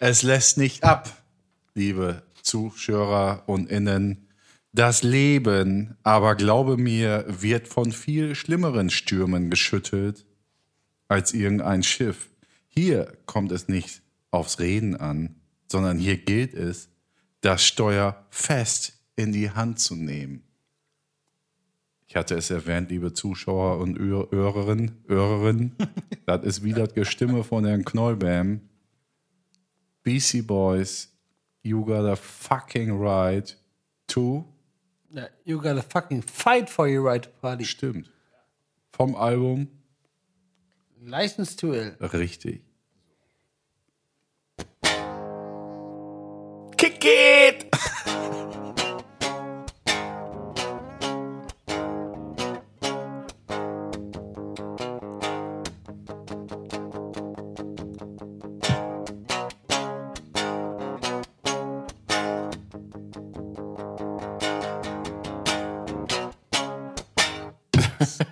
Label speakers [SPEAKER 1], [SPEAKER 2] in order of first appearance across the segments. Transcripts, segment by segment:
[SPEAKER 1] Es lässt nicht ab, liebe Zuschauer und Innen. Das Leben, aber glaube mir, wird von viel schlimmeren Stürmen geschüttelt als irgendein Schiff. Hier kommt es nicht aufs Reden an, sondern hier gilt es, das Steuer fest in die Hand zu nehmen. Ich hatte es erwähnt, liebe Zuschauer und Ö- Hörerinnen, Hörerinnen. das ist wieder die Stimme von Herrn Knollbam. BC Boys, you got a fucking right to.
[SPEAKER 2] Ja, You gotta fucking fight for your right to party.
[SPEAKER 1] Stimmt. Vom Album
[SPEAKER 2] License to ill.
[SPEAKER 1] richtig.
[SPEAKER 3] Kick it!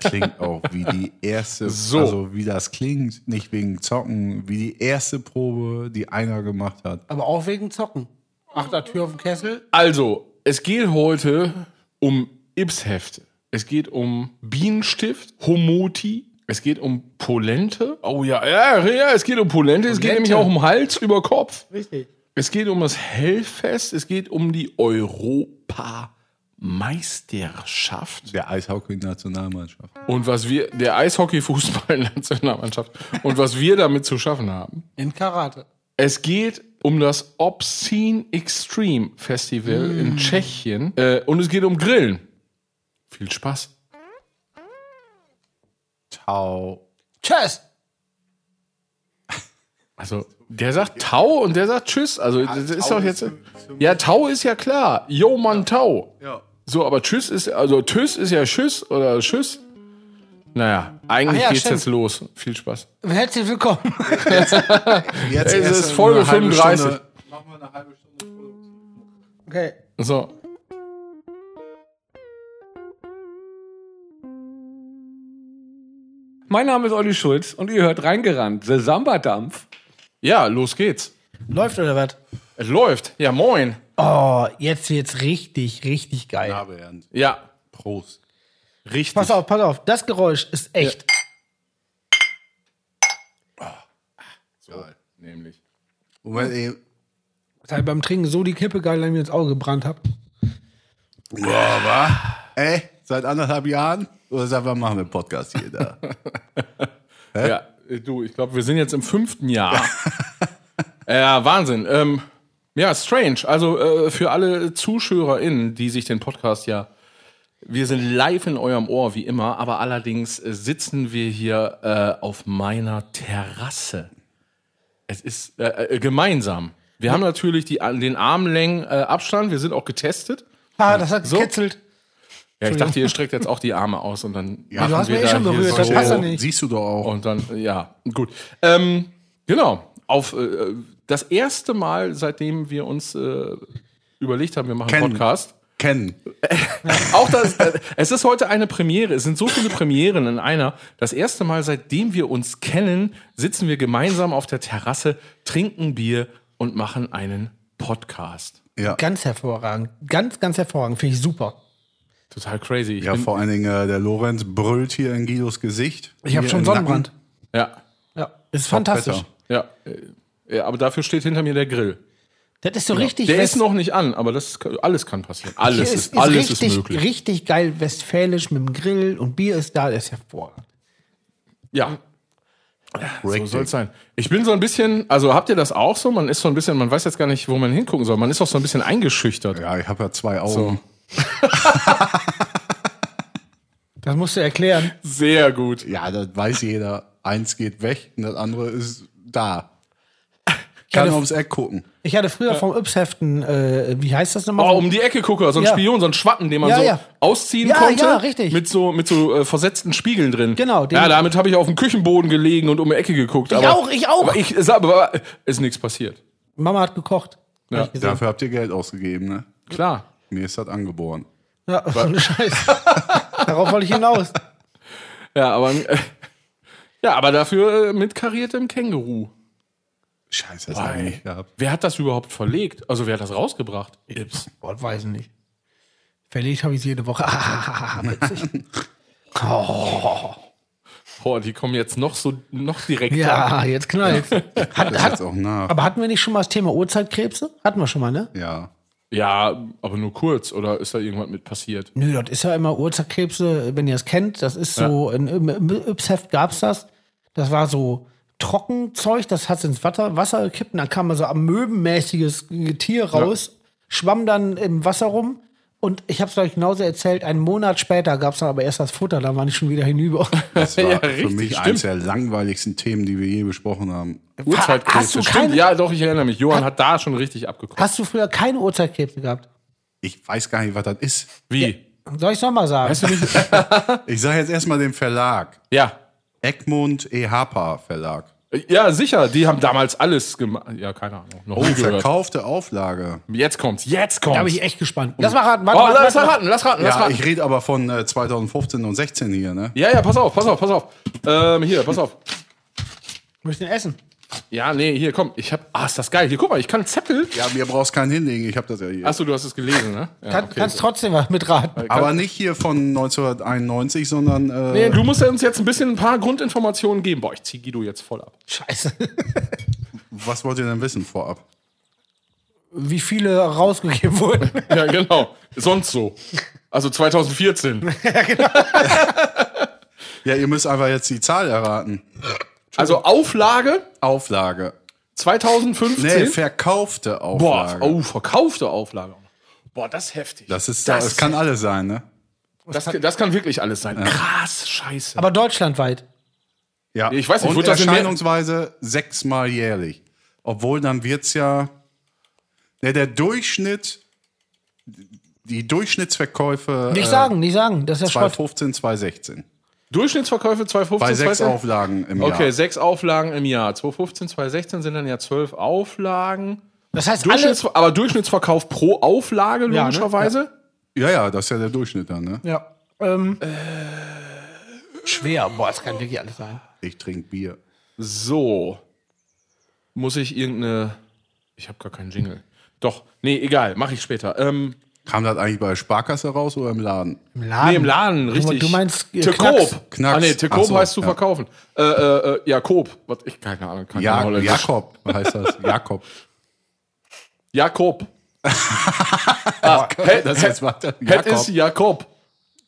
[SPEAKER 1] Klingt auch wie die erste,
[SPEAKER 3] So.
[SPEAKER 1] also wie das klingt, nicht wegen Zocken, wie die erste Probe, die einer gemacht hat.
[SPEAKER 2] Aber auch wegen Zocken. Achter Tür auf dem Kessel.
[SPEAKER 3] Also, es geht heute um Ips-Hefte. Es geht um Bienenstift, Homoti. Es geht um Polente. Oh ja, ja, ja, es geht um Polente. Es geht
[SPEAKER 2] Polente.
[SPEAKER 3] nämlich auch um Hals über Kopf.
[SPEAKER 2] Richtig.
[SPEAKER 3] Es geht um das Hellfest. Es geht um die Europameisterschaft.
[SPEAKER 1] Der Eishockey-Nationalmannschaft.
[SPEAKER 3] Und was wir, der Eishockey-Fußball-Nationalmannschaft. Und was wir damit zu schaffen haben.
[SPEAKER 2] In Karate.
[SPEAKER 3] Es geht um das Obscene Extreme Festival
[SPEAKER 2] Mm.
[SPEAKER 3] in Tschechien. Äh, und es geht um Grillen. Viel Spaß.
[SPEAKER 1] Tau.
[SPEAKER 2] Tschüss!
[SPEAKER 3] Also, der sagt Tau und der sagt Tschüss. Also,
[SPEAKER 2] Ah,
[SPEAKER 3] das ist doch jetzt. Ja, Tau ist ja klar. Yo, Mann, Tau. So, aber Tschüss ist, also Tschüss ist ja Tschüss oder Tschüss. Naja, eigentlich
[SPEAKER 2] Ach ja,
[SPEAKER 3] geht's
[SPEAKER 2] stimmt.
[SPEAKER 3] jetzt los. Viel Spaß.
[SPEAKER 2] Herzlich willkommen.
[SPEAKER 1] Jetzt
[SPEAKER 3] Es
[SPEAKER 1] erst
[SPEAKER 3] ist Folge
[SPEAKER 1] eine halbe
[SPEAKER 3] 35.
[SPEAKER 1] Stunde. Machen wir eine halbe Stunde Produktion.
[SPEAKER 2] Okay.
[SPEAKER 3] So.
[SPEAKER 4] Mein Name ist Olli Schulz und ihr hört reingerannt. The Samba Dampf.
[SPEAKER 3] Ja, los geht's.
[SPEAKER 2] Läuft oder was?
[SPEAKER 3] Es läuft. Ja, moin.
[SPEAKER 2] Oh, jetzt wird's richtig, richtig geil.
[SPEAKER 1] Narbe ernst.
[SPEAKER 3] Ja,
[SPEAKER 1] Prost.
[SPEAKER 3] richtig.
[SPEAKER 2] Pass auf, pass auf. Das Geräusch ist echt.
[SPEAKER 1] Geil.
[SPEAKER 3] Nämlich.
[SPEAKER 1] Moment, ey.
[SPEAKER 2] Das hat beim Trinken so die Kippe geil, dass ich mir ins Auge gebrannt habe.
[SPEAKER 1] Ey, seit anderthalb Jahren? Oder seit wann machen wir Podcast hier da?
[SPEAKER 3] Ja, äh, du, ich glaube, wir sind jetzt im fünften Jahr. ja, Wahnsinn. Ähm, ja, strange. Also äh, für alle ZuschauerInnen, die sich den Podcast ja. Wir sind live in eurem Ohr, wie immer, aber allerdings äh, sitzen wir hier äh, auf meiner Terrasse. Es ist äh, äh, gemeinsam. Wir haben natürlich die, den Armlängen äh, Abstand, wir sind auch getestet.
[SPEAKER 2] Ah, das hat
[SPEAKER 3] So.
[SPEAKER 2] gekitzelt.
[SPEAKER 3] Ja, ich dachte, ihr streckt jetzt auch die Arme aus und dann. Ja,
[SPEAKER 2] du hast mir eh schon berührt, das passt ja nicht.
[SPEAKER 1] Siehst du doch auch.
[SPEAKER 3] und dann, ja, gut. Ähm, genau. Auf äh, das erste Mal, seitdem wir uns äh, überlegt haben, wir machen einen
[SPEAKER 1] Kennen.
[SPEAKER 3] Podcast.
[SPEAKER 1] Kennen.
[SPEAKER 3] Auch das, äh, es ist heute eine Premiere. Es sind so viele Premieren in einer. Das erste Mal, seitdem wir uns kennen, sitzen wir gemeinsam auf der Terrasse, trinken Bier und machen einen Podcast.
[SPEAKER 1] Ja.
[SPEAKER 2] Ganz hervorragend. Ganz, ganz hervorragend. Finde ich super.
[SPEAKER 3] Total crazy. Ich
[SPEAKER 1] Ja,
[SPEAKER 3] bin,
[SPEAKER 1] vor allen Dingen, äh, der Lorenz brüllt hier in Guidos Gesicht.
[SPEAKER 2] Ich habe
[SPEAKER 1] Hier
[SPEAKER 2] schon
[SPEAKER 1] im
[SPEAKER 2] Sonnenbrand.
[SPEAKER 1] Nacken.
[SPEAKER 3] ja,
[SPEAKER 2] Ja, ist fantastisch.
[SPEAKER 1] Wetter.
[SPEAKER 3] ja, äh, ja, aber dafür steht hinter mir der Grill.
[SPEAKER 2] Das ist so richtig.
[SPEAKER 3] Der
[SPEAKER 2] West-
[SPEAKER 3] ist noch nicht an, aber das kann- alles kann passieren. Alles
[SPEAKER 2] Hier
[SPEAKER 3] ist, alles
[SPEAKER 2] richtig,
[SPEAKER 3] ist möglich.
[SPEAKER 2] richtig geil westfälisch mit dem Grill und Bier ist da. Das ist hervorragend.
[SPEAKER 3] Ja. So
[SPEAKER 1] Richtig.
[SPEAKER 3] soll es sein. Ich bin so ein bisschen, also habt ihr das auch so? Man ist so ein bisschen, man weiß jetzt gar nicht, wo man hingucken soll. Man ist auch so ein bisschen eingeschüchtert.
[SPEAKER 1] Ja, ich habe ja zwei Augen.
[SPEAKER 2] Das musst du erklären.
[SPEAKER 3] Sehr gut.
[SPEAKER 1] Ja, das weiß jeder. Eins geht weg und das andere ist da. Kann
[SPEAKER 2] hatte-
[SPEAKER 1] ums Eck gucken.
[SPEAKER 2] Ich hatte früher vom Yps-Heften, äh, wie heißt das nochmal?
[SPEAKER 3] Oh, um die Ecke gucker, so ein
[SPEAKER 2] Ja.
[SPEAKER 3] Spion, so ein Schwatten, den man
[SPEAKER 2] Ja,
[SPEAKER 3] so
[SPEAKER 2] ja.
[SPEAKER 3] ausziehen
[SPEAKER 2] Ja,
[SPEAKER 3] konnte.
[SPEAKER 2] ja, richtig.
[SPEAKER 3] Mit so, mit so äh, versetzten Spiegeln drin.
[SPEAKER 2] Genau, den-
[SPEAKER 3] Ja, damit habe ich auf dem Küchenboden gelegen und um die Ecke geguckt. Ich
[SPEAKER 2] auch, ich auch.
[SPEAKER 3] Aber ich, es- aber äh, ist nichts passiert.
[SPEAKER 2] Mama hat gekocht.
[SPEAKER 3] Ja,
[SPEAKER 2] hab ich gesehen.
[SPEAKER 1] Dafür habt ihr Geld ausgegeben, ne?
[SPEAKER 3] Klar.
[SPEAKER 1] Mir ist das angeboren.
[SPEAKER 2] ja so eine Scheiße. Darauf wollte ich hinaus.
[SPEAKER 3] Ja, aber, äh, ja, aber dafür äh, mit kariertem Känguru.
[SPEAKER 1] Scheiße, das habe ich nicht gehabt.
[SPEAKER 3] Wer hat das überhaupt verlegt? Also wer hat das rausgebracht? Ips.
[SPEAKER 2] Gott weiß ich nicht. Verlegt habe ich es jede Woche. Ah, witzig. oh,
[SPEAKER 3] Boah, die kommen jetzt noch so noch direkter.
[SPEAKER 2] ja, jetzt knallt.
[SPEAKER 1] Hat, das jetzt auch nach.
[SPEAKER 2] Aber hatten wir nicht schon mal das Thema Urzeitkrebse? Hatten wir schon mal, ne?
[SPEAKER 1] Ja.
[SPEAKER 3] Ja, aber nur kurz. Oder ist da irgendwas mit passiert?
[SPEAKER 2] Nö, das ist ja immer Urzeitkrebse, wenn ihr es kennt. Das ist so, in, im, im Yps-Heft gab es das. Das war so Trockenzeug, das hat ins Wasser, Wasser gekippt und dann kam so amöbenmäßiges Tier raus, schwamm dann im Wasser rum. Und ich habe es euch genauso erzählt, einen Monat später gab es dann aber erst das Futter, da war ich schon wieder hinüber.
[SPEAKER 1] Das war
[SPEAKER 3] Ja,
[SPEAKER 1] für
[SPEAKER 3] richtig,
[SPEAKER 1] mich eines der langweiligsten Themen, die wir je besprochen haben.
[SPEAKER 3] Urzeitkrebse.
[SPEAKER 2] hast du
[SPEAKER 3] Stimmt,
[SPEAKER 2] keine-
[SPEAKER 3] ja, doch, ich erinnere mich. Johann hat da schon richtig abgeguckt.
[SPEAKER 2] Hast du früher keine Urzeitkrebse gehabt?
[SPEAKER 1] Ich weiß gar nicht, was das ist.
[SPEAKER 3] Wie?
[SPEAKER 2] Soll ich nochmal sagen?
[SPEAKER 3] Weißt du nicht?
[SPEAKER 1] Ich sage jetzt erstmal den Verlag.
[SPEAKER 3] ja.
[SPEAKER 1] Egmont E. Harper Verlag.
[SPEAKER 3] Ja, sicher. Die haben damals alles gemacht. Ja, keine Ahnung. Noch
[SPEAKER 1] Oh,
[SPEAKER 3] nie gehört.
[SPEAKER 1] verkaufte Auflage.
[SPEAKER 3] Jetzt kommt's. Jetzt kommt's.
[SPEAKER 2] da bin ich echt gespannt. Lass mal raten, warte,
[SPEAKER 3] oh,
[SPEAKER 2] warte,
[SPEAKER 3] lass mal
[SPEAKER 2] warte.
[SPEAKER 3] raten, lass raten, lass
[SPEAKER 1] Ja,
[SPEAKER 3] raten.
[SPEAKER 1] ich rede aber von äh, 2015 und 16 hier, ne?
[SPEAKER 3] Ja, ja, pass auf, pass auf, pass auf. Ähm, hier, pass auf.
[SPEAKER 2] Ich möchte den essen.
[SPEAKER 3] Ja, nee, hier, komm. Ich hab. Ah, ist das geil. Hier, guck mal, ich kann Zettel.
[SPEAKER 1] Ja, mir brauchst keinen hinlegen, ich habe das ja hier.
[SPEAKER 3] Achso, du hast es gelesen, ne? Ja,
[SPEAKER 2] Kann, Kannst trotzdem was mitraten.
[SPEAKER 1] aber nicht hier von 1991, sondern äh,
[SPEAKER 3] Nee, du musst ja uns jetzt ein bisschen ein paar Grundinformationen geben. Boah, ich zieh Guido jetzt voll ab.
[SPEAKER 2] Scheiße.
[SPEAKER 1] was wollt ihr denn wissen vorab?
[SPEAKER 2] Wie viele rausgegeben wurden.
[SPEAKER 3] Ja, genau. Sonst so. Also 2014.
[SPEAKER 1] Ja, ihr müsst einfach jetzt die Zahl erraten.
[SPEAKER 3] Also Auflage
[SPEAKER 1] Auflage. Nee,
[SPEAKER 3] 2015.
[SPEAKER 1] verkaufte
[SPEAKER 3] Boah,
[SPEAKER 1] Auflage.
[SPEAKER 3] oh, verkaufte Auflage. Boah, das ist heftig.
[SPEAKER 1] Das ist das,
[SPEAKER 3] das,
[SPEAKER 1] kann alles sein, ne?
[SPEAKER 3] das, das kann wirklich alles sein. Krass, scheiße.
[SPEAKER 2] Aber deutschlandweit.
[SPEAKER 1] Ja.
[SPEAKER 3] Ich weiß nicht,
[SPEAKER 1] Und
[SPEAKER 3] wurde das in mehr-
[SPEAKER 1] erscheinungsweise sechsmal jährlich. Obwohl dann wird's ja ne, der Durchschnitt die Durchschnittsverkäufe äh,
[SPEAKER 2] Nicht sagen, nicht sagen. Das ist ja Schrott.
[SPEAKER 1] 2015 2016.
[SPEAKER 3] Durchschnittsverkäufe 2015,
[SPEAKER 1] Bei sechs
[SPEAKER 3] 2016.
[SPEAKER 1] Auflagen im Jahr.
[SPEAKER 3] Okay, sechs Auflagen im Jahr. 2015, 2016 sind dann ja zwölf Auflagen.
[SPEAKER 2] Das heißt, alle,
[SPEAKER 3] Durchschnitts aber Durchschnittsverkauf pro Auflage,
[SPEAKER 2] Ja, ne?
[SPEAKER 3] logischerweise.
[SPEAKER 1] Ja, ja, das ist ja der Durchschnitt dann, ne?
[SPEAKER 2] Ja. Ähm, Schwer, boah, das kann wirklich alles sein.
[SPEAKER 1] Ich trinke Bier.
[SPEAKER 3] So. Muss ich irgendeine. Ich habe gar keinen Jingle. Doch, nee, egal, mache ich später. Ähm,
[SPEAKER 1] Kam das eigentlich bei der Sparkasse raus oder im Laden?
[SPEAKER 2] Im Laden.
[SPEAKER 3] nee, im Laden,
[SPEAKER 2] Du-
[SPEAKER 3] richtig.
[SPEAKER 2] Du meinst äh, Knacks.
[SPEAKER 3] Tekob.
[SPEAKER 1] Knacks.
[SPEAKER 3] Ah, nee, Tekob
[SPEAKER 1] Ach so,
[SPEAKER 3] heißt zu
[SPEAKER 1] ja.
[SPEAKER 3] verkaufen. Äh, äh, äh, Jakob. Was, ich, keine Ahnung, kann
[SPEAKER 1] Ja,
[SPEAKER 3] kein Holländisch.
[SPEAKER 1] Jakob heißt das. Jakob.
[SPEAKER 3] Jakob. ah, hätt-
[SPEAKER 1] Das jetzt weiter.
[SPEAKER 3] hätt ist Jakob.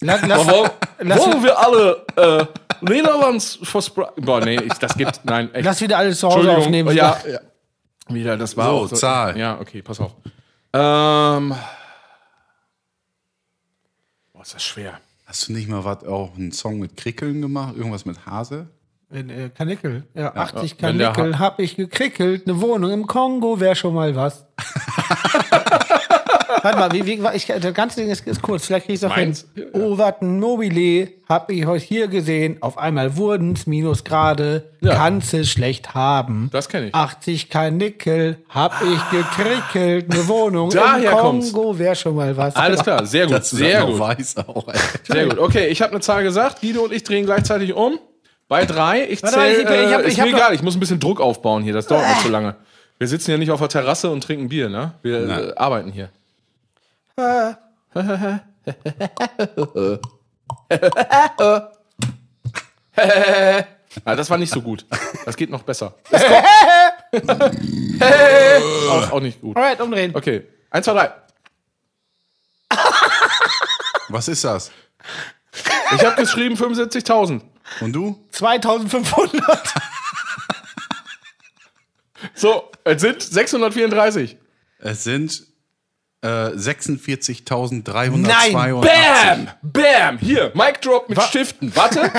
[SPEAKER 2] La, lass,
[SPEAKER 3] Warum,
[SPEAKER 2] lass,
[SPEAKER 3] wollen wir alle äh, Niederlands versprechen? Boah, nee, ich, das gibt. Nein, echt.
[SPEAKER 2] lass wieder alles zu Hause
[SPEAKER 3] Entschuldigung.
[SPEAKER 2] aufnehmen.
[SPEAKER 3] ja, ja. Wieder, das war
[SPEAKER 1] So,
[SPEAKER 3] auch
[SPEAKER 1] Zahl.
[SPEAKER 3] Ja, okay, pass auf. Ähm. Boah, ist das schwer.
[SPEAKER 1] Hast du nicht mal was auch einen Song mit Krickeln gemacht? Irgendwas mit Hase?
[SPEAKER 2] In, äh, Kanickel. Ja, 80
[SPEAKER 3] wenn der
[SPEAKER 2] Kanickel hab ich gekrickelt. Eine Wohnung im Kongo wäre schon mal was. Warte mal, wie, wie, ich, das ganze Ding ist, ist kurz. Vielleicht krieg ich's auch hin.
[SPEAKER 3] Meins?
[SPEAKER 2] Oh, wat ein Mobile hab ich heute hier gesehen. Auf einmal wurden's Minusgrade.
[SPEAKER 3] Ja.
[SPEAKER 2] Kannst es schlecht haben.
[SPEAKER 3] Das kenne ich. Ah.
[SPEAKER 2] 80 Kanickel hab ich gekrickelt. Eine Wohnung
[SPEAKER 3] Daher
[SPEAKER 2] im
[SPEAKER 3] kommt's.
[SPEAKER 2] Kongo wäre schon mal was.
[SPEAKER 3] Alles klar, sehr gut,
[SPEAKER 1] du
[SPEAKER 3] sehr
[SPEAKER 1] das noch
[SPEAKER 3] gut,
[SPEAKER 1] Weiß auch, ey.
[SPEAKER 3] sehr gut. Okay, ich habe eine Zahl gesagt. Guido und ich drehen gleichzeitig um. Bei drei, ich
[SPEAKER 2] Warte, ich-
[SPEAKER 3] zähle.
[SPEAKER 2] ich-
[SPEAKER 3] Äh,
[SPEAKER 2] ich hab-
[SPEAKER 3] ist
[SPEAKER 2] ich hab
[SPEAKER 3] mir
[SPEAKER 2] noch-
[SPEAKER 3] egal, ich muss ein bisschen Druck aufbauen hier. Das dauert nicht so lange. Wir sitzen ja nicht auf der Terrasse und trinken Bier, ne? Wir äh, arbeiten hier. Ah, das war nicht so gut. Das geht noch besser. Das kommt. auch, auch nicht gut.
[SPEAKER 2] Alright, umdrehen.
[SPEAKER 3] Okay, eins, zwei, drei.
[SPEAKER 1] Was ist das?
[SPEAKER 3] Ich habe geschrieben 75.000.
[SPEAKER 1] Und du?
[SPEAKER 2] 2500.
[SPEAKER 3] So, es sind 634.
[SPEAKER 1] Es sind äh, 46.382.
[SPEAKER 2] Nein,
[SPEAKER 3] Bam! Bam! Hier, Mic Drop mit Stiften. Warte.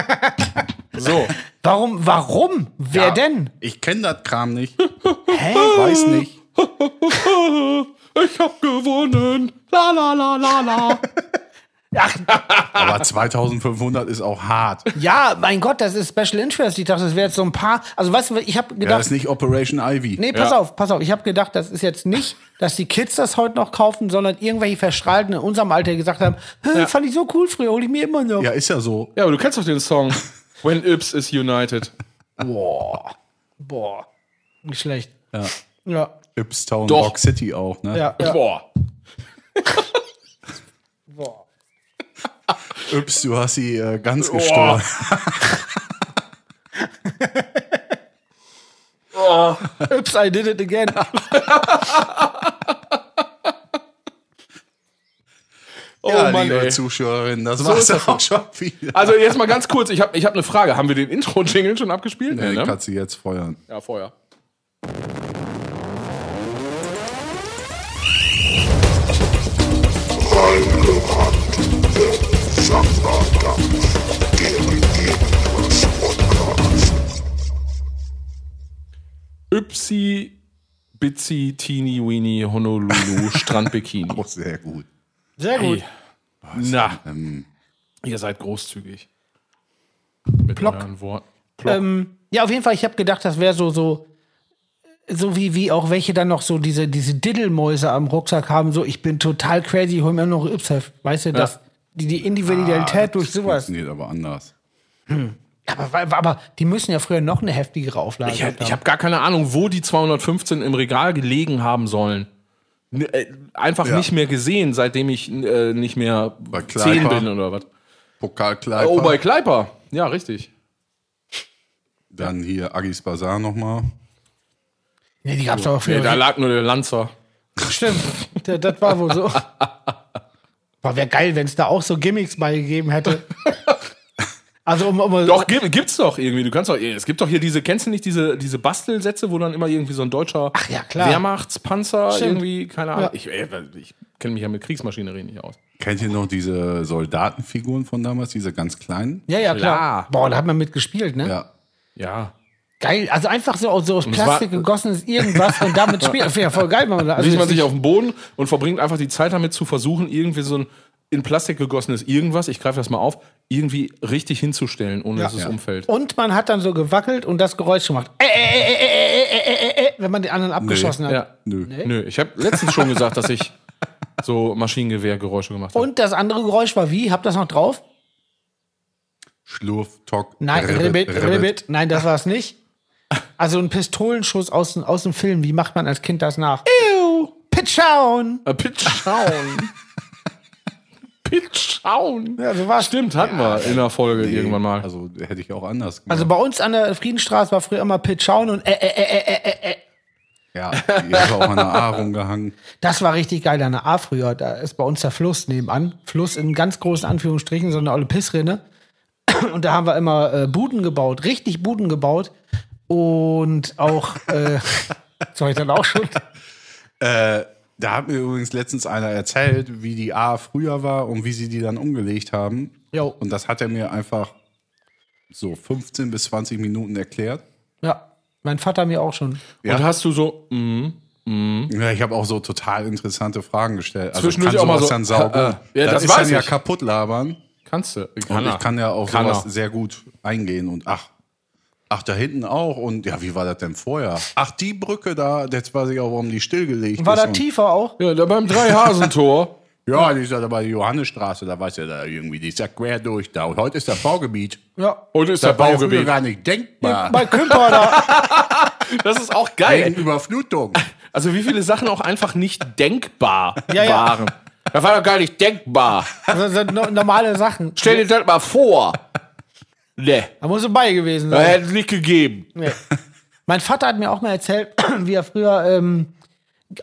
[SPEAKER 3] So.
[SPEAKER 2] Warum? Warum? Wer
[SPEAKER 3] Ja.
[SPEAKER 2] denn?
[SPEAKER 1] Ah, Ich kenne das Kram nicht.
[SPEAKER 2] Hä?
[SPEAKER 1] Weiß nicht.
[SPEAKER 3] Ich hab gewonnen. La la la la la.
[SPEAKER 2] Ach,
[SPEAKER 1] Aber 2500 ist auch hart.
[SPEAKER 2] ja, mein Gott, das ist Special Interest. Ich dachte, das wäre jetzt so ein paar. Also, weißt du, ich habe
[SPEAKER 1] Ja,
[SPEAKER 2] gedacht.
[SPEAKER 1] ist nicht Operation Ivy.
[SPEAKER 2] Nee, pass
[SPEAKER 3] Ja.
[SPEAKER 2] auf, pass auf. Ich habe gedacht, das ist jetzt nicht, dass die Kids das heute noch kaufen, sondern irgendwelche Verstrahlten in unserem Alter die gesagt haben, "Hä, fand ich so cool früher, hol ich mir immer noch.
[SPEAKER 1] Ja, ist ja so.
[SPEAKER 3] Ja, aber du kennst doch den Song When Ips is United.
[SPEAKER 2] Boah. Boah. Nicht schlecht. Ja,
[SPEAKER 1] Ypstown,
[SPEAKER 3] Doch.
[SPEAKER 1] Rock City auch, ne?
[SPEAKER 2] ja, ja.
[SPEAKER 3] Boah.
[SPEAKER 2] Boah.
[SPEAKER 1] Yps, du hast sie äh, ganz gestört.
[SPEAKER 3] Boah.
[SPEAKER 2] Oops, I did it again.
[SPEAKER 3] Oh
[SPEAKER 1] ja,
[SPEAKER 3] Mann,
[SPEAKER 1] liebe
[SPEAKER 3] ey.
[SPEAKER 1] Zuschauerinnen, das war's
[SPEAKER 3] ist das
[SPEAKER 1] auch schon wieder.
[SPEAKER 3] Also jetzt mal ganz kurz, ich habe ich hab eine Frage. Haben wir den Intro-Jingle schon abgespielt?
[SPEAKER 1] Nee,
[SPEAKER 3] Nee, ne?
[SPEAKER 1] kannst du jetzt feuern.
[SPEAKER 3] Ja, vorher. Ypsi, Bitsi, Teeny, Weeny, Honolulu, Strandbikini.
[SPEAKER 1] Auch sehr gut.
[SPEAKER 2] Sehr gut.
[SPEAKER 3] Na,
[SPEAKER 1] Ähm,
[SPEAKER 3] ihr seid großzügig. Mit
[SPEAKER 2] Plock.
[SPEAKER 3] euren Worten.
[SPEAKER 2] Ähm, ja, auf jeden Fall, ich habe gedacht, das wäre so, so, so wie, wie auch welche dann noch so diese, diese Diddelmäuse am Rucksack haben, so ich bin total crazy, hol mir noch Ypsef. Weißt du, das, die, die
[SPEAKER 3] Ah,
[SPEAKER 2] Individualität durch sowas.
[SPEAKER 1] Funktioniert aber anders.
[SPEAKER 2] Aber, aber, aber die müssen ja früher noch eine heftigere Auflage
[SPEAKER 3] Ich,
[SPEAKER 2] gehabt
[SPEAKER 3] hab- ich habe gar keine Ahnung, wo die 215 im Regal gelegen haben sollen. N- äh, Einfach
[SPEAKER 1] Ja.
[SPEAKER 3] nicht mehr gesehen, seitdem ich äh, nicht mehr
[SPEAKER 1] Bei Kleiper.
[SPEAKER 3] 10 bin oder was.
[SPEAKER 1] Pokalkleider.
[SPEAKER 3] Oh, bei Kleiper. Ja, richtig.
[SPEAKER 1] Dann hier Agis Bazar nochmal.
[SPEAKER 2] Nee, die gab's doch auch
[SPEAKER 3] Oh, Nee,
[SPEAKER 2] früher.
[SPEAKER 3] da lag nur der Lanzer.
[SPEAKER 2] Stimmt, das, das war wohl so. War wäre geil, wenn es da auch so Gimmicks bei gegeben hätte. Also um, um
[SPEAKER 3] Doch, gibt, gibt's doch irgendwie. Du kannst doch, äh, es gibt doch hier diese, kennst du nicht diese, diese Bastelsätze, wo dann immer irgendwie so ein deutscher
[SPEAKER 2] Ach ja, klar.
[SPEAKER 3] Wehrmachtspanzer
[SPEAKER 2] Stimmt.
[SPEAKER 3] irgendwie, keine Ahnung.
[SPEAKER 2] Ja.
[SPEAKER 3] Ich, äh, ich kenne mich ja mit Kriegsmaschinerie nicht aus.
[SPEAKER 1] Kennt ihr noch diese Soldatenfiguren von damals, diese ganz kleinen?
[SPEAKER 2] Ja, ja, klar.
[SPEAKER 3] Klar.
[SPEAKER 2] Boah, da hat man mitgespielt, ne?
[SPEAKER 1] Ja.
[SPEAKER 3] Ja.
[SPEAKER 2] Geil. Also einfach so, so aus Plastik
[SPEAKER 3] war-
[SPEAKER 2] gegossenes irgendwas und damit spielt. Das wäre voll geil, wenn man da. Also
[SPEAKER 3] Liegt man
[SPEAKER 2] jetzt
[SPEAKER 3] sich
[SPEAKER 2] nicht-
[SPEAKER 3] auf den Boden und verbringt einfach die Zeit damit zu versuchen, irgendwie so ein in Plastik gegossenes irgendwas, ich greife das mal auf, irgendwie richtig hinzustellen, ohne dass es
[SPEAKER 1] Ja.
[SPEAKER 3] umfällt.
[SPEAKER 2] Und man hat dann so gewackelt und das Geräusch gemacht. Äh, äh, äh, äh, äh, äh, äh, äh, äh, wenn man den anderen abgeschossen hat.
[SPEAKER 3] Ja.
[SPEAKER 1] Nö.
[SPEAKER 3] Oh. Nö, ich habe letztens schon gesagt, dass ich so Maschinengewehrgeräusche gemacht habe.
[SPEAKER 2] Und das andere Geräusch war wie? Habt ihr das noch drauf?
[SPEAKER 1] Schlurf, Tock,
[SPEAKER 2] Nein, Ribbit, Ribbit. Nein, das war es nicht. Also ein Pistolenschuss aus, dem- aus dem Film. Wie macht man als Kind das nach? Ew! Pitschauen!
[SPEAKER 3] Äh, Pitchdown. Pitchdown.
[SPEAKER 2] Ja, so war's.
[SPEAKER 3] Stimmt, hatten wir in der Folge irgendwann mal.
[SPEAKER 1] Also hätte ich auch anders gemacht.
[SPEAKER 2] Also bei uns an der Friedenstraße war früher immer Pitschauen und äh, äh, äh, äh, äh, äh.
[SPEAKER 1] ja, die hat auch an der A rumgehangen.
[SPEAKER 2] Das war richtig geil an der A früher. Da ist bei uns der Fluss nebenan. Fluss in ganz großen Anführungsstrichen, so eine olle Pissrinne. Und da haben wir immer äh, Buden gebaut, richtig Buden gebaut. Und auch, äh, soll ich dann auch schon?
[SPEAKER 1] Da hat mir übrigens letztens einer erzählt, wie die A früher war und wie sie die dann umgelegt haben.
[SPEAKER 2] Jo.
[SPEAKER 1] Und das hat er mir einfach so 15 bis 20 Minuten erklärt.
[SPEAKER 2] Ja, mein Vater mir auch schon.
[SPEAKER 3] Und hast du so mm,
[SPEAKER 1] Ja, ich habe auch so total interessante Fragen gestellt. Also
[SPEAKER 3] Zwischendurch
[SPEAKER 1] ich
[SPEAKER 3] auch
[SPEAKER 1] kann
[SPEAKER 3] mal
[SPEAKER 1] sowas
[SPEAKER 3] so,
[SPEAKER 1] dann saugen.
[SPEAKER 3] äh, ja,
[SPEAKER 1] das
[SPEAKER 3] das
[SPEAKER 1] ist
[SPEAKER 3] weiß
[SPEAKER 1] dann ja
[SPEAKER 3] ich.
[SPEAKER 1] kaputt labern.
[SPEAKER 3] kannst du.
[SPEAKER 1] Und ich kann ja auf
[SPEAKER 3] Kann
[SPEAKER 1] sowas
[SPEAKER 3] er.
[SPEAKER 1] sehr gut eingehen und ach, ach, da hinten auch. Und ja, wie war das denn vorher? Ach, die Brücke da, jetzt weiß ich auch, warum die stillgelegt
[SPEAKER 2] War
[SPEAKER 1] ist.
[SPEAKER 2] da
[SPEAKER 1] und,
[SPEAKER 2] tiefer auch?
[SPEAKER 3] Ja, da beim Dreihasentor.
[SPEAKER 1] Ja, die ist ja da bei der Johannesstraße, da weiß ja da irgendwie, die ist ja quer durch da. Und heute ist das Baugebiet.
[SPEAKER 2] Ja.
[SPEAKER 3] Und ist
[SPEAKER 1] Das war ja früher gar nicht denkbar.
[SPEAKER 2] Bei Kümper da.
[SPEAKER 3] Das ist auch geil.
[SPEAKER 1] Wegen Überflutung.
[SPEAKER 3] Also wie viele Sachen auch einfach nicht denkbar
[SPEAKER 2] Ja, ja.
[SPEAKER 3] waren. Das war doch gar nicht denkbar.
[SPEAKER 2] Also, Das sind no normale Sachen.
[SPEAKER 3] Stell dir das mal vor. Ne,
[SPEAKER 2] Da muss du bei gewesen
[SPEAKER 3] das
[SPEAKER 2] sein.
[SPEAKER 3] hätte es nicht gegeben.
[SPEAKER 2] Nee. mein Vater hat mir auch mal erzählt, wie er früher, ähm,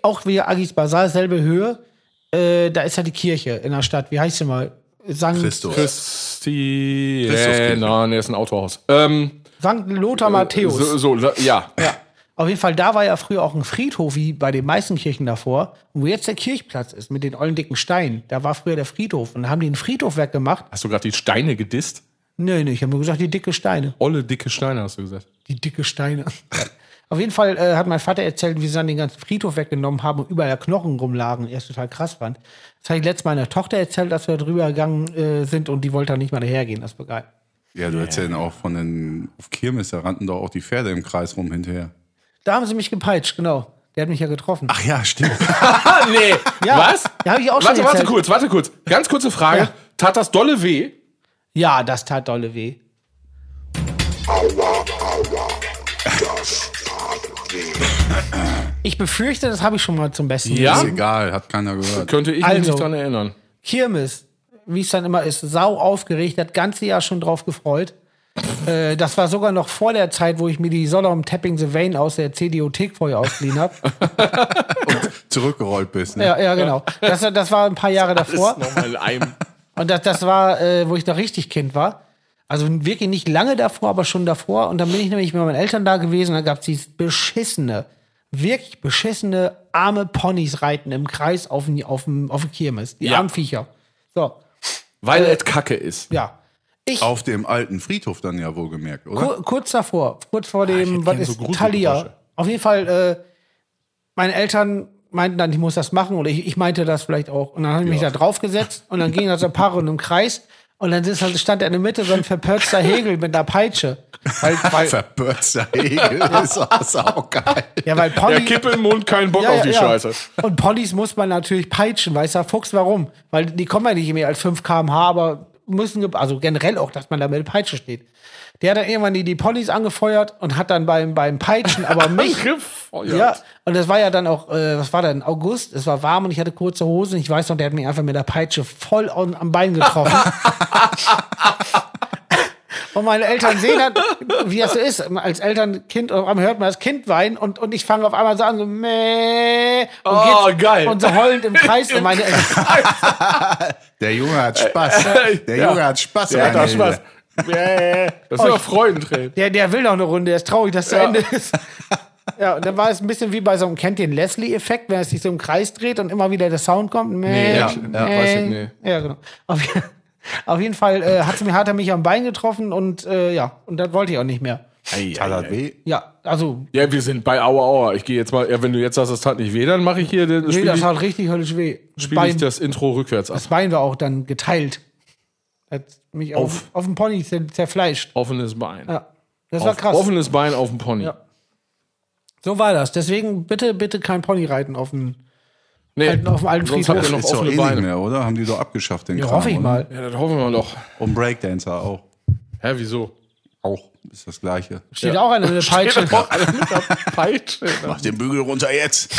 [SPEAKER 2] auch wie Agis Basar, selbe Höhe, äh, da ist ja die Kirche in der Stadt. Wie heißt sie mal? Sankt,
[SPEAKER 1] Christus.
[SPEAKER 3] Christi.
[SPEAKER 1] Christuskirche.
[SPEAKER 3] Nein, der ist ein Autohaus. Ähm,
[SPEAKER 2] Sankt Lothar Matthäus.
[SPEAKER 3] So, so, la- ja.
[SPEAKER 2] Ja. Auf jeden Fall, da war ja früher auch ein Friedhof, wie bei den meisten Kirchen davor. Und wo jetzt der Kirchplatz ist, mit den ollen dicken Steinen, da war früher der Friedhof. Und da haben die einen Friedhof weggemacht.
[SPEAKER 3] Hast du gerade die Steine gedisst?
[SPEAKER 2] Nö, nö, ich habe nur gesagt, die dicke Steine.
[SPEAKER 3] Olle dicke Steine, hast du gesagt.
[SPEAKER 2] Die dicke Steine. Auf jeden Fall äh, hat mein Vater erzählt, wie sie dann den ganzen Friedhof weggenommen haben und überall Knochen rumlagen. Er ist total krass fand. Das habe ich letztes meiner Tochter erzählt, als wir drüber gegangen äh, sind und die wollte dann nicht mal dahergehen. Das war geil.
[SPEAKER 1] Ja, du hättest ja dann auch von den auf Kirmes, da rannten doch auch die Pferde im Kreis rum hinterher.
[SPEAKER 2] Da haben sie mich gepeitscht, genau. Der hat mich ja getroffen.
[SPEAKER 1] Ach ja, stimmt.
[SPEAKER 3] Ah, nee.
[SPEAKER 2] Ja,
[SPEAKER 3] Was?
[SPEAKER 2] ja, hab ich auch schon
[SPEAKER 3] warte, warte
[SPEAKER 2] erzählt.
[SPEAKER 3] kurz, warte kurz. Ganz kurze Frage.
[SPEAKER 2] Ja.
[SPEAKER 3] Tat das dolle weh?
[SPEAKER 2] Ja, das tat dolle weh.
[SPEAKER 5] Aua, aua, das tat weh.
[SPEAKER 2] Ich befürchte, das habe ich schon mal zum Besten
[SPEAKER 3] Ja?
[SPEAKER 2] gegeben.
[SPEAKER 1] Ist egal, hat keiner gehört.
[SPEAKER 3] Könnte ich mich
[SPEAKER 2] Also.
[SPEAKER 3] nicht dran erinnern.
[SPEAKER 2] Kirmes, wie es dann immer ist, sau aufgeregt, das ganze Jahr schon drauf gefreut. Äh, das war sogar noch vor der Zeit, wo ich mir die Sollum Tapping the Vein aus der CDothek vorher ausgeliehen habe.
[SPEAKER 1] Zurückgerollt bist. Ne?
[SPEAKER 2] Ja, ja, genau. Das, das war ein paar Jahre davor.
[SPEAKER 3] nochmal in einem.
[SPEAKER 2] Und das, das war, äh, wo ich noch richtig Kind war. Also wirklich nicht lange davor, aber schon davor. Und dann bin ich nämlich mit meinen Eltern da gewesen. Da gab es dieses beschissene, wirklich beschissene arme Ponys reiten im Kreis auf dem auf dem- auf dem Kirmes. Die
[SPEAKER 3] Ja.
[SPEAKER 2] armen Viecher. So,
[SPEAKER 3] Weil es Kacke ist.
[SPEAKER 2] ja. Ich
[SPEAKER 1] Auf dem alten Friedhof dann ja wohlgemerkt, oder?
[SPEAKER 2] kur kurz davor, kurz vor dem,
[SPEAKER 3] Ah, hätte
[SPEAKER 2] was
[SPEAKER 3] gern
[SPEAKER 2] ist
[SPEAKER 3] so Gruselgeräusche.
[SPEAKER 2] Thalia? Auf jeden Fall, äh, meine Eltern meinten dann, ich muss das machen oder ich, ich meinte das vielleicht auch. Und dann habe ich mich da draufgesetzt und dann ging das so ein paar Runden im Kreis und dann ist, also stand da in der Mitte so ein verpörzter Hegel mit einer Peitsche. Weil,
[SPEAKER 3] Äh.
[SPEAKER 2] weil,
[SPEAKER 1] Verbörzter Egel ist das auch geil.
[SPEAKER 2] ja, weil Pony,
[SPEAKER 3] Der Kippe im Mund, keinen Bock auf die Scheiße.
[SPEAKER 2] Und Ponys muss man natürlich peitschen, weiß der Fuchs warum? Weil die kommen ja nicht mehr als 5 km/h, aber müssen, ge- also generell auch, dass man da mit der Peitsche steht. Der hat dann irgendwann die, die Ponys angefeuert und hat dann beim, beim Peitschen aber mich.
[SPEAKER 3] Gefeuert.
[SPEAKER 2] ja, und das war ja dann auch, äh, was war denn, August? Es war warm und ich hatte kurze Hosen. Ich weiß noch, der hat mich einfach mit der Peitsche voll on, am Bein getroffen. Und meine Eltern sehen halt, wie das so ist. Als Eltern, Kind, auf einmal hört man das Kind weinen und, und ich fange auf einmal so an, so meh. Und
[SPEAKER 3] Oh,
[SPEAKER 2] geht's-
[SPEAKER 3] geil.
[SPEAKER 2] Und so heulend im Kreis. und meine Eltern,
[SPEAKER 1] Der Junge hat Spaß. Der
[SPEAKER 3] Äh, Ja.
[SPEAKER 1] Junge hat Spaß.
[SPEAKER 3] Der hat
[SPEAKER 1] meine
[SPEAKER 3] auch Spaß.
[SPEAKER 1] Hilde.
[SPEAKER 3] Das sind doch Freudentränen.
[SPEAKER 2] der, der will noch eine Runde, der ist traurig, dass es
[SPEAKER 3] Ja.
[SPEAKER 2] zu Ende ist. Ja, und dann war es ein bisschen wie bei so einem, kennt ihr den Leslie-Effekt, wenn es sich so im Kreis dreht und immer wieder der Sound kommt? Meh,
[SPEAKER 3] Nee, ja, ja,
[SPEAKER 2] meh.
[SPEAKER 3] weiß ich, nee.
[SPEAKER 2] Ja, genau. Auf, je- auf jeden Fall äh, hat's mir, hat er mich am Bein getroffen und äh, ja, und das wollte ich auch nicht mehr.
[SPEAKER 1] Tat das weh?
[SPEAKER 2] Ja, also,
[SPEAKER 3] Ja, wir sind bei Aua Aua. Ich gehe jetzt mal, ja, wenn du jetzt sagst, das tat nicht weh, dann mache ich hier, dann
[SPEAKER 2] nee,
[SPEAKER 3] spiele
[SPEAKER 2] das
[SPEAKER 3] ich,
[SPEAKER 2] tat richtig höllisch weh.
[SPEAKER 3] spiel ich das Intro rückwärts ab.
[SPEAKER 2] Das Bein war auch dann geteilt. Hat mich auf,
[SPEAKER 3] Auf.
[SPEAKER 2] auf dem Pony zer- zerfleischt.
[SPEAKER 3] Offenes Bein.
[SPEAKER 2] Ja. Das war
[SPEAKER 3] auf,
[SPEAKER 2] krass.
[SPEAKER 3] offenes Bein auf dem Pony.
[SPEAKER 2] Ja. So war das. Deswegen bitte, bitte kein Pony reiten auf dem.
[SPEAKER 3] Nee,
[SPEAKER 2] Alten- auf dem alten
[SPEAKER 3] sonst
[SPEAKER 2] Friedhof.
[SPEAKER 3] habt ihr noch
[SPEAKER 1] Ist doch
[SPEAKER 3] offene
[SPEAKER 1] eh nicht
[SPEAKER 3] Beine.
[SPEAKER 1] mehr, oder? Haben die doch abgeschafft, den
[SPEAKER 2] Ja,
[SPEAKER 1] Kram,
[SPEAKER 2] hoffe ich
[SPEAKER 1] oder?
[SPEAKER 2] mal.
[SPEAKER 3] Ja, das hoffen wir noch.
[SPEAKER 1] Und Breakdancer auch.
[SPEAKER 3] Hä, wieso?
[SPEAKER 1] Auch ist das Gleiche.
[SPEAKER 2] Steht auch einer mit der Peitsche.
[SPEAKER 3] Doch, alle mit der Peitsche.
[SPEAKER 1] Mach den Bügel runter jetzt.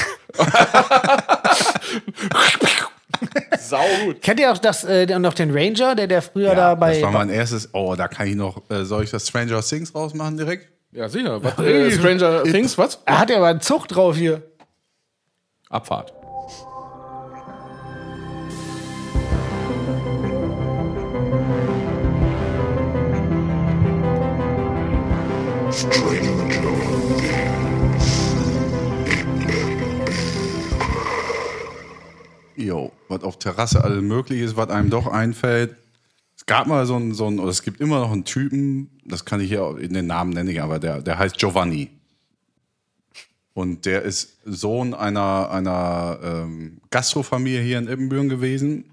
[SPEAKER 3] Sau gut.
[SPEAKER 2] Kennt ihr auch das, äh, der- noch den Ranger, der, der früher da
[SPEAKER 1] Ja,
[SPEAKER 2] bei.
[SPEAKER 1] das war mein erstes. Oh, da kann ich noch. Äh, soll ich das Stranger Things rausmachen direkt?
[SPEAKER 3] Ja, sicher. Was, äh, Stranger Things, was?
[SPEAKER 2] er hat ja aber einen Zug drauf hier.
[SPEAKER 3] Abfahrt.
[SPEAKER 1] Jo, was auf Terrasse alles möglich ist, was einem doch einfällt. Es gab mal so einen, so einen, oder es gibt immer noch einen Typen, das kann ich hier auch in den Namen nennen, ich, aber der, der heißt Giovanni. Und der ist Sohn einer, einer ähm, Gastrofamilie hier in Ibbenbüren gewesen.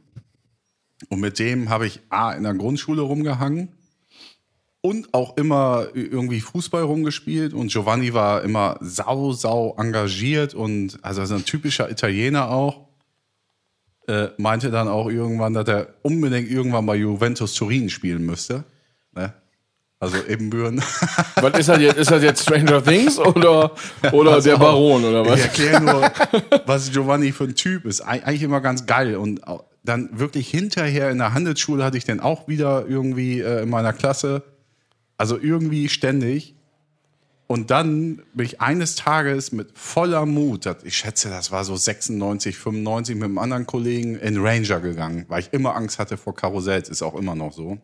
[SPEAKER 1] Und mit dem habe ich A, in der Grundschule rumgehangen und auch immer irgendwie Fußball rumgespielt. Und Giovanni war immer sau, sau engagiert und also so ein typischer Italiener auch äh, meinte dann auch irgendwann, dass er unbedingt irgendwann mal Juventus Turin spielen müsste. Ne? Also Ebenbüren.
[SPEAKER 3] Was ist das jetzt? Ist das jetzt Stranger Things oder, oder der Baron oder
[SPEAKER 1] Ich
[SPEAKER 3] was?
[SPEAKER 1] erkläre nur, was Giovanni für ein Typ ist. Eig- Eigentlich immer ganz geil. Und au- dann wirklich hinterher in der Handelsschule hatte ich den auch wieder irgendwie äh, in meiner Klasse. Also irgendwie ständig. Und dann bin ich eines Tages mit voller Mut, das- ich schätze, das war so 96, 95, mit einem anderen Kollegen in Ranger gegangen, weil ich immer Angst hatte vor Karussells, ist auch immer noch so.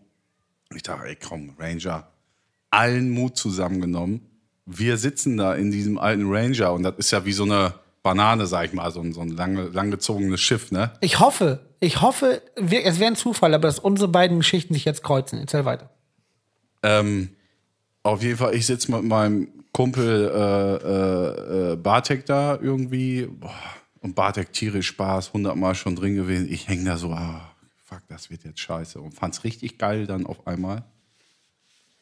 [SPEAKER 1] Ich dachte, ey komm, Ranger, allen Mut zusammengenommen. Wir sitzen da in diesem alten Ranger und das ist ja wie so eine Banane, sag ich mal, so ein, so ein lange, langgezogenes Schiff, ne?
[SPEAKER 2] Ich hoffe, ich hoffe, wir, es wäre ein Zufall, aber dass unsere beiden Geschichten sich jetzt kreuzen. Erzähl weiter.
[SPEAKER 1] Ähm, auf jeden Fall, ich sitze mit meinem Kumpel äh, äh, äh, Bartek da irgendwie. Boah, und Bartek tierisch Spaß, hundertmal schon drin gewesen. Ich hänge da so, ah, fuck, das wird jetzt scheiße. Und fand's richtig geil dann auf einmal.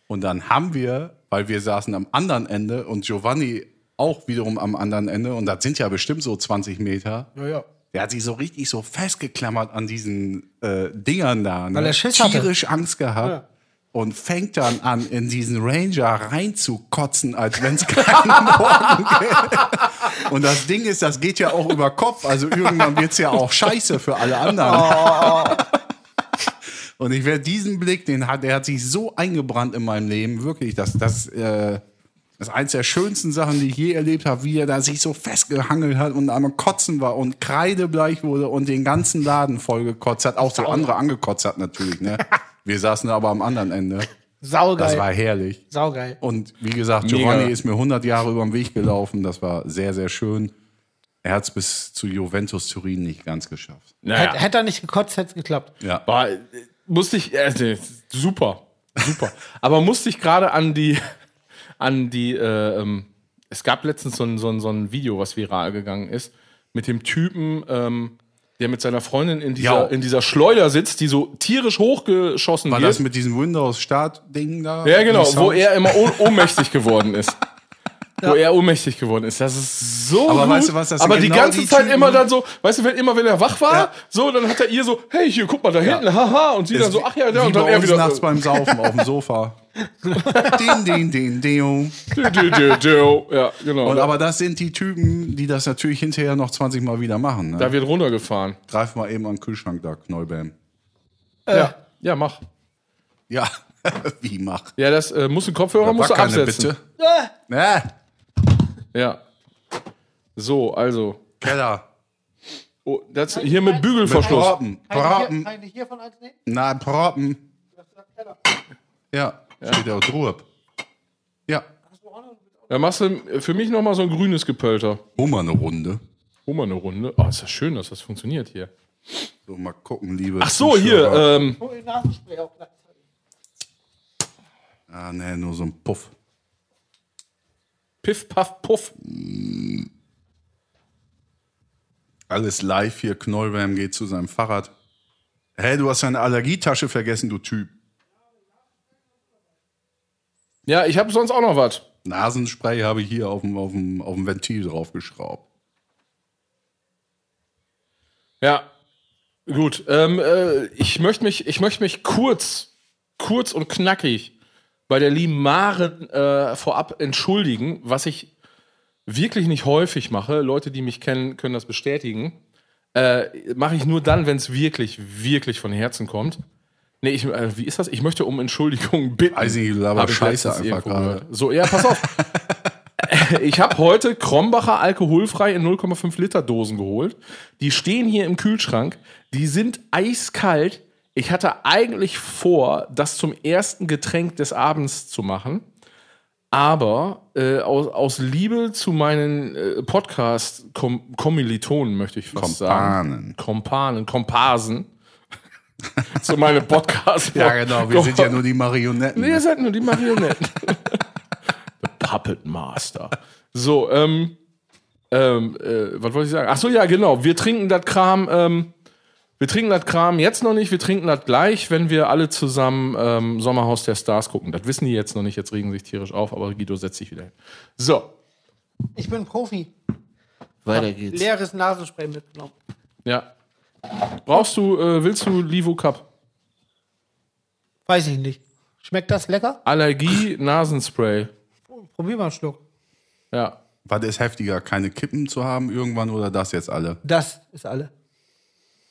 [SPEAKER 1] Und dann haben wir, weil wir saßen am anderen Ende und Giovanni auch wiederum am anderen Ende, und das sind ja bestimmt so 20 Meter,
[SPEAKER 2] ja.
[SPEAKER 1] der hat sich so richtig so festgeklammert an diesen äh, Dingern da. Ne?
[SPEAKER 2] Weil er Schiss hatte.
[SPEAKER 1] Tierisch Angst gehabt. und fängt dann an, in diesen Ranger reinzukotzen, als wenn es keinen Morgen gäbe. Und das Ding ist, das geht ja auch über Kopf. Also irgendwann wird's ja auch scheiße für alle anderen. Und ich werde diesen Blick, den hat, der hat sich so eingebrannt in meinem Leben, wirklich, dass das, äh, das ist eins der schönsten Sachen, die ich je erlebt habe, wie er da sich so festgehangelt hat und einmal kotzen war und kreidebleich wurde und den ganzen Laden vollgekotzt hat, auch der andere angekotzt hat natürlich, ne? Wir saßen aber am anderen Ende. Das war Oh,
[SPEAKER 2] Saugeil.
[SPEAKER 1] herrlich.
[SPEAKER 2] Saugeil.
[SPEAKER 1] Und wie gesagt,
[SPEAKER 3] Mega.
[SPEAKER 1] Giovanni ist mir 100 Jahre über den Weg gelaufen. Das war sehr, sehr schön. Er hat es bis zu Juventus Turin nicht ganz geschafft.
[SPEAKER 2] Hätte hätte er nicht gekotzt, hätte es geklappt.
[SPEAKER 1] Ja.
[SPEAKER 3] War, äh, musste ich, äh, nee, super, super. Aber musste ich gerade an die, an die, äh, ähm, es gab letztens so ein, so, ein, so ein Video, was viral gegangen ist, mit dem Typen, ähm, der mit seiner Freundin in dieser,
[SPEAKER 1] Ja.
[SPEAKER 3] in dieser Schleuder sitzt, die so tierisch hochgeschossen
[SPEAKER 1] War
[SPEAKER 3] wird.
[SPEAKER 1] das mit diesem Windows-Start-Ding da?
[SPEAKER 3] ja, genau,
[SPEAKER 1] Die
[SPEAKER 3] wo
[SPEAKER 1] Sound-
[SPEAKER 3] er immer oh ohnmächtig geworden ist. Wo er ohnmächtig geworden ist. Das ist so.
[SPEAKER 1] Aber
[SPEAKER 3] gut.
[SPEAKER 1] weißt du was, das sind
[SPEAKER 3] Aber die
[SPEAKER 1] genau
[SPEAKER 3] ganze
[SPEAKER 1] die
[SPEAKER 3] Zeit
[SPEAKER 1] Typen-
[SPEAKER 3] immer dann so, weißt du, wenn, immer wenn er wach war,
[SPEAKER 1] Ja.
[SPEAKER 3] so, dann hat er ihr so, hey, hier, guck mal da hinten, haha. Und sie dann so, ach ja, ja,
[SPEAKER 1] wie
[SPEAKER 3] und dann
[SPEAKER 1] bei
[SPEAKER 3] er
[SPEAKER 1] uns
[SPEAKER 3] wieder.
[SPEAKER 1] nachts beim Saufen auf dem Sofa. den, den, den, den.
[SPEAKER 3] äh, dü, dü, dü. Ja, genau.
[SPEAKER 1] Und
[SPEAKER 3] da,
[SPEAKER 1] aber das sind die Typen, die das natürlich hinterher noch 20 Mal wieder machen. Ne?
[SPEAKER 3] da wird runtergefahren.
[SPEAKER 1] Greif mal eben an den Kühlschrank da, Knollbam.
[SPEAKER 3] Ja, ja, mach.
[SPEAKER 1] Ja, wie mach?
[SPEAKER 3] Ja, das äh, muss ein Kopfhörer,
[SPEAKER 1] Da
[SPEAKER 3] musst du absetzen.
[SPEAKER 1] bitte. Ja.
[SPEAKER 3] Ja. So, also.
[SPEAKER 1] Keller.
[SPEAKER 3] Oh, das, hier mit Bügelverschluss.
[SPEAKER 1] Proppen. Proppen.
[SPEAKER 2] ich hiervon eins nehmen?
[SPEAKER 1] Nein, Proppen. Ja, steht ja auch drüber. Ja.
[SPEAKER 3] Da machst du äh, für mich nochmal so ein grünes Gepölter.
[SPEAKER 1] Hol mal eine Runde.
[SPEAKER 3] Hol mal eine Runde. Oh, ist das schön, dass das funktioniert hier.
[SPEAKER 1] So, mal gucken, liebe.
[SPEAKER 3] Ach so, hier. Ähm,
[SPEAKER 2] Hol den Nasenspray auch gleichzeitig.
[SPEAKER 3] äh,
[SPEAKER 1] ah, ne, nur so ein Puff.
[SPEAKER 3] Piff, Paff, Puff.
[SPEAKER 1] Alles live hier. Knollwärm geht zu seinem Fahrrad. Hey, du hast deine Allergietasche vergessen, du Typ.
[SPEAKER 3] Ja, ich habe sonst auch noch was.
[SPEAKER 1] Nasenspray habe ich hier auf dem, auf dem, auf dem Ventil draufgeschraubt.
[SPEAKER 3] Ja. Gut. Ähm, äh, ich möchte mich, ich möchte mich kurz, kurz und knackig bei der lieben Maren äh, vorab entschuldigen, was ich wirklich nicht häufig mache. Leute, die mich kennen, können das bestätigen. Äh, mache ich nur dann, wenn es wirklich, wirklich von Herzen kommt. Nee, ich, äh, wie ist das? Ich möchte um Entschuldigung bitten.
[SPEAKER 1] Weiß nicht, Also, laber
[SPEAKER 3] Hab ich
[SPEAKER 1] Scheiße
[SPEAKER 3] letztens
[SPEAKER 1] einfach
[SPEAKER 3] irgendwo
[SPEAKER 1] gerade.
[SPEAKER 3] gehört. So, ja, pass auf. ich habe heute Krombacher alkoholfrei in 0,5 Liter Dosen geholt. Die stehen hier im Kühlschrank. Die sind eiskalt. Ich hatte eigentlich vor, das zum ersten Getränk des Abends zu machen. Aber äh, aus, aus Liebe zu meinen äh, Podcast-Kommilitonen, möchte ich fast
[SPEAKER 1] Kompanen.
[SPEAKER 3] sagen. Kompanen. Komparsen. zu meinen podcast
[SPEAKER 1] Ja, genau. Wir sind ja nur die Marionetten.
[SPEAKER 3] Nee, ihr seid nur die Marionetten. The Puppet Master. So, ähm, ähm, äh, was wollte ich sagen? Ach so, ja, genau. Wir trinken das Kram, ähm, wir trinken das Kram jetzt noch nicht, wir trinken das gleich, wenn wir alle zusammen ähm, Sommerhaus der Stars gucken. Das wissen die jetzt noch nicht, jetzt regen sich tierisch auf, aber Guido setzt sich wieder hin. So,
[SPEAKER 2] Ich bin Profi.
[SPEAKER 3] weiter geht's.
[SPEAKER 2] Leeres Nasenspray mitgenommen.
[SPEAKER 3] Ja. Brauchst du, äh, willst du Livo Cup?
[SPEAKER 2] Weiß ich nicht. Schmeckt das lecker?
[SPEAKER 3] Allergie, Nasenspray.
[SPEAKER 2] Probier mal einen Schluck.
[SPEAKER 3] Ja.
[SPEAKER 1] Was ist heftiger, keine Kippen zu haben irgendwann oder das jetzt alle?
[SPEAKER 2] Das ist alle.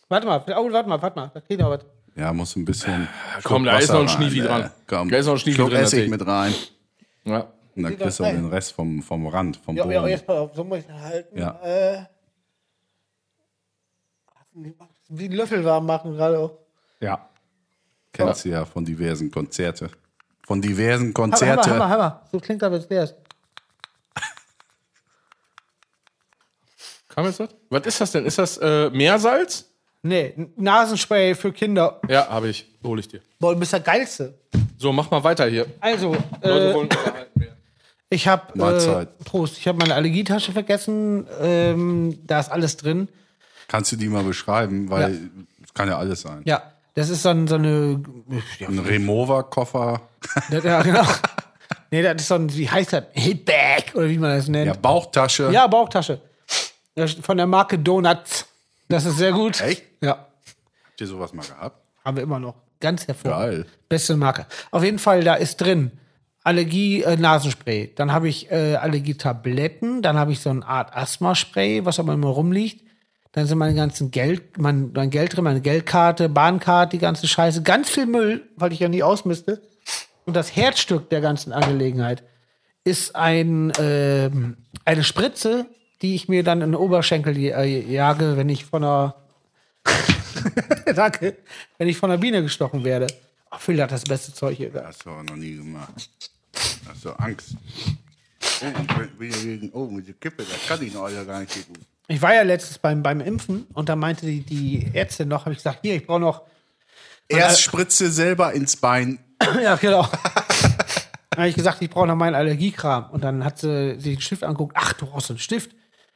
[SPEAKER 2] Warte mal, oh, warte mal, warte mal. Da geht noch was.
[SPEAKER 1] Ja, muss ein bisschen.
[SPEAKER 3] Äh, komm, da ist noch ein Schniefi
[SPEAKER 1] rein,
[SPEAKER 3] dran.
[SPEAKER 1] äh, Komm,
[SPEAKER 3] Da ist noch ein Schniefi
[SPEAKER 1] Schluck
[SPEAKER 3] drin,
[SPEAKER 1] Essig
[SPEAKER 3] natürlich.
[SPEAKER 1] mit rein.
[SPEAKER 3] ja.
[SPEAKER 1] Und dann
[SPEAKER 2] Sieht doch
[SPEAKER 1] kriegst du auch
[SPEAKER 2] geil.
[SPEAKER 1] den Rest vom, vom Rand, vom
[SPEAKER 2] Ja,
[SPEAKER 1] Boden.
[SPEAKER 2] ja, jetzt pass auf, so muss ich halten.
[SPEAKER 1] Ja.
[SPEAKER 2] Äh, wie einen Löffel warm machen gerade auch.
[SPEAKER 1] Ja. Kennst du ja von diversen Konzerte. Von diversen
[SPEAKER 2] Hammer, Hammer,
[SPEAKER 1] Konzerte.
[SPEAKER 2] Hammer. So klingt aber jetzt leer.
[SPEAKER 3] Kam jetzt was? Was ist das denn? Ist das äh, Meersalz?
[SPEAKER 2] Nee, N- Nasenspray für Kinder.
[SPEAKER 3] Ja, habe ich. Hol ich dir.
[SPEAKER 2] Boah, du bist der Geilste.
[SPEAKER 3] So, mach mal weiter hier.
[SPEAKER 2] Also,
[SPEAKER 3] Leute
[SPEAKER 2] äh,
[SPEAKER 3] wollen unterhalten werden.
[SPEAKER 2] Ich habe äh,
[SPEAKER 1] Mahlzeit.
[SPEAKER 2] Prost. Ich habe meine Allergietasche vergessen. Ähm, da ist alles drin.
[SPEAKER 1] Kannst du die mal beschreiben? Weil es kann ja alles sein.
[SPEAKER 2] Ja, das ist dann so eine. Ja,
[SPEAKER 1] Ein Remover-Koffer,
[SPEAKER 2] ja genau. nee, das ist so ein. Wie heißt das? Hitbag oder wie man das
[SPEAKER 1] ja,
[SPEAKER 2] nennt.
[SPEAKER 1] Bauchtasche.
[SPEAKER 2] Ja, Bauchtasche. Ja, Von der Marke Donuts. Das ist sehr gut.
[SPEAKER 1] Echt?
[SPEAKER 2] Ja,
[SPEAKER 1] Habt ihr sowas mal gehabt?
[SPEAKER 2] haben wir immer noch. Ganz hervorragend.
[SPEAKER 1] Geil.
[SPEAKER 2] Beste Marke. Auf jeden Fall, da ist drin Allergie, äh, Nasenspray. Dann habe ich äh, Allergietabletten. Dann habe ich so eine Art Asthma-Spray, was aber immer rumliegt. Dann sind meine ganzen Geld, mein, mein Geld drin, meine Geldkarte, Bahnkarte, die ganze Scheiße. Ganz viel Müll, weil ich ja nie ausmiste. Und das Herzstück der ganzen Angelegenheit ist ein, ähm, eine Spritze, die ich mir dann in den Oberschenkel äh, jage, wenn ich von einer Danke. Wenn ich von einer Biene gestochen werde. Oh, Phil hat das beste Zeug hier. gehabt.
[SPEAKER 1] Hast du auch noch nie gemacht. Hast du Angst. Oh, ich bin- bin hier gegen oben diese Kippe, das kann ich noch alle gar nicht gucken.
[SPEAKER 2] Ich war ja letztens beim, beim Impfen und da meinte die, die Ärztin noch, habe ich gesagt, hier, ich brauche noch.
[SPEAKER 1] Erst spritze selber ins Bein.
[SPEAKER 2] ja, genau. Dann habe ich gesagt, ich brauche noch meinen Allergiekram. Und dann hat sie sich den Stift angeguckt. Ach, du brauchst so einen Stift.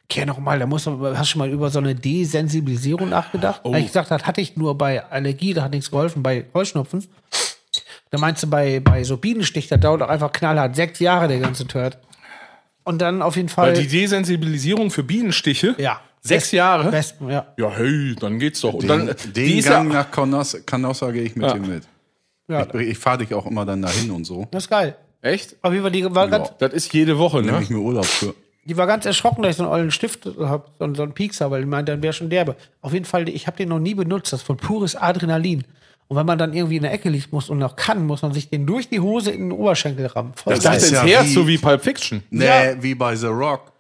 [SPEAKER 2] Kehr noch mal, da musst du, hast du schon mal über so eine Desensibilisierung nachgedacht. Weil
[SPEAKER 3] Oh.
[SPEAKER 2] ich gesagt, das hatte ich nur bei Allergie, da hat nichts geholfen, bei Heuschnupfen. Da meinst du, bei, bei so Bienenstich, da dauert auch einfach knallhart sechs Jahre der ganze Tört. Und dann auf jeden Fall.
[SPEAKER 3] Weil die Desensibilisierung für Bienenstiche,
[SPEAKER 2] ja.
[SPEAKER 3] sechs
[SPEAKER 2] Wes-
[SPEAKER 3] ne? Jahre.
[SPEAKER 2] Wespen, ja.
[SPEAKER 3] Ja, hey, dann geht's doch. Und
[SPEAKER 1] Den,
[SPEAKER 3] dann, die
[SPEAKER 1] den
[SPEAKER 3] ist ja-
[SPEAKER 1] Gang nach Canossa, Canossa gehe ich mit dir mit.
[SPEAKER 2] Ja.
[SPEAKER 1] Ich, ich fahre dich auch immer dann dahin und so.
[SPEAKER 2] Das ist geil.
[SPEAKER 3] Echt?
[SPEAKER 2] Auf jeden Fall, die war, ganz,
[SPEAKER 3] Das ist jede Woche,
[SPEAKER 1] Nehme
[SPEAKER 3] ne?
[SPEAKER 1] ich mir Urlaub für.
[SPEAKER 2] die war ganz erschrocken, dass ich so einen ollen Stift habe, so, einen- so einen Piekser, weil die meinte, dann wäre schon derbe. Auf jeden Fall, ich habe den noch nie benutzt. Das ist von pures Adrenalin. Und wenn man dann irgendwie in der Ecke liegt muss und noch kann, muss man sich den durch die Hose in den Oberschenkel rammen. Voll
[SPEAKER 1] Das
[SPEAKER 2] geil.
[SPEAKER 3] Das
[SPEAKER 1] ist ja
[SPEAKER 3] ist Herz,
[SPEAKER 1] wie- Ne-
[SPEAKER 3] so wie Pulp Fiction.
[SPEAKER 1] Nee,
[SPEAKER 2] Ja.
[SPEAKER 1] wie bei The Rock.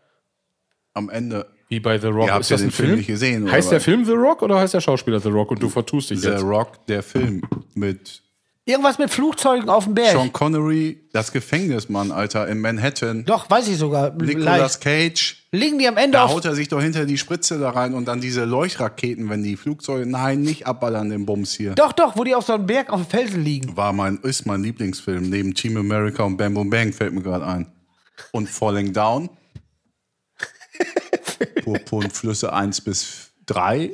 [SPEAKER 1] Am Ende.
[SPEAKER 3] Wie bei The Rock.
[SPEAKER 1] Ihr habt
[SPEAKER 3] ist
[SPEAKER 1] ja
[SPEAKER 3] das
[SPEAKER 1] den
[SPEAKER 3] ein
[SPEAKER 1] Film
[SPEAKER 3] Film?
[SPEAKER 1] nicht gesehen, oder
[SPEAKER 3] heißt
[SPEAKER 1] was?
[SPEAKER 3] der Film The Rock oder heißt der Schauspieler The Rock und du vertust dich
[SPEAKER 1] The
[SPEAKER 3] jetzt?
[SPEAKER 1] Rock, der Film mit
[SPEAKER 2] Irgendwas mit Flugzeugen auf dem Berg.
[SPEAKER 1] Sean Connery, das Gefängnis, Mann, Alter, in Manhattan.
[SPEAKER 2] Doch, weiß ich sogar.
[SPEAKER 1] Nicolas
[SPEAKER 2] Leicht.
[SPEAKER 1] Cage.
[SPEAKER 2] Liegen die am Ende
[SPEAKER 1] Da
[SPEAKER 2] auf.
[SPEAKER 1] haut er sich doch hinter die Spritze da rein und dann diese Leuchtraketen, wenn die Flugzeuge. Nein, nicht abballern den Bums hier.
[SPEAKER 2] Doch, doch, wo die auf so einem Berg auf dem Felsen liegen.
[SPEAKER 1] War mein, ist mein Lieblingsfilm. Neben Team America und Bam Boom Bang fällt mir gerade ein. Und Falling Down. Purpurnflüsse 1 bis 3.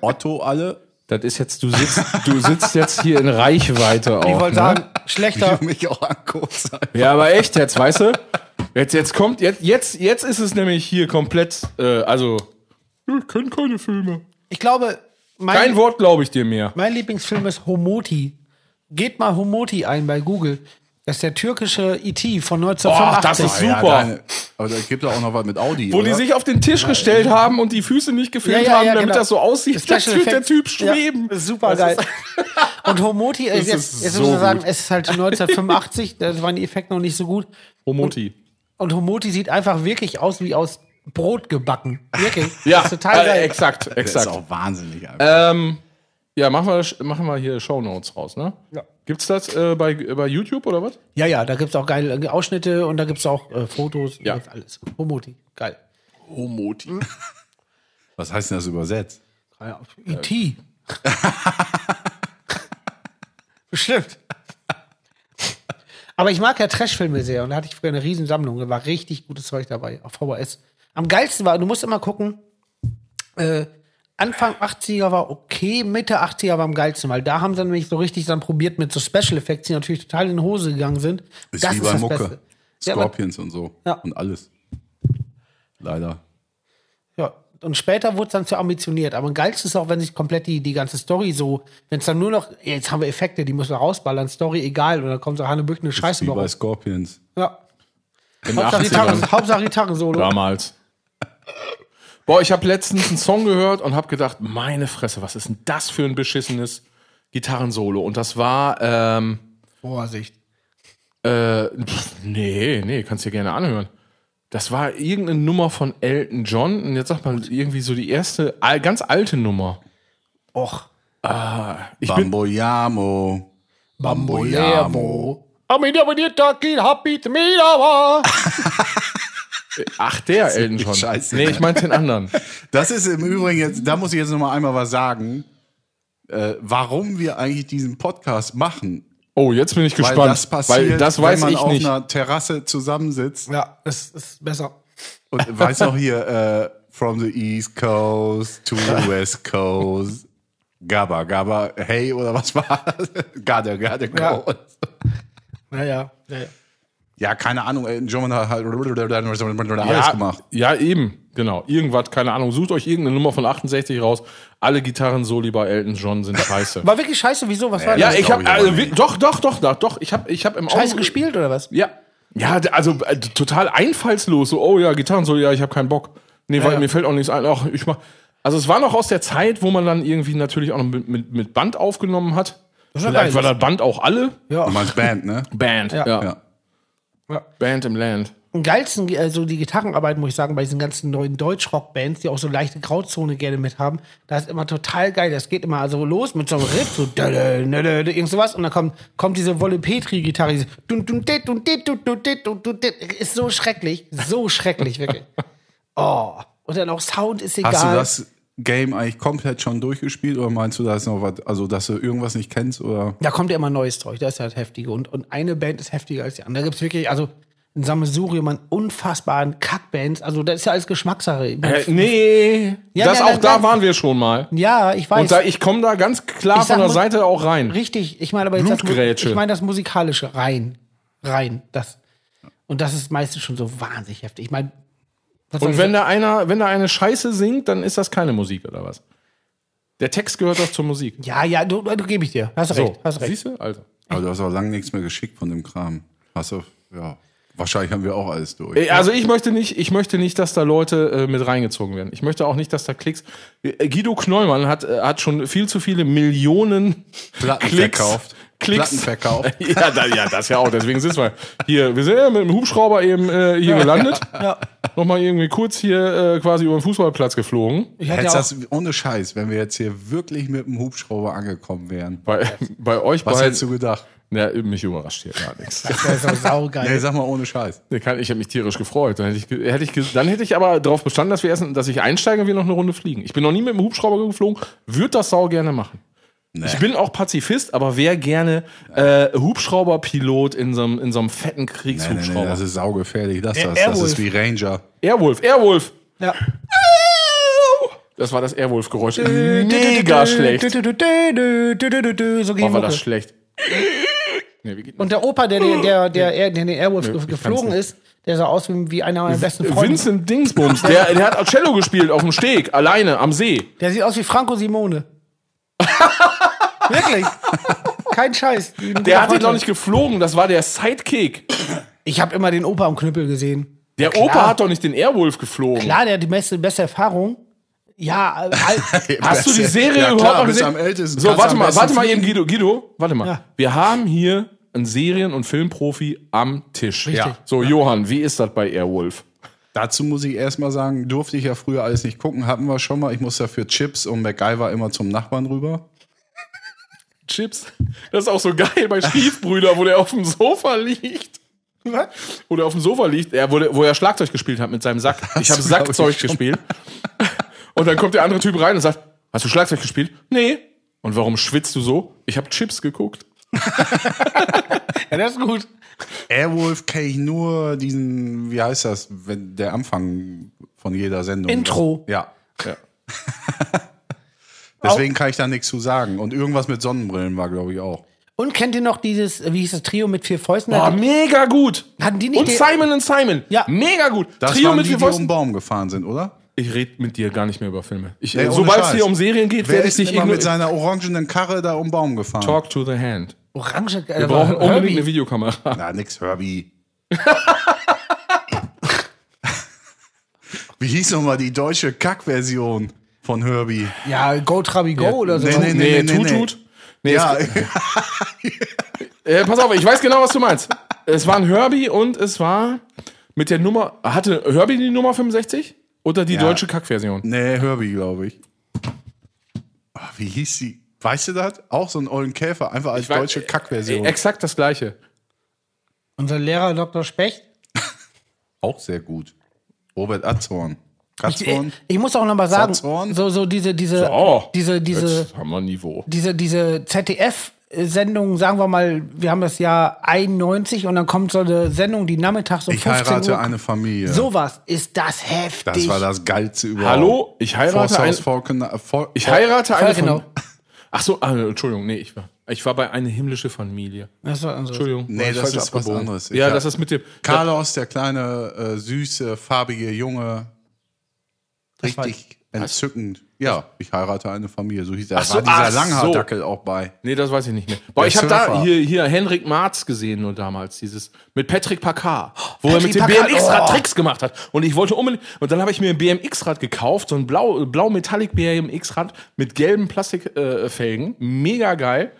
[SPEAKER 1] Otto alle.
[SPEAKER 3] Das ist jetzt, du sitzt, du sitzt jetzt hier in Reichweite auch.
[SPEAKER 2] Ich wollte
[SPEAKER 3] ne?
[SPEAKER 2] sagen, schlechter.
[SPEAKER 1] Die mich auch anguckst.
[SPEAKER 3] Ja, aber echt jetzt, weißt du? Jetzt, jetzt kommt, jetzt, jetzt, jetzt ist es nämlich hier komplett, äh, also. Ich kenne keine Filme.
[SPEAKER 2] Ich glaube, mein,
[SPEAKER 3] Kein Wort glaube ich dir mehr.
[SPEAKER 2] Mein Lieblingsfilm ist Homoti. Geht mal Homoti ein bei Google. Das ist der türkische IT von
[SPEAKER 3] Boah, das
[SPEAKER 2] 1985.
[SPEAKER 3] ist super.
[SPEAKER 1] Ah deine- aber da gibt es auch noch was mit Audi.
[SPEAKER 3] Wo
[SPEAKER 1] oder?
[SPEAKER 3] die sich auf den Tisch gestellt haben und die Füße nicht gefilmt
[SPEAKER 2] Ja, ja,
[SPEAKER 3] haben,
[SPEAKER 2] ja,
[SPEAKER 3] damit
[SPEAKER 2] genau.
[SPEAKER 3] das so aussieht, als
[SPEAKER 2] Special
[SPEAKER 3] würde der
[SPEAKER 2] Effects.
[SPEAKER 3] Typ schweben.
[SPEAKER 2] Ja, super geil. Und Homoti, äh,
[SPEAKER 3] Das
[SPEAKER 2] jetzt,
[SPEAKER 3] ist
[SPEAKER 2] jetzt
[SPEAKER 3] so
[SPEAKER 2] muss man sagen,
[SPEAKER 3] gut.
[SPEAKER 2] es ist halt 1985, da waren die Effekte noch nicht so gut.
[SPEAKER 3] Homoti.
[SPEAKER 2] Und Homoti sieht einfach wirklich aus wie aus Brot gebacken. Wirklich.
[SPEAKER 3] Ja,
[SPEAKER 2] Das ist total
[SPEAKER 3] äh,
[SPEAKER 2] geil.
[SPEAKER 3] exakt,
[SPEAKER 1] Das ist
[SPEAKER 3] exakt.
[SPEAKER 1] auch wahnsinnig. Alter.
[SPEAKER 3] Ähm, ja, machen wir, machen wir hier Shownotes raus, ne?
[SPEAKER 2] Ja.
[SPEAKER 3] Gibt's das äh, bei, bei YouTube oder was?
[SPEAKER 2] Ja, ja, da gibt es auch geile Ausschnitte und da gibt es auch äh, Fotos.
[SPEAKER 3] Ja.
[SPEAKER 2] Da gibt's alles. Homoti, geil.
[SPEAKER 3] Homoti.
[SPEAKER 1] Was heißt denn das übersetzt?
[SPEAKER 2] Ja, IT. Bestimmt. Aber ich mag ja Trashfilme sehr und da hatte ich früher eine riesen Sammlung. Da war richtig gutes Zeug dabei auf VHS. Am geilsten war, du musst immer gucken, äh, Anfang 80er war okay, Mitte 80er war am geilsten, weil da haben sie nämlich so richtig dann probiert mit so Special Effects, die natürlich total in die Hose gegangen sind.
[SPEAKER 1] Ist wie bei Mucke.
[SPEAKER 2] Ja, aber-
[SPEAKER 1] Scorpions und so.
[SPEAKER 2] Ja.
[SPEAKER 1] Und alles. Leider.
[SPEAKER 2] Ja, und später wurde es dann zu ambitioniert. Aber am geilsten ist auch, wenn sich komplett die, die ganze Story so, wenn es dann nur noch, ja, jetzt haben wir Effekte, die müssen wir rausballern, Story egal. Und dann kommt so Hannebück eine Scheiße
[SPEAKER 1] Wie bei
[SPEAKER 2] warum.
[SPEAKER 1] Scorpions.
[SPEAKER 2] Ja.
[SPEAKER 3] In
[SPEAKER 2] Hauptsache
[SPEAKER 3] 80ern.
[SPEAKER 2] Gitarren, Hauptsache Gitarren-Solo.
[SPEAKER 3] Damals. Boah, ich habe letztens einen Song gehört und habe gedacht, meine Fresse, was ist denn das für ein beschissenes Gitarrensolo? Und das war, ähm,
[SPEAKER 2] Vorsicht.
[SPEAKER 3] äh, pf, nee, nee, kannst dir gerne anhören. Das war irgendeine Nummer von Elton John und jetzt sagt man irgendwie so die erste, al- ganz alte Nummer.
[SPEAKER 2] Och.
[SPEAKER 3] Ich bin,
[SPEAKER 1] Bamboyamo.
[SPEAKER 2] Bamboleamo. Amina, amina, taki, happy, tmina,
[SPEAKER 3] ach, der Elton John.
[SPEAKER 1] Scheiße.
[SPEAKER 3] Nee, ich meinte den anderen.
[SPEAKER 1] Das ist im Übrigen jetzt, da muss ich jetzt noch mal einmal was sagen, äh, warum wir eigentlich diesen Podcast machen.
[SPEAKER 3] Oh, jetzt bin ich
[SPEAKER 1] Weil
[SPEAKER 3] gespannt.
[SPEAKER 1] das passiert,
[SPEAKER 3] weil das weiß
[SPEAKER 1] wenn man
[SPEAKER 3] ich
[SPEAKER 1] auf
[SPEAKER 3] nicht.
[SPEAKER 1] einer Terrasse zusammensitzt.
[SPEAKER 2] Ja, das ist besser.
[SPEAKER 1] Und weiß noch hier, äh, from the East Coast to the West Coast. Gabba, Gabba, hey, oder was war das? Gade, Gade,
[SPEAKER 2] Ja.
[SPEAKER 1] go.
[SPEAKER 2] Naja. naja.
[SPEAKER 1] Ja, keine Ahnung, Elton John hat halt alles gemacht.
[SPEAKER 3] ja, eben. Genau, irgendwas, keine Ahnung. Sucht euch irgendeine Nummer von 68 raus. Alle Gitarren-Soli bei Elton John sind scheiße.
[SPEAKER 2] War wirklich scheiße, wieso? Was war
[SPEAKER 3] ja, Oh.
[SPEAKER 2] das?
[SPEAKER 3] ich
[SPEAKER 1] glaub
[SPEAKER 3] habe
[SPEAKER 1] ich aber
[SPEAKER 3] also, wir-
[SPEAKER 1] nicht.
[SPEAKER 3] doch, doch, doch, doch, doch. Ich habe, ich habe im
[SPEAKER 2] Scheiße
[SPEAKER 3] Auge-
[SPEAKER 2] gespielt oder was?
[SPEAKER 3] Ja, ja, d- also äh, total einfallslos. So, oh ja, Gitarren-Soli, ja, ich habe keinen Bock. Nee, weil
[SPEAKER 2] ja.
[SPEAKER 3] mir fällt auch nichts ein. Ach, ich mach. Also es war noch aus der Zeit, wo man dann irgendwie natürlich auch noch mit, mit, mit Band aufgenommen hat.
[SPEAKER 2] war
[SPEAKER 3] Vielleicht war
[SPEAKER 2] geil.
[SPEAKER 3] das Band auch alle.
[SPEAKER 1] Du meinst Band, ne?
[SPEAKER 3] Band, ja.
[SPEAKER 1] Ja.
[SPEAKER 3] Band im Land.
[SPEAKER 2] Am geilsten, also die Gitarrenarbeit, muss ich sagen, bei diesen ganzen neuen Deutschrock-Bands, die auch so leichte Grauzone gerne mit haben, das ist immer total geil. Das geht immer also los mit so einem Riff, so dödö, nödö, dö, irgend sowas. Und dann kommt, kommt diese Wolle Petri-Gitarre, diese dun, dun, dit, dun, dit, dun, dun, dit, dun, dun, dit. ist so schrecklich, so schrecklich, wirklich. Oh. Und dann auch Sound ist egal.
[SPEAKER 1] Hast du das Game eigentlich komplett schon durchgespielt oder meinst du, da ist noch was, also dass du irgendwas nicht kennst oder?
[SPEAKER 2] Da kommt ja immer neues Zeug, das ist halt heftige. Und, und eine Band ist heftiger als die andere. Da gibt es wirklich, also ein Sammelsurium an unfassbaren Kackbands. Also das ist ja alles Geschmackssache.
[SPEAKER 3] Äh, nee,
[SPEAKER 2] Ja,
[SPEAKER 3] das
[SPEAKER 2] ja,
[SPEAKER 3] auch
[SPEAKER 2] dann-
[SPEAKER 3] da
[SPEAKER 2] dann-
[SPEAKER 3] waren wir schon mal.
[SPEAKER 2] ja, ich weiß.
[SPEAKER 3] Und da, ich komme da ganz klar
[SPEAKER 2] Ich sag
[SPEAKER 3] von der
[SPEAKER 2] mal-
[SPEAKER 3] Seite auch rein.
[SPEAKER 2] Richtig, ich meine aber jetzt das, Mu-
[SPEAKER 3] Blutgrätsche.
[SPEAKER 2] ich meine das musikalische rein, rein, das und das ist meistens schon so wahnsinnig heftig. Ich meine, was soll
[SPEAKER 3] Und
[SPEAKER 2] ich sagen?
[SPEAKER 3] wenn da einer, wenn da eine Scheiße singt, dann ist das keine Musik oder was? Der Text gehört doch zur Musik.
[SPEAKER 2] ja, ja, du, du gebe ich dir, hast recht, hast recht.
[SPEAKER 3] siehst du? Also.
[SPEAKER 1] Aber du hast auch lange nichts mehr geschickt von dem Kram. Hast du, ja. Wahrscheinlich haben wir auch alles durch.
[SPEAKER 3] Äh, Also ich möchte nicht, ich möchte nicht, dass da Leute äh, mit reingezogen werden. Ich möchte auch nicht, dass da Klicks. Äh, Guido Knollmann hat, äh, hat schon viel zu viele Millionen
[SPEAKER 1] Platten
[SPEAKER 3] Klicks,
[SPEAKER 1] verkauft. Platten
[SPEAKER 3] Klicks.
[SPEAKER 1] verkauft.
[SPEAKER 3] Ja, da, ja, das ja auch. Deswegen sitzen wir hier. Wir sind ja mit dem Hubschrauber eben äh, hier gelandet. Ja. Nochmal irgendwie kurz hier äh, quasi über den Fußballplatz geflogen.
[SPEAKER 2] Ich hatte
[SPEAKER 1] Hättest
[SPEAKER 2] ja auch,
[SPEAKER 1] das ohne Scheiß, wenn wir jetzt hier wirklich mit dem Hubschrauber angekommen wären.
[SPEAKER 3] Bei, bei euch
[SPEAKER 1] Was
[SPEAKER 3] bei,
[SPEAKER 1] hättest du gedacht?
[SPEAKER 3] Na, mich überrascht hier gar nichts.
[SPEAKER 2] das ist auch saugeil.
[SPEAKER 1] Nee, sag mal ohne Scheiß.
[SPEAKER 3] Nee, kann- Ich habe mich tierisch gefreut. Dann hätte ich, ge- hätte ich, ge- dann hätte ich aber darauf bestanden, dass wir erst, dass ich einsteige und wir noch eine Runde fliegen. Ich bin noch nie mit dem Hubschrauber geflogen, würde das sau gerne machen. Ich bin auch Pazifist, aber wäre gerne äh, Hubschrauberpilot in so einem in so einem
[SPEAKER 1] Nee,
[SPEAKER 3] fetten
[SPEAKER 1] nee, nee, also-
[SPEAKER 3] Kriegshubschrauber.
[SPEAKER 1] das ist saugefährlich. Lass das. Das
[SPEAKER 2] Airwolf.
[SPEAKER 1] ist wie Ranger.
[SPEAKER 3] Airwolf, Airwolf!
[SPEAKER 2] Ja.
[SPEAKER 3] Das war das Airwolf-Geräusch. Mega schlecht.
[SPEAKER 2] Dü, dü, dü, dü, dü, dü, dü, dü, So
[SPEAKER 3] Oh,
[SPEAKER 2] ging
[SPEAKER 3] war das
[SPEAKER 2] das.
[SPEAKER 3] schlecht. Nee, wie geht
[SPEAKER 2] Und der Opa, der der der, der, der, der den Airwolf ge- geflogen ist, der sah aus wie, wie einer meiner besten Freunde.
[SPEAKER 3] Vincent Dingsbums, der, der hat Cello gespielt auf dem Steg, alleine, am See.
[SPEAKER 2] Der sieht aus wie Franco Simone. Wirklich. Kein Scheiß.
[SPEAKER 3] Der hat ihn noch nicht geflogen, das war der Sidekick.
[SPEAKER 2] Ich habe immer den Opa am Knüppel gesehen.
[SPEAKER 3] Der
[SPEAKER 2] klar.
[SPEAKER 3] Opa hat doch nicht den Airwolf geflogen.
[SPEAKER 2] Klar, der hat die beste, beste Erfahrung. Ja, äh, all,
[SPEAKER 3] Hast du die Serie
[SPEAKER 1] Ja, klar,
[SPEAKER 3] überhaupt noch
[SPEAKER 1] bist
[SPEAKER 3] gesehen?
[SPEAKER 1] am ältesten,
[SPEAKER 3] so,
[SPEAKER 1] kannst
[SPEAKER 3] warte
[SPEAKER 1] am
[SPEAKER 3] mal,
[SPEAKER 1] besten
[SPEAKER 3] warte mal
[SPEAKER 1] fliegen.
[SPEAKER 3] eben, Guido, Guido, warte mal.
[SPEAKER 2] Ja.
[SPEAKER 3] Wir haben hier einen Serien- und Filmprofi am Tisch.
[SPEAKER 2] Richtig.
[SPEAKER 3] So, Johann, wie ist das bei Airwolf?
[SPEAKER 1] Dazu muss ich erstmal sagen, durfte ich ja früher alles nicht gucken, hatten wir schon mal. Ich muss dafür Chips und MacGyver immer zum Nachbarn rüber.
[SPEAKER 3] Chips. Das ist auch so geil bei Stiefbrüder, wo der auf dem Sofa liegt. Wo der auf dem Sofa liegt, er, wo, der, wo er Schlagzeug gespielt hat mit seinem Sack. Ich habe
[SPEAKER 1] du, glaub ich,
[SPEAKER 3] Sackzeug
[SPEAKER 1] schon.
[SPEAKER 3] gespielt. Und dann kommt der andere Typ rein und sagt: Hast du Schlagzeug gespielt? Nee. Und warum schwitzt du so? Ich habe Chips geguckt.
[SPEAKER 2] ja, das ist gut.
[SPEAKER 1] Airwolf kenne ich nur diesen, wie heißt das, wenn der Anfang von jeder Sendung.
[SPEAKER 2] Intro.
[SPEAKER 1] Ja.
[SPEAKER 3] Ja.
[SPEAKER 1] Deswegen kann ich da nichts zu sagen. Und irgendwas mit Sonnenbrillen war, glaube ich, auch.
[SPEAKER 2] Und kennt ihr noch dieses, äh, wie hieß das Trio mit vier Fäusten?
[SPEAKER 3] Boah,
[SPEAKER 2] Hatten-
[SPEAKER 3] mega gut.
[SPEAKER 2] Äh, Hatten die nicht
[SPEAKER 3] und
[SPEAKER 2] den-
[SPEAKER 3] Simon und Simon.
[SPEAKER 2] Ja.
[SPEAKER 3] Mega gut.
[SPEAKER 1] Das
[SPEAKER 3] Trio
[SPEAKER 1] waren
[SPEAKER 3] mit
[SPEAKER 1] die,
[SPEAKER 3] vier
[SPEAKER 1] die um den
[SPEAKER 3] Fäusten.
[SPEAKER 1] Baum gefahren sind, oder?
[SPEAKER 3] Ich rede mit dir gar nicht mehr über Filme. Ich,
[SPEAKER 1] Nee, ohne
[SPEAKER 3] sobald es
[SPEAKER 1] Scheiß.
[SPEAKER 3] hier um Serien geht,
[SPEAKER 1] Wer
[SPEAKER 3] werde ich
[SPEAKER 1] ist
[SPEAKER 3] dich
[SPEAKER 1] immer mit
[SPEAKER 3] ignorieren.
[SPEAKER 1] seiner orangenen Karre da um den Baum gefahren?
[SPEAKER 3] Talk to the hand.
[SPEAKER 2] Orange. äh,
[SPEAKER 3] Wir brauchen
[SPEAKER 2] Herbie.
[SPEAKER 3] unbedingt eine Videokamera.
[SPEAKER 1] Na, nix, Herbie. Wie hieß nochmal die deutsche Kack-Version von Herbie?
[SPEAKER 2] Ja, Go Trabi Go oder so.
[SPEAKER 1] Nee, nee, nee, nee,
[SPEAKER 3] tut,
[SPEAKER 1] nee.
[SPEAKER 3] tut. Nee, es-
[SPEAKER 1] Ja,
[SPEAKER 3] Äh, pass auf, ich weiß genau, was du meinst. Es war ein Herbie und es war mit der Nummer. Hatte Herbie die Nummer 65? Oder die deutsche Kackversion?
[SPEAKER 1] nee, Herbie, glaube ich. Ah, wie hieß sie? Weißt du das? Auch so ein ollen Käfer, einfach als
[SPEAKER 3] weiß-
[SPEAKER 1] deutsche Kack-Version.
[SPEAKER 3] Äh, Exakt das gleiche.
[SPEAKER 2] Unser Lehrer Dr. Specht.
[SPEAKER 1] Auch sehr gut. Robert Atzorn.
[SPEAKER 2] Ich,
[SPEAKER 1] Katzorn?
[SPEAKER 2] Äh, ich muss auch noch mal sagen,
[SPEAKER 1] Satzhorn?
[SPEAKER 2] so, so diese, diese,
[SPEAKER 3] Oh,
[SPEAKER 2] Äh, diese, diese,
[SPEAKER 3] jetzt haben wir ein Niveau.
[SPEAKER 2] diese, diese ZDF-Sendung, sagen wir mal, wir haben das Jahr 91 und dann kommt so eine Sendung, die nachmittags um
[SPEAKER 1] Ich
[SPEAKER 2] 15
[SPEAKER 1] heirate
[SPEAKER 2] Uhr.
[SPEAKER 1] eine Familie.
[SPEAKER 2] Sowas ist das heftig.
[SPEAKER 1] das war das Geilste überhaupt.
[SPEAKER 3] Hallo, ich heirate ein,
[SPEAKER 1] Forsthaus Falconer. Fol
[SPEAKER 3] ich heirate eine
[SPEAKER 2] Falkenau.
[SPEAKER 3] von, Ach so, ah, Entschuldigung, nee, ich war, ich war bei eine himmlische Familie.
[SPEAKER 2] Das war also-
[SPEAKER 3] Entschuldigung.
[SPEAKER 1] Nee,
[SPEAKER 3] war ich
[SPEAKER 1] das
[SPEAKER 3] falsch
[SPEAKER 1] ist was anderes. Ich
[SPEAKER 3] Ja,
[SPEAKER 1] hab-
[SPEAKER 3] das ist mit dem.
[SPEAKER 1] Carlos, der kleine, äh, süße, farbige Junge. richtig entzückend. Ja, ich heirate eine Familie. So hieß er.
[SPEAKER 3] so,
[SPEAKER 1] war dieser
[SPEAKER 3] ach so.
[SPEAKER 1] Langhaardackel auch bei.
[SPEAKER 3] Nee, das weiß ich nicht mehr. Boah, ich habe
[SPEAKER 1] Surfer.
[SPEAKER 3] da hier, hier Henrik Marz gesehen nur damals, dieses mit Patrick Packard, wo er mit dem
[SPEAKER 1] Packard,
[SPEAKER 3] BMX-Rad
[SPEAKER 1] oh.
[SPEAKER 3] Tricks gemacht hat. Und ich wollte unbedingt. Und dann habe ich mir ein BMX-Rad gekauft, so ein blau, blau Metallic BMX-Rad mit gelben Plastikfelgen. Äh, Felgen. Mega geil.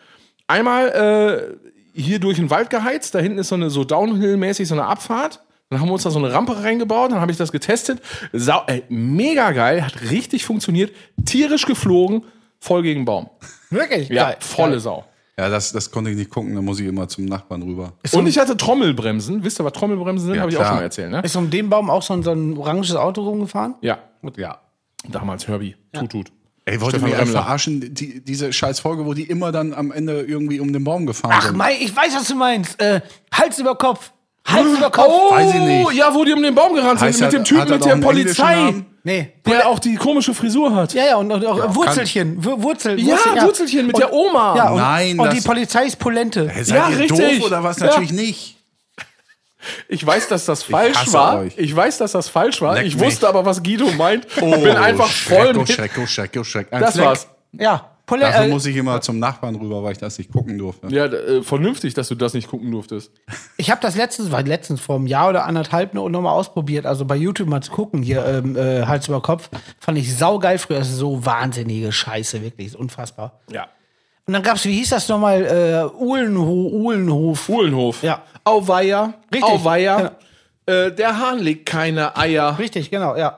[SPEAKER 3] Einmal äh, hier durch den Wald geheizt, da hinten ist so eine so Downhill-mäßig so eine Abfahrt. Dann haben wir uns da so eine Rampe reingebaut, dann habe ich das getestet. Sau, ey, mega geil, hat richtig funktioniert, tierisch geflogen, voll gegen den Baum.
[SPEAKER 2] Wirklich?
[SPEAKER 3] Ja,
[SPEAKER 2] Geil.
[SPEAKER 3] volle Sau.
[SPEAKER 1] Ja, das, das konnte ich nicht gucken, da muss ich immer zum Nachbarn rüber.
[SPEAKER 3] Und ich hatte Trommelbremsen. Wisst ihr, was Trommelbremsen sind?
[SPEAKER 1] Ja,
[SPEAKER 3] Hab Habe ich auch
[SPEAKER 1] klar.
[SPEAKER 3] schon mal erzählt, ne?
[SPEAKER 2] Ist um den Baum auch so ein, so ein oranges Auto rumgefahren?
[SPEAKER 3] Ja.
[SPEAKER 1] Ja.
[SPEAKER 3] Damals Herbie. Tut, tut.
[SPEAKER 1] Ey, wollt ihr
[SPEAKER 3] Stefan
[SPEAKER 1] mich echt
[SPEAKER 3] Remmler.
[SPEAKER 1] verarschen? Die, diese scheiß Folge, wo die immer dann am Ende irgendwie um den Baum gefahren
[SPEAKER 2] Ach,
[SPEAKER 1] sind.
[SPEAKER 2] Mai, ich weiß, was du meinst. Äh, Hals über Kopf. Hals über Kopf.
[SPEAKER 1] Weiß ich nicht.
[SPEAKER 3] Oh, ja, wo die um den Baum gerannt sind.
[SPEAKER 1] Heißt
[SPEAKER 3] mit
[SPEAKER 1] er-
[SPEAKER 3] dem
[SPEAKER 1] hat
[SPEAKER 3] Typen,
[SPEAKER 1] er
[SPEAKER 3] mit
[SPEAKER 1] doch
[SPEAKER 3] der
[SPEAKER 1] einen englischen
[SPEAKER 3] Polizei.
[SPEAKER 1] Namen?
[SPEAKER 2] Nee.
[SPEAKER 3] Der auch die komische Frisur hat.
[SPEAKER 2] Ja, ja, und, und auch Wurzelchen. Wur- Wurzel, Wurzel,
[SPEAKER 3] Wurzelchen mit der Oma.
[SPEAKER 2] Ja, und,
[SPEAKER 1] Nein,
[SPEAKER 2] und
[SPEAKER 1] das-
[SPEAKER 2] die Polizei ist Polente.
[SPEAKER 1] Ey, seid
[SPEAKER 3] Ja,
[SPEAKER 1] ihr
[SPEAKER 3] richtig.
[SPEAKER 1] doof oder was?
[SPEAKER 3] Ja.
[SPEAKER 1] Natürlich nicht.
[SPEAKER 3] Ich weiß, dass das falsch
[SPEAKER 1] hasse
[SPEAKER 3] war.
[SPEAKER 1] euch.
[SPEAKER 3] Ich weiß, dass das falsch war.
[SPEAKER 1] Leck
[SPEAKER 3] ich
[SPEAKER 1] mich.
[SPEAKER 3] wusste aber, was Guido meint. und bin einfach
[SPEAKER 1] Oh, Schreck,
[SPEAKER 3] voll
[SPEAKER 1] oh,
[SPEAKER 3] mit.
[SPEAKER 1] Schreck, oh, Schreck, oh, Schreck. Ein
[SPEAKER 3] Das
[SPEAKER 1] Fleck.
[SPEAKER 3] war's.
[SPEAKER 2] Ja, Polente.
[SPEAKER 1] Dafür
[SPEAKER 2] Äh,
[SPEAKER 1] muss ich immer zum Nachbarn rüber, weil ich das nicht gucken durfte.
[SPEAKER 3] Ja, d- äh, vernünftig, dass du das nicht gucken durftest.
[SPEAKER 2] ich habe das letztens, war letztens vor einem Jahr oder anderthalb noch noch mal ausprobiert. Also bei YouTube mal zu gucken, hier ähm, äh, Hals über Kopf. Fand ich saugeil früher. Das ist so wahnsinnige Scheiße, wirklich. Ist unfassbar.
[SPEAKER 3] Ja.
[SPEAKER 2] Und dann gab's, wie hieß das nochmal? Äh, Uhlenho Uhlenhof.
[SPEAKER 3] Uhlenhof.
[SPEAKER 2] Ja.
[SPEAKER 3] Auweia.
[SPEAKER 2] Richtig.
[SPEAKER 3] Auweia. Äh, der Hahn legt keine Eier.
[SPEAKER 2] Richtig, genau, ja.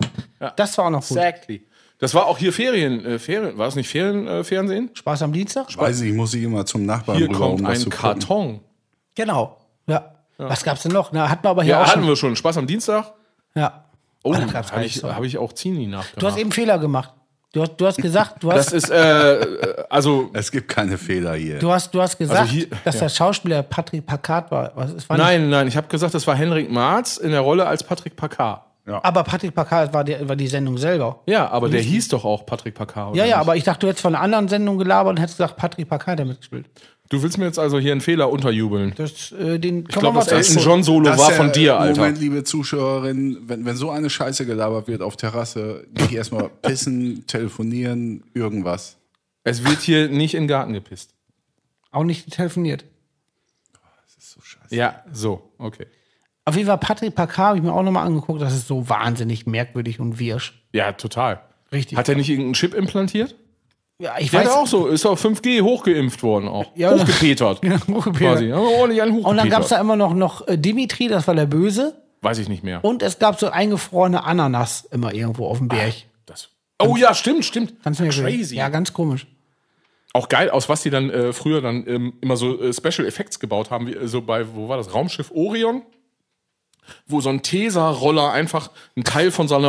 [SPEAKER 2] Das war auch noch gut.
[SPEAKER 3] Exactly. Das war auch hier Ferien, äh, Ferien war es nicht Ferien, äh, Fernsehen?
[SPEAKER 2] Spaß am Dienstag?
[SPEAKER 1] Weiß ich, muss ich immer zum Nachbarn
[SPEAKER 3] Hier
[SPEAKER 1] rüber,
[SPEAKER 3] kommt
[SPEAKER 1] um das
[SPEAKER 3] ein
[SPEAKER 1] zu gucken.
[SPEAKER 3] Karton.
[SPEAKER 2] Genau. Ja. Was gab's denn noch? Na, hatten wir aber hier
[SPEAKER 3] Ja,
[SPEAKER 2] auch
[SPEAKER 3] hatten
[SPEAKER 2] schon.
[SPEAKER 3] wir schon. Spaß am Dienstag.
[SPEAKER 2] Ja.
[SPEAKER 3] Oh,
[SPEAKER 2] Ah, das gab's gar
[SPEAKER 3] habe
[SPEAKER 2] nicht
[SPEAKER 3] ich,
[SPEAKER 2] so.
[SPEAKER 3] hab ich auch Zini
[SPEAKER 2] Du hast
[SPEAKER 3] nachgemacht.
[SPEAKER 2] eben Fehler gemacht. Du hast, du hast gesagt, du hast,
[SPEAKER 3] Das ist, äh, äh, also,
[SPEAKER 1] Es gibt keine Fehler hier.
[SPEAKER 2] du hast, du hast gesagt,
[SPEAKER 3] hier-
[SPEAKER 2] dass der Schauspieler Patrick Packard war. Was, es war nicht-
[SPEAKER 3] nein, nein, ich habe gesagt, das war Henrik Marz in der Rolle als Patrick Packard.
[SPEAKER 2] aber Patrick Packard war, der, war die Sendung selber.
[SPEAKER 3] Ja, aber der hieß doch auch Patrick Packard. oder
[SPEAKER 2] Ja, ja,
[SPEAKER 3] nicht?
[SPEAKER 2] aber ich dachte, du hättest von einer anderen Sendung gelabert und hättest gesagt, Patrick Packard hat da mitgespielt.
[SPEAKER 3] Du willst mir jetzt also hier einen Fehler unterjubeln.
[SPEAKER 2] Das, äh, den
[SPEAKER 3] Ich glaube, das Elton
[SPEAKER 2] schon.
[SPEAKER 3] John Solo
[SPEAKER 1] Das
[SPEAKER 3] war
[SPEAKER 1] ja,
[SPEAKER 3] von dir,
[SPEAKER 1] äh,
[SPEAKER 3] Alter.
[SPEAKER 1] Moment, liebe Zuschauerinnen, wenn, wenn so eine Scheiße gelabert wird auf Terrasse, nicht erstmal pissen, telefonieren, irgendwas.
[SPEAKER 3] Es wird hier nicht in den Garten gepisst.
[SPEAKER 2] Auch nicht telefoniert.
[SPEAKER 3] Ja, so, okay.
[SPEAKER 2] Auf jeden Fall Patrick Packard habe ich mir auch nochmal angeguckt. Das ist so wahnsinnig merkwürdig und wirsch.
[SPEAKER 3] Ja, total.
[SPEAKER 2] Richtig.
[SPEAKER 3] Hat er nicht irgendeinen Chip implantiert?
[SPEAKER 2] ja, ich
[SPEAKER 3] Der
[SPEAKER 2] weiß
[SPEAKER 3] hat auch so, ist auf 5G hochgeimpft worden auch.
[SPEAKER 2] Ja.
[SPEAKER 3] hochgepetert.
[SPEAKER 2] Ja, hochgepetert.
[SPEAKER 3] Quasi. oh, Haben wir ordentlich einen hochgepetert.
[SPEAKER 2] Und dann gab es da immer noch, noch äh, Dimitri, das war der Böse.
[SPEAKER 3] Weiß ich nicht mehr.
[SPEAKER 2] Und es gab so eingefrorene Ananas immer irgendwo auf dem Berg.
[SPEAKER 3] Das. Oh ja, stimmt, stimmt.
[SPEAKER 2] Ganz merkwürdig.
[SPEAKER 3] Crazy.
[SPEAKER 2] Ja, ganz komisch.
[SPEAKER 3] Auch geil, aus was die dann äh, früher dann ähm, immer so äh, Special Effects gebaut haben, wie äh, so bei, wo war das, Raumschiff Orion? Wo so ein Tesa-Roller einfach ein Teil von seiner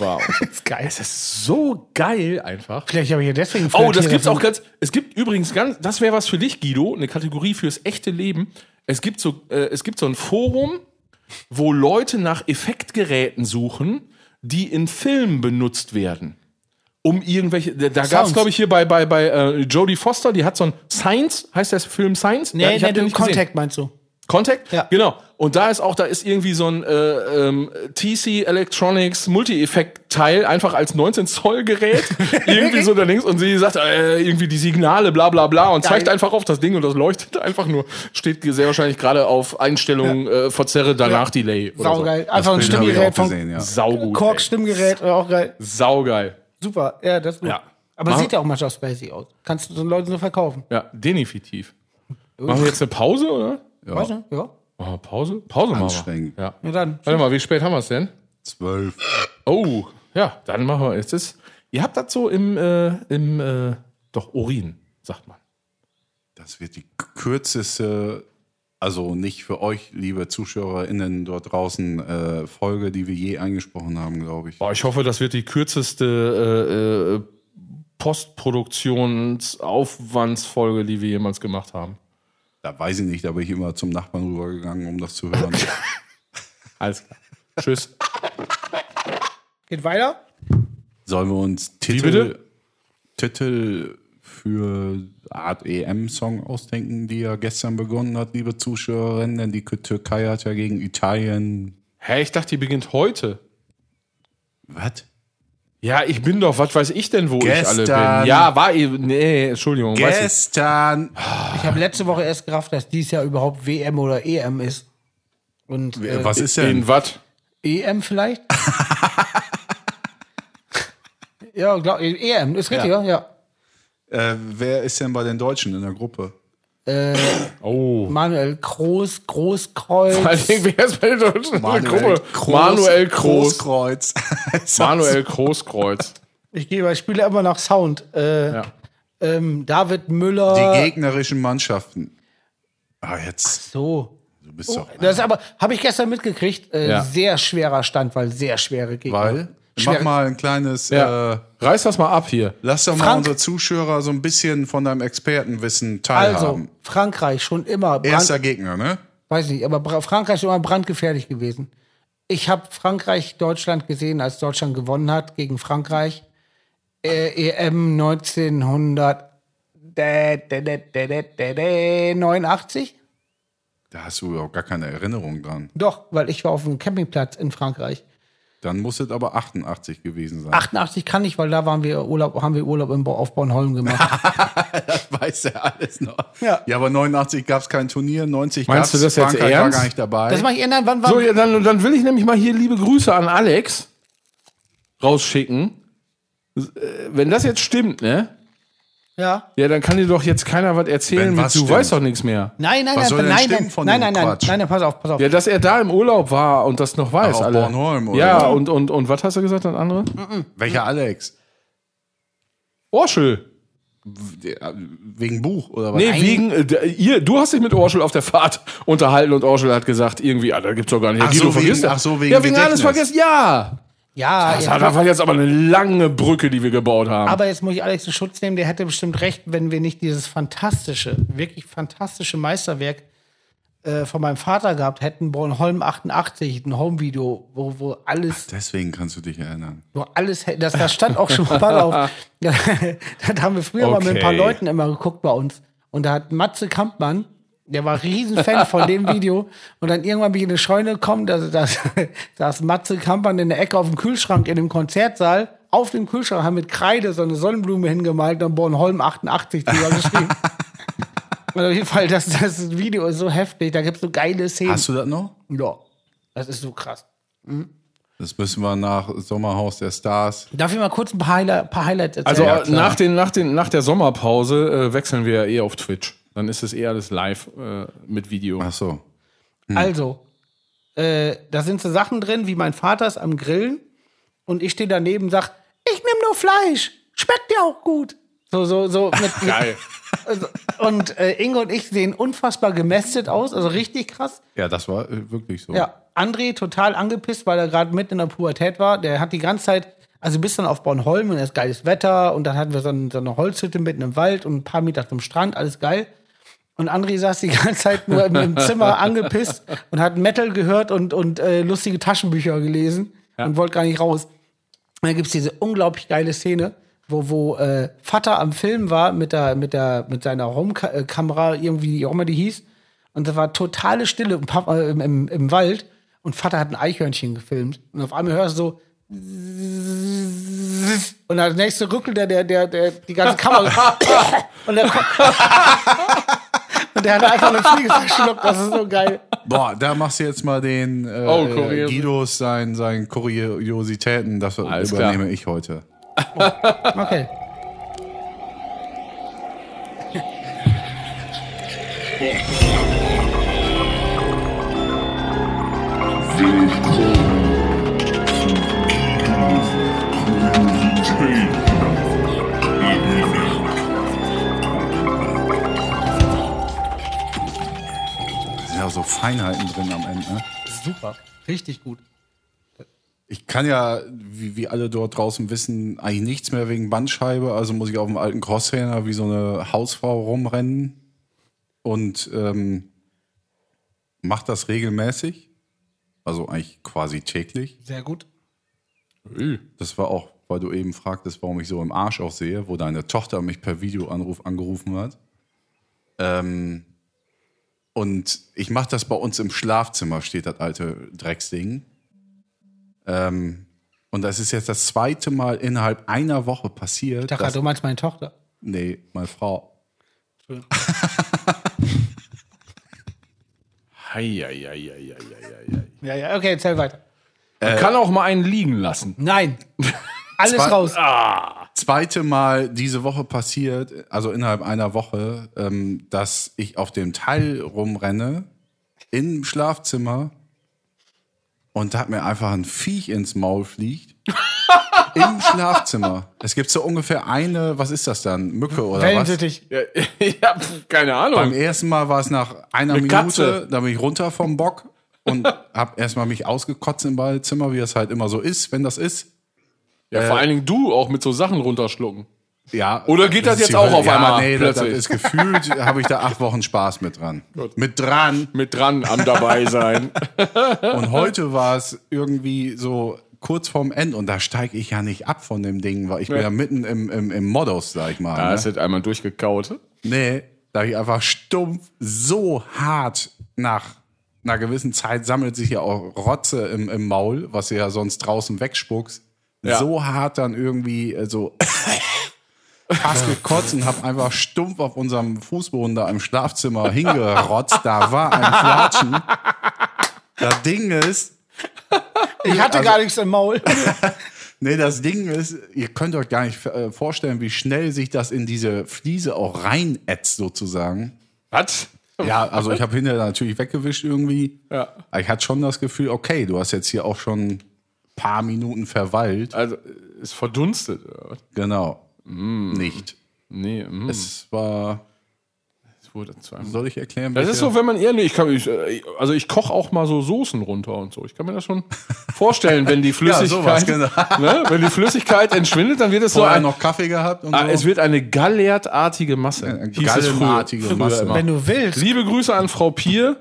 [SPEAKER 3] war. Und so.
[SPEAKER 2] Das ist geil.
[SPEAKER 3] das ist so geil einfach.
[SPEAKER 2] Vielleicht habe ich ja deswegen.
[SPEAKER 3] Oh, das
[SPEAKER 2] Flattierer
[SPEAKER 3] gibt's auch
[SPEAKER 2] von-
[SPEAKER 3] ganz. Es gibt übrigens ganz. Das wäre was für dich, Guido. Eine Kategorie fürs echte Leben. Es gibt so, äh, es gibt so ein Forum, wo Leute nach Effektgeräten suchen, die in Filmen benutzt werden. Um irgendwelche. Da, da gab's,
[SPEAKER 2] Sounds.
[SPEAKER 3] glaube ich, hier bei bei bei äh, Jodie Foster. Die hat so ein Science. Heißt der Film Science?
[SPEAKER 2] Nee,
[SPEAKER 3] Ja,
[SPEAKER 2] nee,
[SPEAKER 3] hab den
[SPEAKER 2] du,
[SPEAKER 3] nicht gesehen.
[SPEAKER 2] Contact meinst du?
[SPEAKER 3] Contact?
[SPEAKER 2] Ja.
[SPEAKER 3] Genau. Und da ist auch, da ist irgendwie so ein äh, ähm, TC Electronics Multi-Effekt-Teil, einfach als 19-Zoll-Gerät, irgendwie so da links. Und sie sagt, äh, irgendwie die Signale, bla bla bla, und zeigt einfach auf das Ding und das leuchtet einfach nur. Steht sehr wahrscheinlich gerade auf Einstellungen, äh, verzerre danach Delay. Oder
[SPEAKER 2] Saugeil. Einfach ein
[SPEAKER 1] Bild habe ich
[SPEAKER 2] Stimmgerät
[SPEAKER 1] auch
[SPEAKER 2] von
[SPEAKER 1] gesehen, ja.
[SPEAKER 3] So. Saugut.
[SPEAKER 2] Kork,
[SPEAKER 3] ey.
[SPEAKER 2] Stimmgerät, äh, auch geil.
[SPEAKER 3] Saugeil.
[SPEAKER 2] Super, ja, das ist gut.
[SPEAKER 3] Ja.
[SPEAKER 2] Aber
[SPEAKER 3] Machen-
[SPEAKER 2] sieht ja auch manchmal spacey aus. Kannst du so Leuten so verkaufen.
[SPEAKER 3] Ja, definitiv. Machen wir jetzt eine Pause, oder?
[SPEAKER 1] Ja.
[SPEAKER 2] Weißt du? Ja.
[SPEAKER 3] Oh, Pause? Pause machen wir.
[SPEAKER 1] Anstrengend.
[SPEAKER 3] Ja.
[SPEAKER 2] Ja, dann.
[SPEAKER 3] Warte mal, wie spät haben wir es denn?
[SPEAKER 1] Zwölf.
[SPEAKER 3] Oh, ja, dann machen wir es. Ist, ihr habt das so im, äh, im äh, doch, Urin, sagt man.
[SPEAKER 1] Das wird die kürzeste, also nicht für euch, liebe ZuschauerInnen dort draußen, äh, Folge, die wir je angesprochen haben, glaube ich.
[SPEAKER 3] Boah, ich hoffe, das wird die kürzeste äh, äh, Postproduktionsaufwandsfolge, die wir jemals gemacht haben.
[SPEAKER 1] Da weiß ich nicht, da bin ich immer zum Nachbarn rübergegangen, um das zu hören.
[SPEAKER 3] Alles klar. Tschüss.
[SPEAKER 2] Geht weiter.
[SPEAKER 1] Sollen wir uns Titel,
[SPEAKER 3] bitte?
[SPEAKER 1] Titel für Art EM-Song ausdenken, die ja gestern begonnen hat, liebe Zuschauerinnen? Denn die Türkei hat ja gegen Italien.
[SPEAKER 3] Hä, ich dachte, die beginnt heute.
[SPEAKER 1] Was?
[SPEAKER 3] Ja, ich bin doch, was weiß ich denn, wo ich alle
[SPEAKER 1] Gestern.
[SPEAKER 3] bin. Ja, war eben, nee, Entschuldigung. Weiß
[SPEAKER 1] Gestern.
[SPEAKER 2] Ich habe letzte Woche erst gerafft, dass dies Jahr überhaupt WM oder EM ist. Und äh,
[SPEAKER 1] Was
[SPEAKER 3] ich.
[SPEAKER 1] ist
[SPEAKER 3] In
[SPEAKER 1] denn?
[SPEAKER 3] was?
[SPEAKER 2] EM E vielleicht? ja, glaub, EM, ist richtig, ja. ja.
[SPEAKER 1] Äh, wer ist denn bei den Deutschen in der Gruppe?
[SPEAKER 3] Oh.
[SPEAKER 2] Manuel Groß, Großkreuz.
[SPEAKER 3] Vor allen Dingen, wer ist bei der deutschen Gruppe?
[SPEAKER 1] Groß-
[SPEAKER 3] Manuel Groß.
[SPEAKER 1] Großkreuz.
[SPEAKER 3] Manuel Großkreuz.
[SPEAKER 2] Ich gehe bei Spiele immer nach Sound. Äh,
[SPEAKER 3] Ja.
[SPEAKER 2] ähm, David
[SPEAKER 1] Die
[SPEAKER 2] Müller.
[SPEAKER 1] gegnerischen Mannschaften. Oh. Ah, jetzt.
[SPEAKER 2] So.
[SPEAKER 1] Du bist doch.
[SPEAKER 2] Das ist aber, habe ich gestern mitgekriegt, äh,
[SPEAKER 3] Ja.
[SPEAKER 2] sehr schwerer Stand, weil sehr schwere Gegner.
[SPEAKER 1] Weil. Mach
[SPEAKER 2] Schwer-
[SPEAKER 1] mal ein kleines. Äh,
[SPEAKER 3] Ja. Reiß das mal ab hier.
[SPEAKER 1] lass doch mal
[SPEAKER 2] Frank-
[SPEAKER 1] unsere Zuschauer so ein bisschen von deinem Expertenwissen
[SPEAKER 2] Also,
[SPEAKER 1] teilhaben.
[SPEAKER 2] Frankreich schon immer, brand,
[SPEAKER 1] Erster Gegner, ne?
[SPEAKER 2] weiß nicht, aber Bra- Frankreich schon immer brandgefährlich gewesen. Ich habe Frankreich, Deutschland gesehen, als Deutschland gewonnen hat gegen Frankreich. Äh, EM 1989?
[SPEAKER 1] Da hast du überhaupt gar keine Erinnerung dran.
[SPEAKER 2] Doch, weil ich war auf einem Campingplatz in Frankreich.
[SPEAKER 1] Dann muss es aber 88 gewesen sein.
[SPEAKER 2] 88 kann ich, weil da waren wir Urlaub, haben wir Urlaub im Bo- auf Bornholm gemacht.
[SPEAKER 1] weiß er alles noch.
[SPEAKER 2] Ja.
[SPEAKER 1] ja aber 89 gab es kein Turnier, 90 gab's-
[SPEAKER 3] Meinst du das jetzt
[SPEAKER 1] Frankreich war
[SPEAKER 3] ernst?
[SPEAKER 1] gar nicht dabei.
[SPEAKER 2] Das mache ich ändern, wann war.
[SPEAKER 3] So, ja, dann, dann will ich nämlich mal hier liebe Grüße an Alex rausschicken. Äh, Wenn das jetzt stimmt, ne?
[SPEAKER 2] ja.
[SPEAKER 3] Ja, dann kann dir doch jetzt keiner was erzählen,
[SPEAKER 1] Wenn
[SPEAKER 3] mit, du
[SPEAKER 1] was stimmt.
[SPEAKER 3] weißt doch nichts mehr.
[SPEAKER 2] Nein, nein,
[SPEAKER 1] Was soll
[SPEAKER 2] nein,
[SPEAKER 1] denn
[SPEAKER 2] nein,
[SPEAKER 1] stimmen
[SPEAKER 2] nein,
[SPEAKER 1] von dem
[SPEAKER 2] nein, nein, nein,
[SPEAKER 1] Quatsch?
[SPEAKER 2] nein, nein, pass auf, pass auf.
[SPEAKER 3] Ja, dass er da im Urlaub war und das noch weiß.
[SPEAKER 1] Ach, auf
[SPEAKER 3] Alter.
[SPEAKER 1] Bornholm, oder?
[SPEAKER 3] Ja, und, und, und was hast du gesagt, das andere?
[SPEAKER 1] Welcher Alex?
[SPEAKER 3] Orschel.
[SPEAKER 1] Der, Wegen Buch oder was?
[SPEAKER 3] Nee, wegen, äh, der- ihr, du hast dich mit Orschel auf der Fahrt unterhalten und Orschel hat gesagt, irgendwie, ah, da gibt's doch gar nicht.
[SPEAKER 1] Ach so, wegen-
[SPEAKER 3] vergiss das.
[SPEAKER 1] ach so, wegen
[SPEAKER 3] Ja, wegen alles
[SPEAKER 1] Gedächtnis.
[SPEAKER 3] vergessen, ja.
[SPEAKER 2] ja,
[SPEAKER 3] Das
[SPEAKER 2] ja.
[SPEAKER 3] war- das war jetzt aber eine lange Brücke, die wir gebaut haben.
[SPEAKER 2] Aber jetzt muss ich Alex in Schutz nehmen, der hätte bestimmt recht, wenn wir nicht dieses fantastische, wirklich fantastische Meisterwerk äh, von meinem Vater gehabt hätten, Bornholm 88, ein Homevideo, wo, wo alles,
[SPEAKER 1] Deswegen kannst du dich erinnern.
[SPEAKER 2] wo alles, hä- das, das stand auch schon mal auf. Ja, das haben wir früher mal mit ein paar
[SPEAKER 3] Okay.
[SPEAKER 2] Leuten immer geguckt bei uns. Und da hat Matze Kampmann, der war Riesenfan von dem Video. Und dann irgendwann bin ich in die Scheune gekommen, da, da, da ist Matze Kampmann in der Ecke auf dem Kühlschrank in dem Konzertsaal. Auf dem Kühlschrank haben mit Kreide so eine Sonnenblume hingemalt und Bornholm 88 drüber geschrieben. Und auf jeden Fall, das, das Video ist so heftig, da gibt es so geile Szenen.
[SPEAKER 1] Hast du das noch?
[SPEAKER 2] ja, das ist so krass.
[SPEAKER 1] Das müssen wir nach Sommerhaus der Stars.
[SPEAKER 2] Darf ich mal kurz ein paar, Highli paar Highlights erzählen?
[SPEAKER 3] Also
[SPEAKER 1] Ja,
[SPEAKER 3] äh,
[SPEAKER 1] klar.
[SPEAKER 3] nach, den, nach, den, nach der Sommerpause äh, wechseln wir eh auf Twitch. Dann ist es eh alles live äh, mit Video.
[SPEAKER 1] Ach so.
[SPEAKER 2] Also, äh, da sind so Sachen drin, wie mein Vater ist am Grillen und ich stehe daneben und sag, ich nehme nur Fleisch, schmeckt ja auch gut. So, so, so. Mit, mit,
[SPEAKER 3] Geil.
[SPEAKER 2] also, und äh, Inge und ich sehen unfassbar gemästet aus, also richtig krass.
[SPEAKER 1] Ja, das war äh, wirklich so.
[SPEAKER 2] Ja, André total angepisst, weil er gerade mitten in der Pubertät war. Der hat die ganze Zeit, also bis dann auf Bornholm und es ist geiles Wetter und dann hatten wir so, ein, so eine Holzhütte mitten im Wald und ein paar Meter zum Strand, alles geil. Und André saß die ganze Zeit nur im, im Zimmer angepisst und hat Metal gehört und, und äh, lustige Taschenbücher gelesen und wollte gar nicht raus. Und dann gibt es diese unglaublich geile Szene, wo, wo äh, Vater am Film war mit, der, mit, der, mit seiner Home-Kamera, irgendwie, wie auch immer die hieß. Und da war totale Stille im, Pap- äh, im, im, im Wald. Und Vater hat ein Eichhörnchen gefilmt. Und auf einmal hörst du so. Und das nächste rückelt der, der, der, der die ganze Kamera. und, der, und der hat einfach eine Fliege verschluckt. Das ist so geil.
[SPEAKER 1] Boah, da machst du jetzt mal den äh,
[SPEAKER 3] Oh,
[SPEAKER 1] äh,
[SPEAKER 3] Kurios-
[SPEAKER 1] Guidos, sein, sein Kuriositäten. Das
[SPEAKER 3] Alles
[SPEAKER 1] übernehme
[SPEAKER 3] klar.
[SPEAKER 1] ich heute.
[SPEAKER 2] Okay.
[SPEAKER 1] Da sind ja so Feinheiten drin am Ende. Ne?
[SPEAKER 2] Super. Richtig gut.
[SPEAKER 1] Ich kann ja, wie, wie alle dort draußen wissen, eigentlich nichts mehr wegen Bandscheibe, also muss ich auf dem alten Crosstrainer wie so eine Hausfrau rumrennen und ähm, mach das regelmäßig, also eigentlich quasi täglich.
[SPEAKER 2] Sehr gut.
[SPEAKER 1] Das war auch, weil du eben fragtest, warum ich so im Arsch aussehe, wo deine Tochter mich per Videoanruf angerufen hat. Ähm, und ich mache das bei uns im Schlafzimmer, steht das alte Drecksding. Ähm, Und das ist jetzt das zweite Mal innerhalb einer Woche passiert.
[SPEAKER 2] Dachte,
[SPEAKER 1] dass,
[SPEAKER 2] du meinst meine Tochter.
[SPEAKER 1] nee, meine Frau.
[SPEAKER 3] Hei, hei, hei, hei, hei, hei.
[SPEAKER 2] Ja, ja, okay, erzähl weiter.
[SPEAKER 1] Äh.
[SPEAKER 3] Man kann auch mal einen liegen lassen.
[SPEAKER 2] Nein. Alles
[SPEAKER 1] Zwei-
[SPEAKER 2] raus.
[SPEAKER 1] zweite Mal diese Woche passiert, also innerhalb einer Woche, ähm, dass ich auf dem Teil rumrenne im Schlafzimmer und da hat mir einfach ein Viech ins Maul fliegt. Im Schlafzimmer. Es gibt so ungefähr eine, was ist das dann? Mücke oder was?
[SPEAKER 2] Wellensittich.
[SPEAKER 3] Ja, ich hab keine
[SPEAKER 1] Beim
[SPEAKER 3] Ahnung.
[SPEAKER 1] ersten Mal war es nach einer
[SPEAKER 3] Eine
[SPEAKER 1] Minute,
[SPEAKER 3] Katze.
[SPEAKER 1] da bin ich runter vom Bock und hab erstmal mich ausgekotzt im Badezimmer, wie es halt immer so ist, wenn das ist.
[SPEAKER 3] Ja,
[SPEAKER 1] äh,
[SPEAKER 3] vor allen Dingen du auch mit so Sachen runterschlucken.
[SPEAKER 1] Ja.
[SPEAKER 3] Oder geht das
[SPEAKER 1] ist
[SPEAKER 3] jetzt
[SPEAKER 1] die
[SPEAKER 3] auch
[SPEAKER 1] Hölle.
[SPEAKER 3] auf einmal
[SPEAKER 1] Nee, das, das
[SPEAKER 3] plötzlich?
[SPEAKER 1] ist gefühlt, äh, habe ich da acht Wochen Spaß mit dran. Mit dran.
[SPEAKER 3] Mit dran am dabei sein.
[SPEAKER 1] Und heute war es irgendwie so kurz vorm End und da steige ich ja nicht ab von dem Ding, weil ich bin ja mitten im, im, im Modus, sag ich mal.
[SPEAKER 3] Da
[SPEAKER 1] ne?
[SPEAKER 3] ist jetzt einmal durchgekaut.
[SPEAKER 1] Nee, da hab ich einfach stumpf so hart nach einer gewissen Zeit sammelt sich ja auch Rotze im, im Maul, was du ja sonst draußen wegspuckst.
[SPEAKER 3] Ja.
[SPEAKER 1] So hart dann irgendwie äh, so fast gekotzt und hab einfach stumpf auf unserem Fußboden da im Schlafzimmer hingerotzt. Da war ein Flatschen. Das Ding ist,
[SPEAKER 2] Ich hatte gar nichts im Maul.
[SPEAKER 1] Nee, das Ding ist, ihr könnt euch gar nicht äh, vorstellen, wie schnell sich das in diese Fliese auch reinätzt, sozusagen.
[SPEAKER 3] Was?
[SPEAKER 1] Ja, also ich habe hinterher natürlich weggewischt irgendwie.
[SPEAKER 3] Ja.
[SPEAKER 1] Aber ich hatte schon das Gefühl, okay, du hast jetzt hier auch schon ein paar Minuten verweilt.
[SPEAKER 3] Also, ist verdunstet. oder was?
[SPEAKER 1] Genau.
[SPEAKER 3] Mm.
[SPEAKER 1] Nicht.
[SPEAKER 3] Nee, mm, es
[SPEAKER 1] Es war,
[SPEAKER 3] wurde zweimal.
[SPEAKER 1] soll ich erklären?
[SPEAKER 3] Das
[SPEAKER 1] welche-
[SPEAKER 3] ist so, wenn man eher, nee, ich kann, ich, äh, also ich koche auch mal so Soßen runter und so. Ich kann mir das schon vorstellen, wenn die
[SPEAKER 1] Ja,
[SPEAKER 3] Flüssigkeit,
[SPEAKER 1] sowas, genau.
[SPEAKER 3] ne, wenn die Flüssigkeit entschwindet, dann wird es so
[SPEAKER 1] Vorher
[SPEAKER 3] ein,
[SPEAKER 1] noch Kaffee gehabt und
[SPEAKER 3] ah, es
[SPEAKER 1] so.
[SPEAKER 3] wird eine gallertartige Masse.
[SPEAKER 1] eine
[SPEAKER 3] hieß es früher-
[SPEAKER 1] gallenartige
[SPEAKER 3] früher
[SPEAKER 1] Masse.
[SPEAKER 3] immer.
[SPEAKER 2] Wenn du willst.
[SPEAKER 3] Liebe Grüße an Frau Pier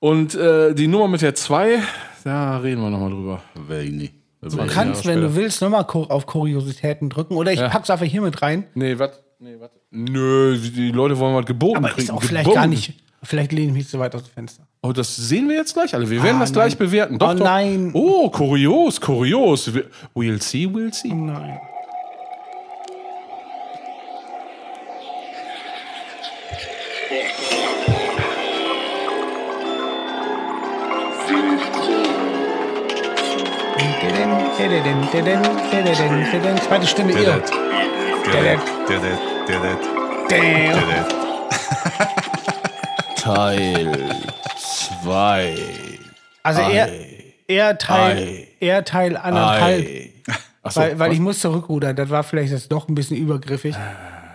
[SPEAKER 3] und äh, die Nummer mit der 2, da reden wir nochmal drüber.
[SPEAKER 1] Will ich nicht.
[SPEAKER 2] Du kannst, wenn du willst, nochmal ko- auf Kuriositäten drücken. Oder ich pack's einfach hier mit rein.
[SPEAKER 3] Nee, was? Nee, was? Nö, die Leute wollen was geboten
[SPEAKER 2] Aber
[SPEAKER 3] kriegen.
[SPEAKER 2] ist auch vielleicht
[SPEAKER 3] Geboten.
[SPEAKER 2] gar nicht. Vielleicht lehne ich mich zu weit aus dem Fenster.
[SPEAKER 3] Oh, das sehen wir jetzt gleich alle. Wir werden
[SPEAKER 2] Ah,
[SPEAKER 3] das gleich
[SPEAKER 2] nein.
[SPEAKER 3] bewerten.
[SPEAKER 2] Oh, nein.
[SPEAKER 3] Oh, kurios, kurios. Wir- We'll see, we'll see.
[SPEAKER 2] Nein. Zweite Stimme ihr.
[SPEAKER 3] Teil 2.
[SPEAKER 2] Also er, er Teil,
[SPEAKER 3] Ei.
[SPEAKER 2] er Teil anderthalb.
[SPEAKER 3] Achso,
[SPEAKER 2] Weil, weil ich muss zurückrudern, das war vielleicht jetzt doch ein bisschen übergriffig.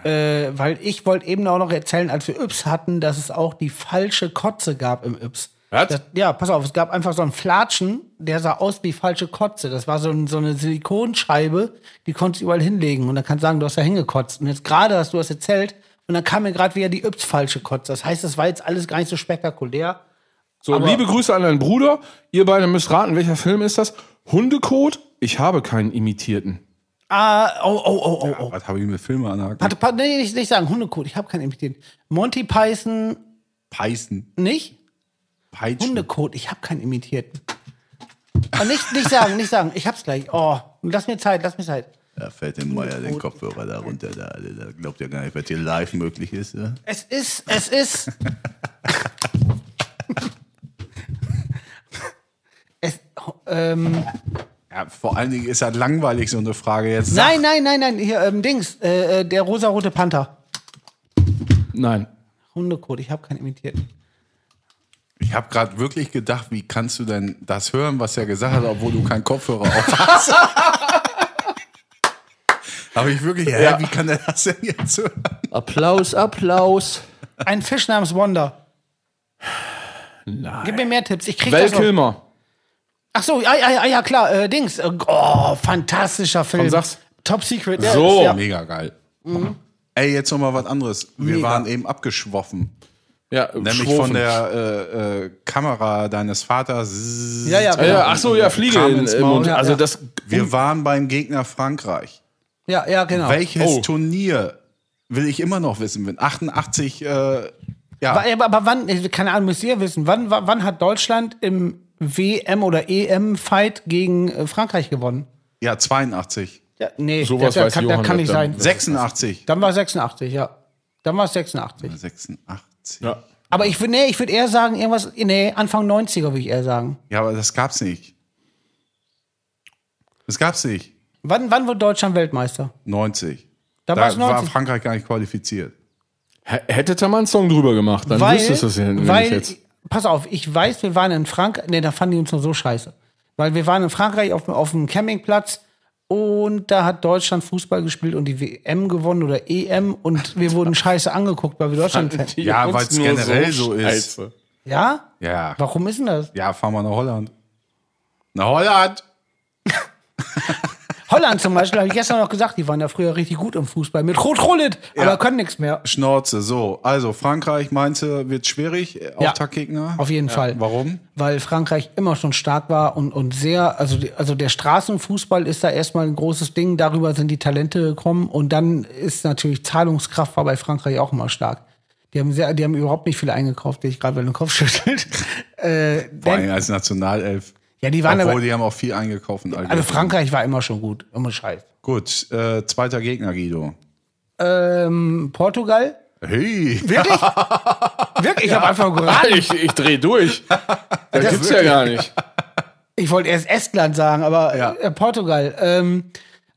[SPEAKER 2] Äh, weil ich wollte eben auch noch erzählen, als wir Yps hatten, dass es auch die falsche Kotze gab im Yps.
[SPEAKER 3] Was?
[SPEAKER 2] Das, ja, pass auf, es gab einfach so einen Flatschen, der sah aus wie falsche Kotze. Das war so, ein, so eine Silikonscheibe, die konntest du überall hinlegen. Und dann kannst du sagen, du hast da hingekotzt. Und jetzt gerade hast du das erzählt und dann kam mir gerade wieder die Yps falsche Kotze. Das heißt, das war jetzt alles gar nicht so spektakulär.
[SPEAKER 3] so, liebe Grüße an deinen Bruder. Ihr beide müsst raten, welcher Film ist das? Hundekot? Ich habe keinen imitierten.
[SPEAKER 2] Ah, oh, oh, oh, oh, oh.
[SPEAKER 1] Was habe ich mir Filme anhakt?
[SPEAKER 2] Warte, pa- nee, nicht, nicht sagen, Hundekot, ich habe keinen Impetent. Monty Python
[SPEAKER 1] Peißen.
[SPEAKER 2] nicht?
[SPEAKER 1] Peitschen.
[SPEAKER 2] Hundekot, ich habe keinen imitierten. Oh, nicht, nicht sagen, nicht sagen. Ich hab's gleich. Oh, lass mir Zeit, lass mir Zeit.
[SPEAKER 1] Da fällt dem Meier den Kopfhörer da runter. Da, da glaubt ja gar nicht, was hier live möglich ist. Ne?
[SPEAKER 2] Es ist, es ist. es, ähm,
[SPEAKER 1] Ja, vor allen Dingen ist halt langweilig so eine Frage jetzt. Sag-
[SPEAKER 2] nein, nein, nein, nein. Hier, ähm, Dings, äh, äh, der rosarote Panther.
[SPEAKER 3] Nein.
[SPEAKER 2] Hundekot, ich habe keinen imitierten.
[SPEAKER 1] Ich habe gerade wirklich gedacht, wie kannst du denn das hören, was er gesagt hat, obwohl du keinen Kopfhörer auf hast? Habe ich wirklich, hä, wie kann er das denn jetzt hören?
[SPEAKER 3] Applaus, Applaus.
[SPEAKER 2] Ein Fisch namens Wonder.
[SPEAKER 3] Nein.
[SPEAKER 2] Gib mir mehr Tipps. Ich krieg
[SPEAKER 3] Val
[SPEAKER 2] das noch.
[SPEAKER 3] Kilmer.
[SPEAKER 2] Ach so, ja, ja, ja, ja klar, äh, Dings. äh, Oh, fantastischer Film.
[SPEAKER 3] Komm, sag's.
[SPEAKER 2] Top Secret. ja,
[SPEAKER 3] So.
[SPEAKER 2] ist ja.
[SPEAKER 1] Oh,
[SPEAKER 2] Mhm.
[SPEAKER 1] Mega geil. Ey, jetzt noch mal was anderes. Wir
[SPEAKER 2] Mega.
[SPEAKER 1] waren eben abgeschwoffen.
[SPEAKER 3] Ja,
[SPEAKER 1] Nämlich
[SPEAKER 3] Schwofen.
[SPEAKER 1] von der äh, äh, Kamera deines Vaters.
[SPEAKER 2] Ja, genau. ja,
[SPEAKER 3] Ja, ja, ach so, ja, Fliege
[SPEAKER 1] Kram
[SPEAKER 3] in,
[SPEAKER 1] ins
[SPEAKER 3] im
[SPEAKER 1] Maul.
[SPEAKER 3] Mund.
[SPEAKER 1] Ja,
[SPEAKER 3] also
[SPEAKER 2] ja.
[SPEAKER 3] das
[SPEAKER 1] Wir waren beim Gegner Frankreich.
[SPEAKER 2] ja, ja, genau.
[SPEAKER 1] Welches
[SPEAKER 3] Oh.
[SPEAKER 1] Turnier will ich immer noch wissen? Wenn 88, äh, ja,
[SPEAKER 2] Aber, aber wann, äh, keine Ahnung, müsst ihr wissen, wann, wann wann hat Deutschland im WM oder EM-Fight gegen äh, Frankreich gewonnen.
[SPEAKER 1] Ja, 82.
[SPEAKER 2] Ja, nee,
[SPEAKER 3] Sowas
[SPEAKER 2] der, der,
[SPEAKER 3] weiß
[SPEAKER 2] kann, der
[SPEAKER 3] Johann
[SPEAKER 2] kann
[SPEAKER 3] nicht
[SPEAKER 2] nicht
[SPEAKER 3] dann.
[SPEAKER 2] sein.
[SPEAKER 1] 86.
[SPEAKER 2] Dann war 86, ja. Dann war es
[SPEAKER 3] Mhm.
[SPEAKER 2] 86.
[SPEAKER 1] 86.
[SPEAKER 3] Ja.
[SPEAKER 2] Aber ich würde nee, ich würd eher sagen, irgendwas, nee, Anfang 90er würde ich eher sagen.
[SPEAKER 1] Ja, aber das gab's nicht. Das gab's nicht.
[SPEAKER 2] Wann, wann wird Deutschland Weltmeister?
[SPEAKER 1] 90.
[SPEAKER 2] Da,
[SPEAKER 1] Da
[SPEAKER 2] war es
[SPEAKER 1] war
[SPEAKER 2] 90.
[SPEAKER 1] Frankreich gar nicht qualifiziert.
[SPEAKER 3] H- Hättet ihr mal einen Song drüber gemacht, dann
[SPEAKER 2] weil,
[SPEAKER 3] wüsstest du es ja nämlich
[SPEAKER 2] weil,
[SPEAKER 3] jetzt.
[SPEAKER 2] Pass auf, ich weiß, wir waren in Frankreich, nee, da fanden die uns nur so scheiße. Weil wir waren in Frankreich auf, auf einem Campingplatz und da hat Deutschland Fußball gespielt und die WM gewonnen oder EM und wir wurden scheiße angeguckt, weil wir Deutschland fan
[SPEAKER 3] Die
[SPEAKER 1] Ja,
[SPEAKER 3] uns
[SPEAKER 1] weil's
[SPEAKER 3] nur
[SPEAKER 1] generell so ist.
[SPEAKER 3] scheiße.
[SPEAKER 2] Ja?
[SPEAKER 1] Ja.
[SPEAKER 2] Warum ist denn das?
[SPEAKER 1] Ja, fahren wir nach Holland. Nach Holland!
[SPEAKER 2] Holland zum Beispiel, habe ich gestern noch gesagt, die waren ja früher richtig gut im Fußball mit Rot Rollit, aber können nichts mehr.
[SPEAKER 1] Schnauze, so. Also, Frankreich meinte, wird schwierig, äh,
[SPEAKER 2] Ja.
[SPEAKER 1] Auftaktgegner.
[SPEAKER 2] Auf jeden Fall.
[SPEAKER 1] Warum?
[SPEAKER 2] Weil Frankreich immer schon stark war und, und sehr, also, die- also der Straßenfußball ist da erstmal ein großes Ding, darüber sind die Talente gekommen und dann ist natürlich Zahlungskraft war bei Frankreich auch immer stark. Die haben, sehr, die haben überhaupt nicht viel eingekauft, der ich gerade bei den Kopf schüttelt. äh,
[SPEAKER 1] Vor
[SPEAKER 2] denn,
[SPEAKER 1] allem als Nationalelf.
[SPEAKER 2] ja, die waren
[SPEAKER 1] Obwohl,
[SPEAKER 2] aber,
[SPEAKER 1] die haben auch viel eingekauft. in
[SPEAKER 2] also
[SPEAKER 1] Algerien.
[SPEAKER 2] Frankreich war immer schon gut, immer scheiße.
[SPEAKER 1] Gut, äh, zweiter Gegner, Guido.
[SPEAKER 2] Ähm, Portugal?
[SPEAKER 1] Hey!
[SPEAKER 2] Wirklich? Wirklich? Ich habe einfach geraten.
[SPEAKER 3] Ich, ich dreh durch. Das
[SPEAKER 2] Das-
[SPEAKER 3] gibt's ja gar nicht.
[SPEAKER 2] Ich wollte erst Estland sagen, aber
[SPEAKER 1] Ja.
[SPEAKER 2] äh, Portugal. Ähm,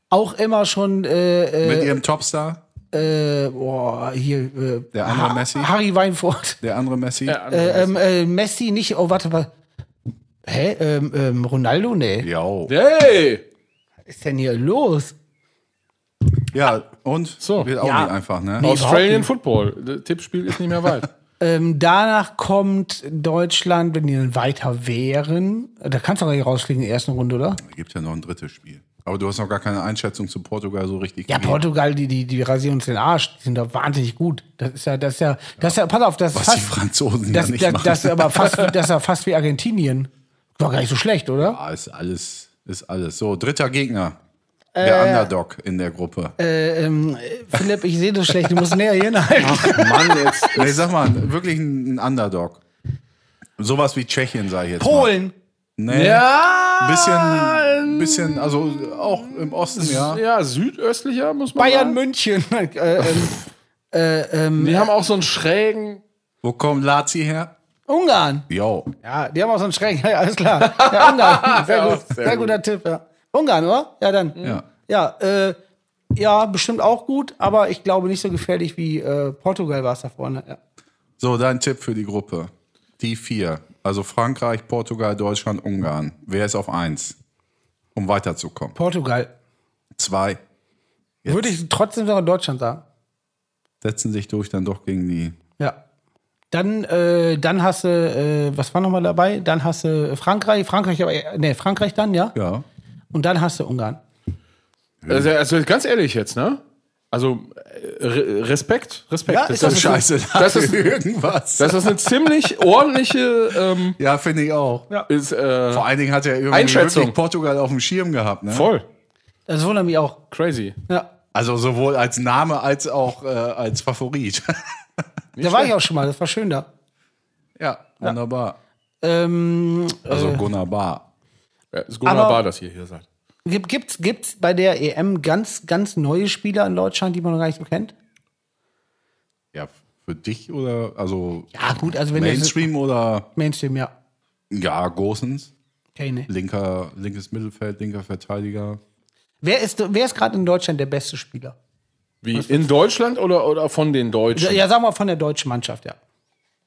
[SPEAKER 2] auch immer schon äh, äh,
[SPEAKER 1] Mit ihrem Topstar,
[SPEAKER 2] äh, boah, hier äh,
[SPEAKER 1] Der andere Messi?
[SPEAKER 2] Harry Weinfurt.
[SPEAKER 1] der andere Messi.
[SPEAKER 2] Äh, ähm, äh, Messi nicht, oh warte mal. Hä? Ähm, ähm, Ronaldo? Nee.
[SPEAKER 1] Ja.
[SPEAKER 3] Hey!
[SPEAKER 2] Was ist denn hier los?
[SPEAKER 1] Ja, und?
[SPEAKER 3] So.
[SPEAKER 1] Wird auch
[SPEAKER 2] Ja.
[SPEAKER 1] nicht einfach, ne?
[SPEAKER 3] Australian Football. Das Tippspiel ist nicht mehr weit.
[SPEAKER 2] Ähm, danach kommt Deutschland, wenn die dann weiter wären. Da kannst du doch nicht rausfliegen in der ersten Runde, oder?
[SPEAKER 1] Es gibt ja noch ein drittes Spiel. Aber du hast noch gar keine Einschätzung zu Portugal so richtig
[SPEAKER 2] Ja,
[SPEAKER 1] gegeben.
[SPEAKER 2] Portugal, die, die, die rasieren uns den Arsch. Die sind doch wahnsinnig gut. Das ist ja, das ist ja, das ist ja, pass auf, das ist
[SPEAKER 1] Was die
[SPEAKER 2] fast,
[SPEAKER 1] Franzosen
[SPEAKER 2] Das,
[SPEAKER 1] ja nicht
[SPEAKER 2] das,
[SPEAKER 1] machen.
[SPEAKER 2] das, ist aber fast, wie- das ist ja fast wie Argentinien. War gar nicht so schlecht, oder?
[SPEAKER 1] Ah, ist alles, ist alles. So, dritter Gegner.
[SPEAKER 2] Äh,
[SPEAKER 1] Der Underdog in der Gruppe.
[SPEAKER 2] ähm, Philipp, ich sehe das schlecht, du musst näher hinhalten.
[SPEAKER 1] Mann, jetzt. Nee, sag mal, wirklich ein, ein Underdog. Sowas wie Tschechien, sei ich jetzt.
[SPEAKER 2] Polen.
[SPEAKER 1] Mal. Nee,
[SPEAKER 3] Ja!
[SPEAKER 1] bisschen, bisschen, also auch im Osten, ja.
[SPEAKER 3] Ja, südöstlicher muss man
[SPEAKER 2] Bayern
[SPEAKER 3] sagen.
[SPEAKER 2] München. Äh, ähm, äh, ähm,
[SPEAKER 3] Die haben auch so einen schrägen.
[SPEAKER 1] Wo kommt Lazi her?
[SPEAKER 2] Ungarn.
[SPEAKER 1] Jo.
[SPEAKER 2] Ja, die haben auch so einen Schreck. Ja, alles klar. Ja, Ungarn. Sehr, gut. sehr, guter Tipp. Ja. Ungarn, oder? Ja, dann.
[SPEAKER 1] Ja.
[SPEAKER 2] Ja, äh, ja, bestimmt auch gut, aber ich glaube nicht so gefährlich wie äh, Portugal war es da vorne. Ja.
[SPEAKER 1] So, dein Tipp für die Gruppe. Die vier. Also Frankreich, Portugal, Deutschland, Ungarn. Wer ist auf eins? Um weiterzukommen.
[SPEAKER 2] Portugal.
[SPEAKER 1] Zwei
[SPEAKER 2] Würde ich trotzdem sogar Deutschland sagen.
[SPEAKER 1] setzen sich durch dann doch gegen die.
[SPEAKER 2] Ja. Dann, äh, dann hast du, äh, was war nochmal dabei? Dann hast du Frankreich, Frankreich, aber, eher- nee, Frankreich dann, ja?
[SPEAKER 1] Ja.
[SPEAKER 2] Und dann hast du Ungarn.
[SPEAKER 3] Also, also ganz ehrlich jetzt, ne? Also äh, Re- Respekt, Respekt.
[SPEAKER 2] Ja, ist das
[SPEAKER 1] Scheiße,
[SPEAKER 3] das ist-
[SPEAKER 1] irgendwas.
[SPEAKER 3] Das ist eine ziemlich ordentliche ähm,
[SPEAKER 1] ja, finde ich auch.
[SPEAKER 3] ist, äh,
[SPEAKER 1] Vor allen Dingen hat er irgendwie
[SPEAKER 3] Einschätzung.
[SPEAKER 1] wirklich Portugal auf dem Schirm gehabt. Ne?
[SPEAKER 3] voll
[SPEAKER 2] Das wundert mich auch.
[SPEAKER 3] crazy.
[SPEAKER 2] Ja.
[SPEAKER 1] Also sowohl als Name als auch äh, als Favorit.
[SPEAKER 2] da war ich auch schon mal, das war schön da.
[SPEAKER 1] ja, wunderbar.
[SPEAKER 2] Ähm,
[SPEAKER 1] Also Gunnar Bar.
[SPEAKER 3] Ja, ist wunderbar,
[SPEAKER 2] Aber-
[SPEAKER 3] dass ihr hier seid.
[SPEAKER 2] gibt, gibt's, gibt's bei der EM ganz, ganz neue Spieler in Deutschland, die man noch gar nicht so kennt?
[SPEAKER 1] Ja, für dich oder also
[SPEAKER 2] Ja, gut, also wenn jetzt-
[SPEAKER 1] Mainstream oder
[SPEAKER 2] Mainstream, ja.
[SPEAKER 1] ja, Gosens,
[SPEAKER 2] Okay, nee.
[SPEAKER 1] linker, linkes Mittelfeld, linker Verteidiger.
[SPEAKER 2] Wer ist, wer ist gerade in Deutschland der beste Spieler?
[SPEAKER 3] Wie in Deutschland oder, oder von den
[SPEAKER 2] Ja,
[SPEAKER 3] Deutschen?
[SPEAKER 2] ja sagen wir von der deutschen Mannschaft, ja.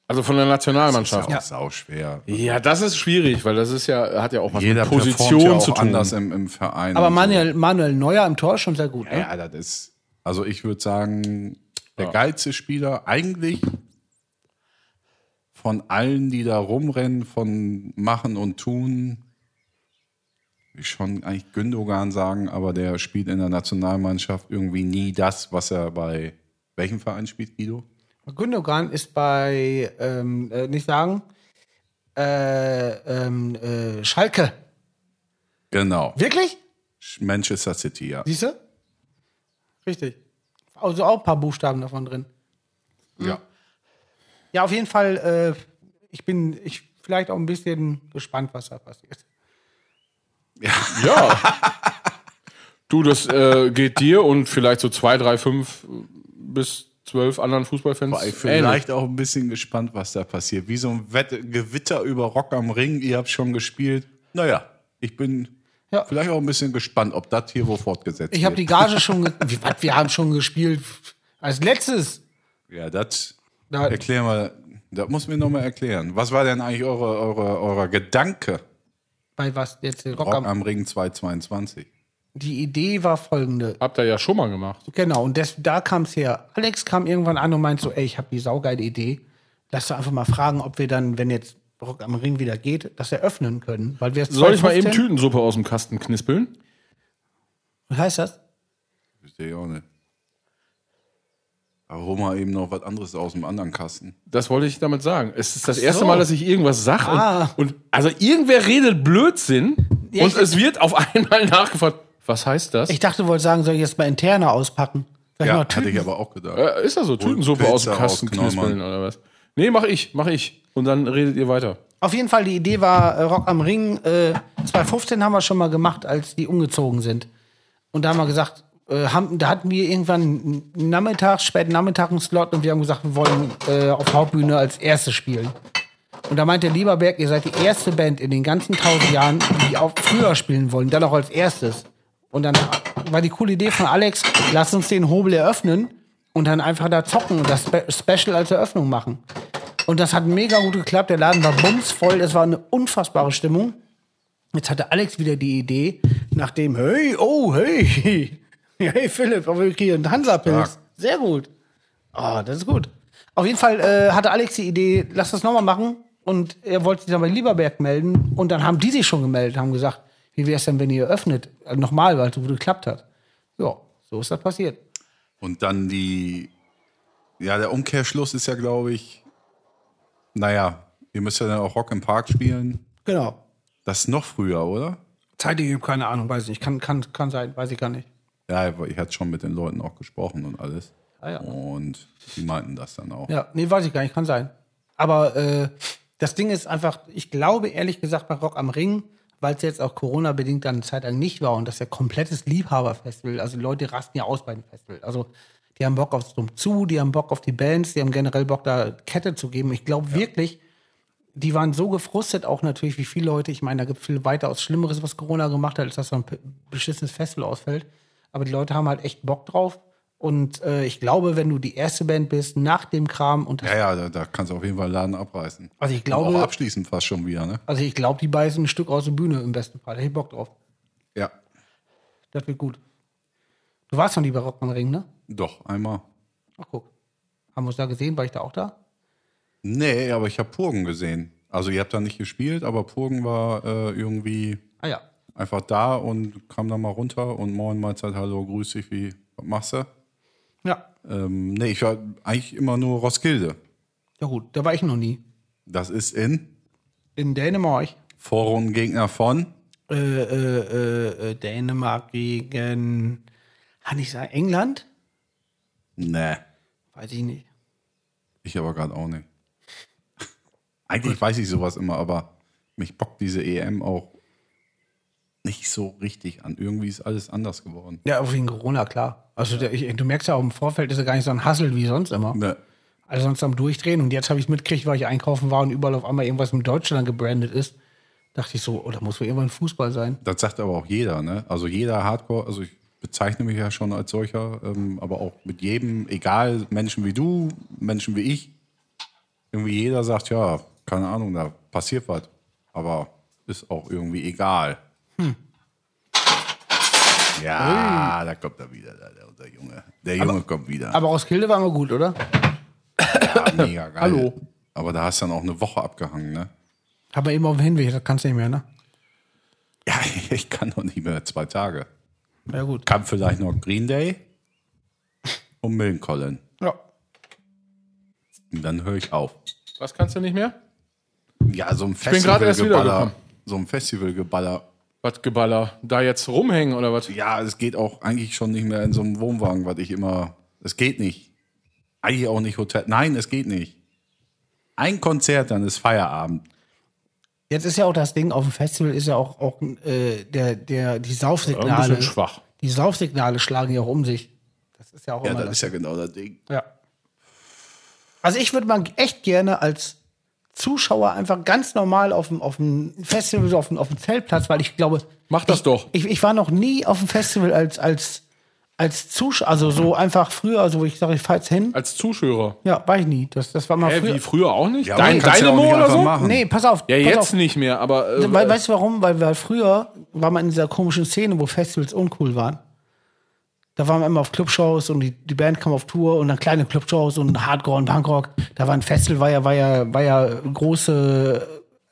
[SPEAKER 3] Also von der Nationalmannschaft.
[SPEAKER 1] Ist ja auch sau schwer.
[SPEAKER 3] Ja, das ist schwierig, weil das ist ja hat ja auch was
[SPEAKER 1] Jeder
[SPEAKER 3] mit
[SPEAKER 1] performt
[SPEAKER 3] Position
[SPEAKER 1] ja auch
[SPEAKER 3] zu tun.
[SPEAKER 1] anders im, im Verein.
[SPEAKER 2] Aber
[SPEAKER 1] und so.
[SPEAKER 2] Manuel, Manuel Neuer im Tor ist schon sehr gut, ne?
[SPEAKER 1] Ja, das ist. Also ich würde sagen, der geilste Spieler eigentlich von allen, die da rumrennen, von machen und tun, würde ich schon eigentlich Gündogan sagen, aber der spielt in der Nationalmannschaft irgendwie nie das, was er bei welchem Verein spielt, Guido?
[SPEAKER 2] Gündogan ist bei, ähm, äh, nicht sagen, äh, ähm, äh, Schalke.
[SPEAKER 1] Genau.
[SPEAKER 2] Wirklich?
[SPEAKER 1] Manchester City, ja.
[SPEAKER 2] Siehst du? Richtig. Also auch ein paar Buchstaben davon drin.
[SPEAKER 1] ja.
[SPEAKER 2] Ja, auf jeden Fall, äh, ich bin, ich vielleicht auch ein bisschen gespannt, was da passiert.
[SPEAKER 3] Ja. du, das äh, geht dir und vielleicht so zwei, drei, fünf bis zwölf anderen Fußballfans.
[SPEAKER 1] Ich bin
[SPEAKER 3] ähnlich.
[SPEAKER 1] vielleicht auch ein bisschen gespannt, was da passiert. Wie so ein Wett Gewitter über Rock am Ring. Ihr habt schon gespielt. Naja, ich bin
[SPEAKER 2] Ja.
[SPEAKER 1] vielleicht auch ein bisschen gespannt, ob das hier wo fortgesetzt
[SPEAKER 2] Ich habe die
[SPEAKER 1] wird.
[SPEAKER 2] Gage schon. Ge Wie, was, wir haben schon gespielt. Als letztes.
[SPEAKER 1] Ja, das
[SPEAKER 2] Da-
[SPEAKER 1] erklär mal. Das muss mir nochmal erklären. Was war denn eigentlich eure, eure, eure Gedanke?
[SPEAKER 2] Bei was jetzt? den Rock
[SPEAKER 1] Rock
[SPEAKER 2] am,
[SPEAKER 1] am Ring 222.
[SPEAKER 2] die Idee war folgende.
[SPEAKER 3] Habt ihr ja schon mal gemacht.
[SPEAKER 2] Genau, und das, da kam es her. Alex kam irgendwann an und meinte so, ey, ich habe die saugeile Idee. Lass doch einfach mal fragen, ob wir dann, wenn jetzt Rock am Ring wieder geht, das eröffnen können. Weil wir es
[SPEAKER 3] Soll ich mal eben
[SPEAKER 2] 2015
[SPEAKER 3] Tütensuppe aus dem Kasten knispeln?
[SPEAKER 2] Was heißt das?
[SPEAKER 1] Verstehe ich auch nicht. Aber hol mal eben noch was anderes aus dem anderen Kasten.
[SPEAKER 3] Das wollte ich damit sagen. Es ist das
[SPEAKER 2] Ach
[SPEAKER 3] erste
[SPEAKER 2] so.
[SPEAKER 3] Mal, dass ich irgendwas sage.
[SPEAKER 2] Ah.
[SPEAKER 3] Und, und also irgendwer redet Blödsinn
[SPEAKER 2] Ja,
[SPEAKER 3] und
[SPEAKER 2] ich-
[SPEAKER 3] es wird auf einmal nachgefragt. Was heißt das?
[SPEAKER 2] Ich dachte, du wolltest sagen, soll ich jetzt mal interner auspacken? Soll ich
[SPEAKER 1] Ja,
[SPEAKER 2] mal
[SPEAKER 1] hatte ich
[SPEAKER 2] Tüten-
[SPEAKER 1] aber auch gedacht.
[SPEAKER 3] Äh, ist das so? Tütensuppe
[SPEAKER 1] Pilze
[SPEAKER 3] aus dem Kasten
[SPEAKER 1] ausknobbern.
[SPEAKER 3] knispeln oder was? Nee, mach ich, mach ich. Und dann redet ihr weiter.
[SPEAKER 2] Auf jeden Fall, die Idee war äh, Rock am Ring. Äh, 2015 haben wir schon mal gemacht, als die umgezogen sind. Und da haben wir gesagt, äh, haben, da hatten wir irgendwann einen Nachmittag, späten Nachmittag einen Slot und wir haben gesagt, wir wollen äh, auf Hauptbühne als Erste spielen. Und da meinte Lieberberg, ihr seid die erste Band in den ganzen tausend Jahren, die auch früher spielen wollen, dann auch als erstes. Und dann war die coole Idee von Alex, lass uns den Hobel eröffnen und dann einfach da zocken und das Spe Special als Eröffnung machen. Und das hat mega gut geklappt. Der Laden war bumsvoll. Es war eine unfassbare Stimmung. Jetzt hatte Alex wieder die Idee, nachdem, hey, oh, hey, hey, Philipp, aber wir kriegen Hansa-Pilz.
[SPEAKER 1] Stark.
[SPEAKER 2] Sehr gut. Ah, das ist gut. Auf jeden Fall äh, hatte Alex die Idee, lass das nochmal machen. Und er wollte sich dann bei Lieberberg melden. Und dann haben die sich schon gemeldet, haben gesagt, wie wäre es denn, wenn ihr öffnet? Äh, Nochmal, weil es so gut geklappt hat. Ja, so ist das passiert.
[SPEAKER 1] Und dann die. Ja, der Umkehrschluss ist ja, glaube ich. Naja, ihr müsst ja dann auch Rock im Park spielen.
[SPEAKER 2] Genau.
[SPEAKER 1] Das ist noch früher, oder?
[SPEAKER 2] Zeit, ich habe keine Ahnung, weiß ich nicht. Kann, kann, kann sein, weiß ich gar nicht.
[SPEAKER 1] Ja, ich hatte schon mit den Leuten auch gesprochen und alles.
[SPEAKER 2] Ah, ja.
[SPEAKER 1] Und die meinten das dann auch.
[SPEAKER 2] Ja, nee, weiß ich gar nicht, kann sein. Aber äh, das Ding ist einfach, ich glaube ehrlich gesagt bei Rock am Ring, weil es jetzt auch Corona-bedingt dann eine Zeit lang nicht war und das ist ja komplettes Liebhaberfestival. Also die Leute rasten ja aus bei dem Festival. Also die haben Bock aufs Drum zu, die haben Bock auf die Bands, die haben generell Bock, da Kette zu geben. Ich glaube wirklich, die waren so gefrustet auch natürlich, wie viele Leute. Ich meine, da gibt es viel weitaus Schlimmeres, was Corona gemacht hat, als dass so ein p- beschissenes Festival ausfällt. Aber die Leute haben halt echt Bock drauf. Und äh, ich glaube, wenn du die erste Band bist, nach dem Kram und das
[SPEAKER 1] Ja, ja, da, da kannst du auf jeden Fall den Laden abreißen.
[SPEAKER 2] Also ich
[SPEAKER 1] Und auch
[SPEAKER 2] glaube,
[SPEAKER 1] abschließend fast schon wieder, ne?
[SPEAKER 2] also ich glaube, die beißen ein Stück aus der Bühne im besten Fall. Da hätte ich Bock drauf.
[SPEAKER 1] Ja.
[SPEAKER 2] Das wird gut. Du warst noch nie bei Rock am Ring, ne?
[SPEAKER 1] Doch, einmal.
[SPEAKER 2] Ach guck. Haben wir uns da gesehen? War ich da auch da?
[SPEAKER 1] Nee, aber ich habe Purgen gesehen. Also ihr habt da nicht gespielt, aber Purgen war äh, irgendwie
[SPEAKER 2] Ah ja.
[SPEAKER 1] einfach da und kam dann mal runter und moin, Mahlzeit, hallo, grüß dich, wie, was machst du?
[SPEAKER 2] Ja.
[SPEAKER 1] Ähm, nee, ich war eigentlich immer nur Roskilde.
[SPEAKER 2] Ja gut, da war ich noch nie.
[SPEAKER 1] Das ist in
[SPEAKER 2] In Dänemark.
[SPEAKER 1] Vorrundengegner von
[SPEAKER 2] Äh, äh, äh, äh, Dänemark gegen. Kann ich sagen, England?
[SPEAKER 1] Nee.
[SPEAKER 2] Weiß ich nicht.
[SPEAKER 1] Ich aber gerade auch nicht. Eigentlich weiß ich sowas immer, aber mich bockt diese EM auch nicht so richtig an. Irgendwie ist alles anders geworden.
[SPEAKER 2] Ja, auch wegen Corona, klar. Also der, ich, du merkst ja auch im Vorfeld ist ja gar nicht so ein Hassel wie sonst immer.
[SPEAKER 1] Nee.
[SPEAKER 2] Also sonst am Durchdrehen. Und jetzt habe ich es mitgekriegt, weil ich einkaufen war und überall auf einmal irgendwas in Deutschland gebrandet ist. Dachte ich so, oh, da muss wohl irgendwann Fußball sein.
[SPEAKER 1] Das sagt aber auch jeder, ne? Also jeder Hardcore, also ich bezeichne mich ja schon als solcher, ähm, aber auch mit jedem, egal, Menschen wie du, Menschen wie ich, irgendwie jeder sagt, ja, keine Ahnung, da passiert was. Aber ist auch irgendwie egal.
[SPEAKER 2] Hm.
[SPEAKER 1] Ja, da kommt er wieder, der, der, der Junge. Der Junge kommt wieder.
[SPEAKER 2] Aber Roskilde war immer gut, oder?
[SPEAKER 1] ja, mega geil.
[SPEAKER 3] Hallo.
[SPEAKER 1] Aber da hast du dann auch eine Woche abgehangen, ne?
[SPEAKER 2] Haben wir eben auf dem Hinweg, das kannst du nicht mehr, ne?
[SPEAKER 1] Ja, ich kann doch nicht mehr zwei Tage.
[SPEAKER 2] Ja, gut.
[SPEAKER 1] Kam vielleicht noch Green Day und Millencolin.
[SPEAKER 2] Ja.
[SPEAKER 1] Und dann höre ich auf.
[SPEAKER 3] Was kannst du nicht mehr?
[SPEAKER 1] Ja, so ein
[SPEAKER 3] bin gerade erst
[SPEAKER 1] Festivalgeballer.
[SPEAKER 3] wiedergekommen.
[SPEAKER 1] So ein Festivalgeballer.
[SPEAKER 3] Was Geballer? Da jetzt rumhängen oder was?
[SPEAKER 1] Ja, es geht auch eigentlich schon nicht mehr in so einem Wohnwagen, was ich immer. Es geht nicht. Eigentlich auch nicht Hotel. Nein, es geht nicht. Ein Konzert, dann ist Feierabend.
[SPEAKER 2] Jetzt ist ja auch das Ding auf dem Festival ist ja auch, auch äh, der, der, die
[SPEAKER 3] Ein bisschen
[SPEAKER 2] Saufsignale.
[SPEAKER 3] schwach.
[SPEAKER 2] Die Saufsignale schlagen ja auch um sich. Das ist ja auch
[SPEAKER 1] Ja,
[SPEAKER 2] immer
[SPEAKER 1] das ist ja genau das Ding.
[SPEAKER 2] Ja. Also ich würde mal echt gerne als Zuschauer einfach ganz normal auf dem, auf dem Festival, so auf dem, auf dem Zeltplatz, weil ich glaube,
[SPEAKER 3] Mach das doch.
[SPEAKER 2] ich, ich war noch nie auf dem Festival als, als, als Zuschauer, also so einfach früher, also wo ich sage, ich fahr jetzt hin.
[SPEAKER 3] Als Zuschauer.
[SPEAKER 2] Ja, war ich nie. Das, das war mal
[SPEAKER 3] Hä, wie
[SPEAKER 2] früher.
[SPEAKER 3] früher auch nicht?
[SPEAKER 1] aber
[SPEAKER 3] Dein,
[SPEAKER 1] das kannst du
[SPEAKER 3] deine
[SPEAKER 1] ja auch nicht
[SPEAKER 3] Mo oder
[SPEAKER 1] einfach
[SPEAKER 3] so?
[SPEAKER 1] machen.
[SPEAKER 2] Nee, pass auf.
[SPEAKER 3] Ja,
[SPEAKER 2] pass
[SPEAKER 3] jetzt
[SPEAKER 2] auf.
[SPEAKER 3] nicht mehr, aber. Äh,
[SPEAKER 2] We weißt du warum? Weil wir früher war man in dieser komischen Szene, wo Festivals uncool waren. Da waren wir immer auf Clubshows und die, die Band kam auf Tour und dann kleine Clubshows und Hardcore und Punkrock. Da war ein Festival, war ja, war ja, war ja große,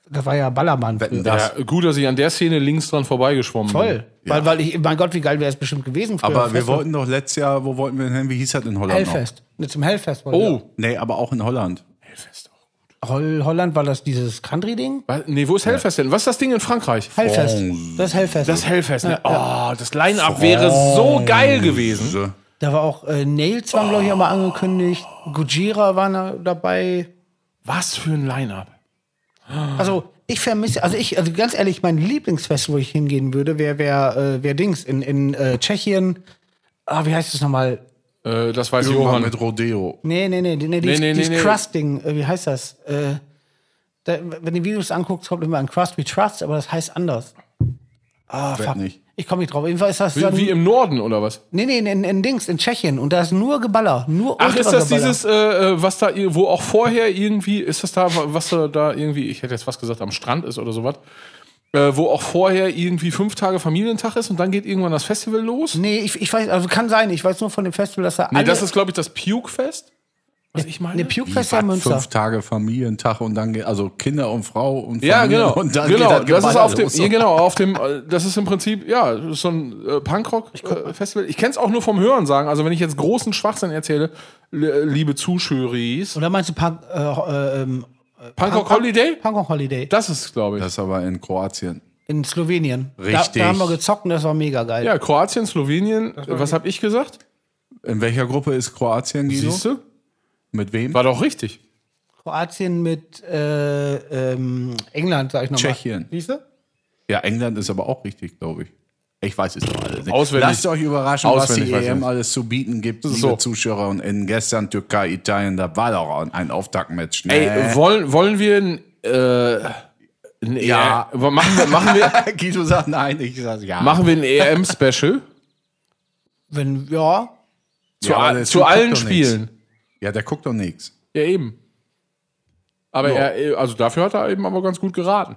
[SPEAKER 2] das war ja Ballermann.
[SPEAKER 1] Wetten
[SPEAKER 2] früher.
[SPEAKER 1] das.
[SPEAKER 3] ja, gut, dass ich an der Szene links dran vorbeigeschwommen bin.
[SPEAKER 2] Voll. Weil, weil ich, mein Gott, wie geil wäre es bestimmt gewesen früher.
[SPEAKER 1] Aber
[SPEAKER 2] ein
[SPEAKER 1] wir
[SPEAKER 2] Festival.
[SPEAKER 1] wollten doch letztes Jahr, wo wollten wir denn hin? Wie hieß das in Holland?
[SPEAKER 2] Hellfest. Ne, zum Hellfest wollte
[SPEAKER 3] Oh.
[SPEAKER 1] Noch? Nee, aber auch in
[SPEAKER 3] Hm?
[SPEAKER 1] Holland.
[SPEAKER 2] Holl Holland war das dieses Country-Ding?
[SPEAKER 3] Was? Nee, wo ist Hellfest denn? Was ist das Ding in Frankreich?
[SPEAKER 2] Hellfest.
[SPEAKER 1] Oh.
[SPEAKER 2] Das Hellfest.
[SPEAKER 3] Das Hellfest, ne? Oh, das Line-Up wäre so geil gewesen.
[SPEAKER 1] So.
[SPEAKER 2] da war auch äh, Nails waren, glaube ich,
[SPEAKER 1] Oh.
[SPEAKER 2] auch mal angekündigt. Gujira waren da dabei.
[SPEAKER 3] Was für ein Line-Up.
[SPEAKER 2] Also ich vermisse, also ich, also ganz ehrlich, mein Lieblingsfest, wo ich hingehen würde, wäre wär, äh, wär Dings in, in äh, Tschechien. Ah, wie heißt das nochmal?
[SPEAKER 3] Äh, das weiß
[SPEAKER 1] Johann
[SPEAKER 3] Johann.
[SPEAKER 1] mit Rodeo.
[SPEAKER 2] Nee, nee, nee, nee, nee, dieses,
[SPEAKER 3] nee,
[SPEAKER 2] dieses
[SPEAKER 3] nee.
[SPEAKER 2] Crust-Ding, äh, wie heißt das? Äh, da, wenn du Videos anguckst, kommt immer ein Crust wie Trust, aber das heißt anders. Ah, fuck.
[SPEAKER 1] nicht.
[SPEAKER 2] Ich komme nicht drauf. Jedenfalls ist das dann,
[SPEAKER 3] Wie, wie im Norden oder was?
[SPEAKER 2] nee, nee, in, in Dings, in Tschechien. Und da ist nur Geballer, nur
[SPEAKER 3] Ach, ist das
[SPEAKER 2] Ultrageballer.
[SPEAKER 3] dieses, äh, äh, was da, ir- wo auch vorher irgendwie, ist das da, was da- da irgendwie, ich hätte jetzt was gesagt, am Strand ist oder sowas, äh, wo auch vorher irgendwie fünf Tage Familientag ist und dann geht irgendwann das Festival
[SPEAKER 1] Hm.
[SPEAKER 3] los?
[SPEAKER 2] Nee, ich, ich weiß, also kann sein, ich weiß nur von dem Festival, dass da
[SPEAKER 3] Nee, das ist, glaube ich, das Puke-Fest, was ich meine.
[SPEAKER 2] eine
[SPEAKER 1] Was?
[SPEAKER 2] Puke-Fest in Münster.
[SPEAKER 1] Fünf Tage Familientag und dann geht, also Kinder und Frau und Familie
[SPEAKER 3] ja, genau.
[SPEAKER 1] und dann
[SPEAKER 3] genau,
[SPEAKER 1] geht das,
[SPEAKER 3] das ist
[SPEAKER 1] Geballer
[SPEAKER 3] auf dem,
[SPEAKER 1] los.
[SPEAKER 3] ja, genau, auf dem, äh, das ist im Prinzip, ja, das ist so ein äh, Punkrock-Festival. Ich kenne es auch nur vom Hören sagen, also wenn ich jetzt großen Schwachsinn erzähle, li- liebe Zuschöris,
[SPEAKER 2] Oder meinst du Punk, äh, ho- äh, ähm,
[SPEAKER 3] Punkrock Holiday,
[SPEAKER 2] Punkrock Holiday?
[SPEAKER 3] das ist, glaube ich.
[SPEAKER 1] Das ist aber in Kroatien.
[SPEAKER 2] In Slowenien. Da,
[SPEAKER 1] Richtig.
[SPEAKER 2] da haben wir gezockt und das war mega geil.
[SPEAKER 3] Ja, Kroatien, Slowenien, äh, was habe ich gesagt?
[SPEAKER 1] In welcher Gruppe ist Kroatien, Guido?
[SPEAKER 3] Siehst du?
[SPEAKER 1] Mit wem?
[SPEAKER 3] War doch richtig.
[SPEAKER 2] Kroatien mit äh, ähm, England, sag ich nochmal.
[SPEAKER 1] Tschechien.
[SPEAKER 2] Siehst du?
[SPEAKER 1] Ja, England ist aber auch richtig, glaube ich. Ich weiß es doch alles nicht.
[SPEAKER 3] Auswendig.
[SPEAKER 1] Lasst euch überraschen,
[SPEAKER 3] Auswendig
[SPEAKER 1] was
[SPEAKER 3] weiß
[SPEAKER 1] die
[SPEAKER 3] ich
[SPEAKER 1] EM
[SPEAKER 3] nicht.
[SPEAKER 1] alles zu bieten gibt, liebe
[SPEAKER 3] so.
[SPEAKER 1] Zuschauer. Und in gestern Türkei, Italien, da war doch auch ein Auftaktmatch. Ne?
[SPEAKER 3] Ey, wollen, wollen wir ein, äh, ein
[SPEAKER 1] Ja.
[SPEAKER 3] EM, machen wir, machen wir,
[SPEAKER 1] Guido sagt nein, ich sag ja.
[SPEAKER 3] machen wir ein E EM-Special
[SPEAKER 2] Wenn, ja.
[SPEAKER 3] zu,
[SPEAKER 1] Ja,
[SPEAKER 3] a-
[SPEAKER 1] aber der
[SPEAKER 3] zu
[SPEAKER 1] Typ guckt
[SPEAKER 3] allen
[SPEAKER 1] doch
[SPEAKER 3] Spielen.
[SPEAKER 1] Ja, der guckt doch nichts.
[SPEAKER 3] Ja, eben. Aber er, also dafür hat er eben aber ganz gut geraten.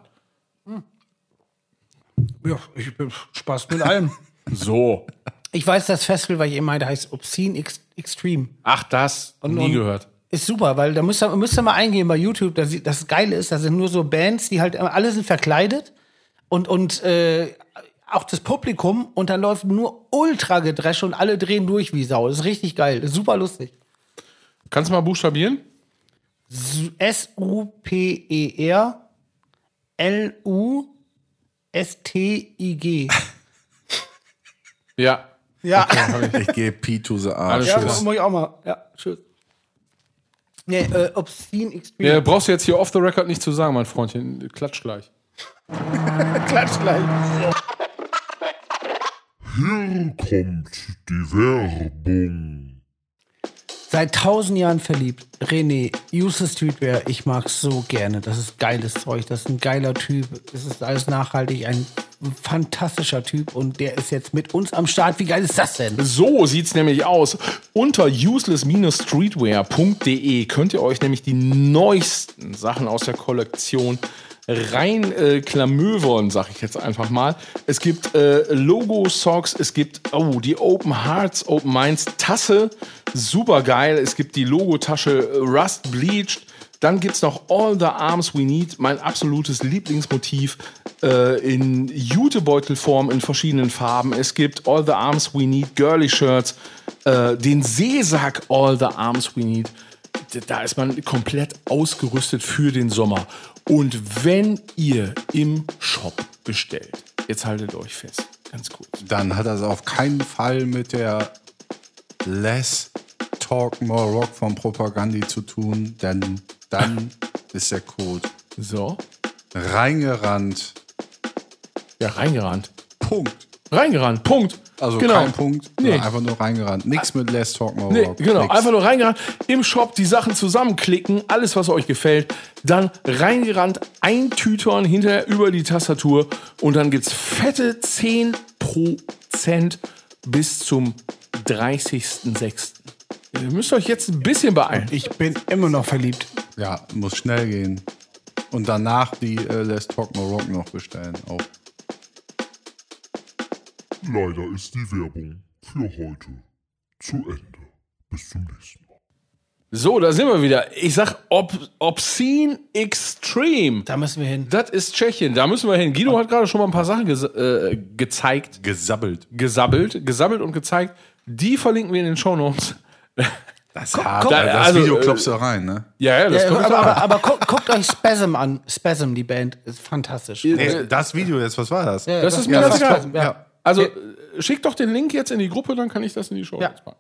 [SPEAKER 2] Ja, ich bin Spaß mit allem.
[SPEAKER 3] So.
[SPEAKER 2] ich weiß, das Festival, weil ich eben meinte, heißt Obscene Ex Extreme.
[SPEAKER 3] Ach, das nie
[SPEAKER 2] und-
[SPEAKER 3] gehört.
[SPEAKER 2] Ist super, weil da müsst ihr, müsst ihr mal eingehen bei YouTube, dass sie- das Geile ist, da sind nur so Bands, die halt äh, alle sind verkleidet und, und äh, auch das Publikum und dann läuft nur ultra gedresche und alle drehen durch wie Sau. Das ist richtig geil, das ist super lustig.
[SPEAKER 3] Kannst du mal buchstabieren?
[SPEAKER 2] S-U-P-E-R L-U-S-T-I-G.
[SPEAKER 3] Ja.
[SPEAKER 2] Ja,
[SPEAKER 1] Ich gehe Pi to the
[SPEAKER 3] Alles
[SPEAKER 1] Arsch.
[SPEAKER 2] ja
[SPEAKER 3] tschüss.
[SPEAKER 2] muss muss ich auch mal. Ja, tschüss. Nee, äh, Obscene Extreme.
[SPEAKER 3] Ja, brauchst du jetzt hier off the record nicht zu sagen, mein Freundchen. Klatsch gleich.
[SPEAKER 2] Klatsch gleich.
[SPEAKER 5] Hier kommt die Werbung.
[SPEAKER 2] Seit tausend Jahren verliebt. René, uses Streetwear. Ich mag's so gerne. Das ist geiles Zeug. Das ist ein geiler Typ. Es ist alles nachhaltig. Ein fantastischer Typ. Und der ist jetzt mit uns am Start. Wie geil ist das denn?
[SPEAKER 3] So sieht's nämlich aus. Unter useless-streetwear.de könnt ihr euch nämlich die neuesten Sachen aus der Kollektion rein äh, klamövern, sag ich jetzt einfach mal. Es gibt äh, Logo-Socks, es gibt oh, die Open Hearts, Open Minds Tasse, super geil. Es gibt die Logotasche äh, Rust Bleached. Dann gibt's noch All the Arms We Need, mein absolutes Lieblingsmotiv äh, in Jutebeutelform in verschiedenen Farben. Es gibt All the Arms We Need Girly Shirts, äh, den Seesack All the Arms We Need. D- Da ist man komplett ausgerüstet für den Sommer. Und wenn ihr im Shop bestellt, jetzt haltet euch fest, ganz kurz.
[SPEAKER 1] Dann hat er es auf keinen Fall mit der Less Talk More Rock von Propagandi zu tun, denn dann ist der Code
[SPEAKER 3] So,
[SPEAKER 1] Reingerannt.
[SPEAKER 3] Ja, reingerannt.
[SPEAKER 1] Punkt.
[SPEAKER 3] Reingerannt, Punkt.
[SPEAKER 1] Also
[SPEAKER 3] genau.
[SPEAKER 1] kein Punkt.
[SPEAKER 3] Nee.
[SPEAKER 1] sondern Einfach nur reingerannt. Nix mit Less Talk No
[SPEAKER 3] Nee,
[SPEAKER 1] Rock.
[SPEAKER 3] genau,
[SPEAKER 1] Nix.
[SPEAKER 3] einfach nur reingerannt. Im Shop die Sachen zusammenklicken, alles, was euch gefällt. Dann reingerannt, eintütern, hinterher über die Tastatur. Und dann gibt's fette 10% bis zum 30.06. Ihr müsst euch jetzt ein bisschen beeilen.
[SPEAKER 2] Ich bin immer noch verliebt.
[SPEAKER 1] Ja, muss schnell gehen. Und danach die äh, Let's Talk No Rock noch bestellen. Oh, Auch.
[SPEAKER 5] Leider ist die Werbung für heute zu Ende. Bis zum nächsten Mal.
[SPEAKER 3] So, da sind wir wieder. Ich sag ob, Obscene Extreme.
[SPEAKER 2] Da müssen wir hin.
[SPEAKER 3] Das ist Tschechien, da müssen wir hin. Guido hat gerade schon mal ein paar Sachen ges äh, gezeigt.
[SPEAKER 1] Gesabbelt.
[SPEAKER 3] gesabbelt, gesammelt und gezeigt. Die verlinken wir in den Shownotes.
[SPEAKER 1] Das, ist hart.
[SPEAKER 3] komm.
[SPEAKER 1] das
[SPEAKER 3] Also,
[SPEAKER 1] Video
[SPEAKER 3] äh,
[SPEAKER 1] klopfst du rein, ne?
[SPEAKER 3] Ja, ja, das
[SPEAKER 2] Ja,
[SPEAKER 3] kommt
[SPEAKER 2] aber
[SPEAKER 3] aber,
[SPEAKER 2] aber, aber guckt, guckt euch Spasm an. Spasm, die Band, ist fantastisch.
[SPEAKER 1] Nee, das Video jetzt, was war das?
[SPEAKER 2] Ja,
[SPEAKER 3] das ist mir ganz
[SPEAKER 2] war
[SPEAKER 3] egal.
[SPEAKER 2] Spasm, ja.
[SPEAKER 3] Also äh, schick doch den Link jetzt in die Gruppe, dann kann ich das in die Shownotes
[SPEAKER 2] Ja.
[SPEAKER 3] packen.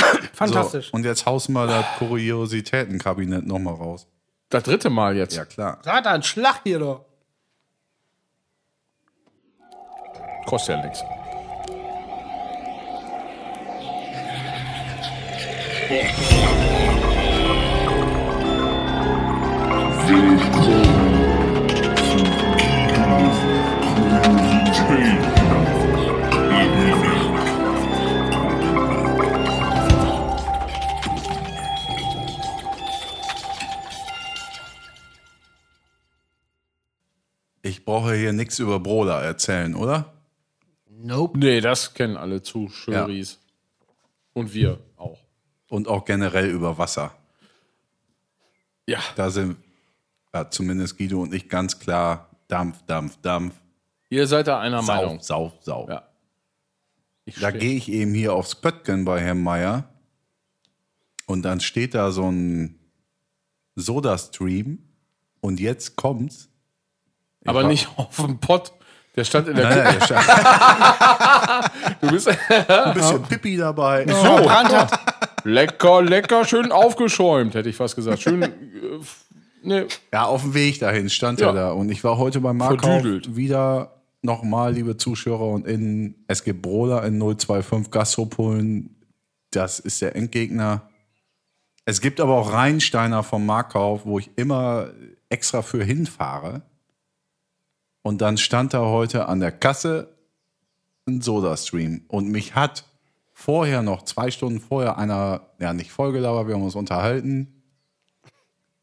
[SPEAKER 1] so,
[SPEAKER 2] Fantastisch.
[SPEAKER 1] und jetzt haust du mal das Kuriositätenkabinett nochmal raus.
[SPEAKER 3] Das dritte Mal jetzt.
[SPEAKER 1] Ja, klar.
[SPEAKER 2] Satan, Schlag hier doch.
[SPEAKER 3] Kostet ja nichts.
[SPEAKER 5] Willkommen zu
[SPEAKER 1] Ich brauche hier nichts über Brola erzählen, oder?
[SPEAKER 2] Nope.
[SPEAKER 3] Nee, das kennen alle Zuschaueris. Und wir auch.
[SPEAKER 1] Und auch generell über Wasser.
[SPEAKER 3] Ja.
[SPEAKER 1] Da sind ja, zumindest Guido und ich ganz klar Dampf, Dampf, Dampf,
[SPEAKER 3] Ihr seid da einer
[SPEAKER 1] Sau,
[SPEAKER 3] Meinung.
[SPEAKER 1] Sau, Sau.
[SPEAKER 3] Ja. Ich
[SPEAKER 1] Da
[SPEAKER 3] steh-
[SPEAKER 1] gehe ich eben hier aufs Pöttgen bei Herrn Meier und dann steht da so ein Soda-Stream und jetzt kommt's.
[SPEAKER 3] aber
[SPEAKER 1] hab-
[SPEAKER 3] nicht auf dem Pott. Der stand in der
[SPEAKER 1] Nein, nein, da ist
[SPEAKER 3] Du bist
[SPEAKER 1] ein bisschen Pipi dabei.
[SPEAKER 3] so. Lecker, lecker, schön aufgeschäumt, hätte ich fast gesagt. Schön. Äh, f- nee,
[SPEAKER 1] Ja, auf dem Weg dahin stand
[SPEAKER 3] Ja.
[SPEAKER 1] er da. Und ich war heute beim Marktkauf
[SPEAKER 3] Verdüdelt.
[SPEAKER 1] wieder nochmal, liebe Zuschauer und innen. Es gibt Brola in 025 Gastropolen. Das ist der Endgegner. Es gibt aber auch Rheinsteiner vom Marktkauf, wo ich immer extra für hinfahre. Und dann stand da heute an der Kasse ein Soda-Stream. Und mich hat vorher noch, zwei Stunden vorher, einer, ja nicht vollgelabert, wir haben uns unterhalten,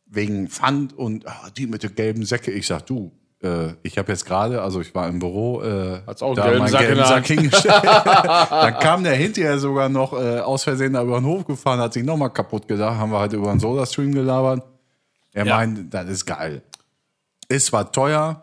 [SPEAKER 1] wegen Pfand und ah, die mit den gelben Säcke. Ich sag, du, äh, ich habe jetzt gerade, also ich war im Büro, äh,
[SPEAKER 3] Hat's auch einen
[SPEAKER 1] da
[SPEAKER 3] gelben
[SPEAKER 1] meinen
[SPEAKER 3] Sack in der Hand.
[SPEAKER 1] hingestellt. dann kam der hinterher sogar noch äh, aus Versehen da über den Hof gefahren, hat sich nochmal kaputt gedacht, haben wir halt über einen Soda-Stream gelabert. Er
[SPEAKER 3] Ja.
[SPEAKER 1] meint, das ist geil. Es war teuer.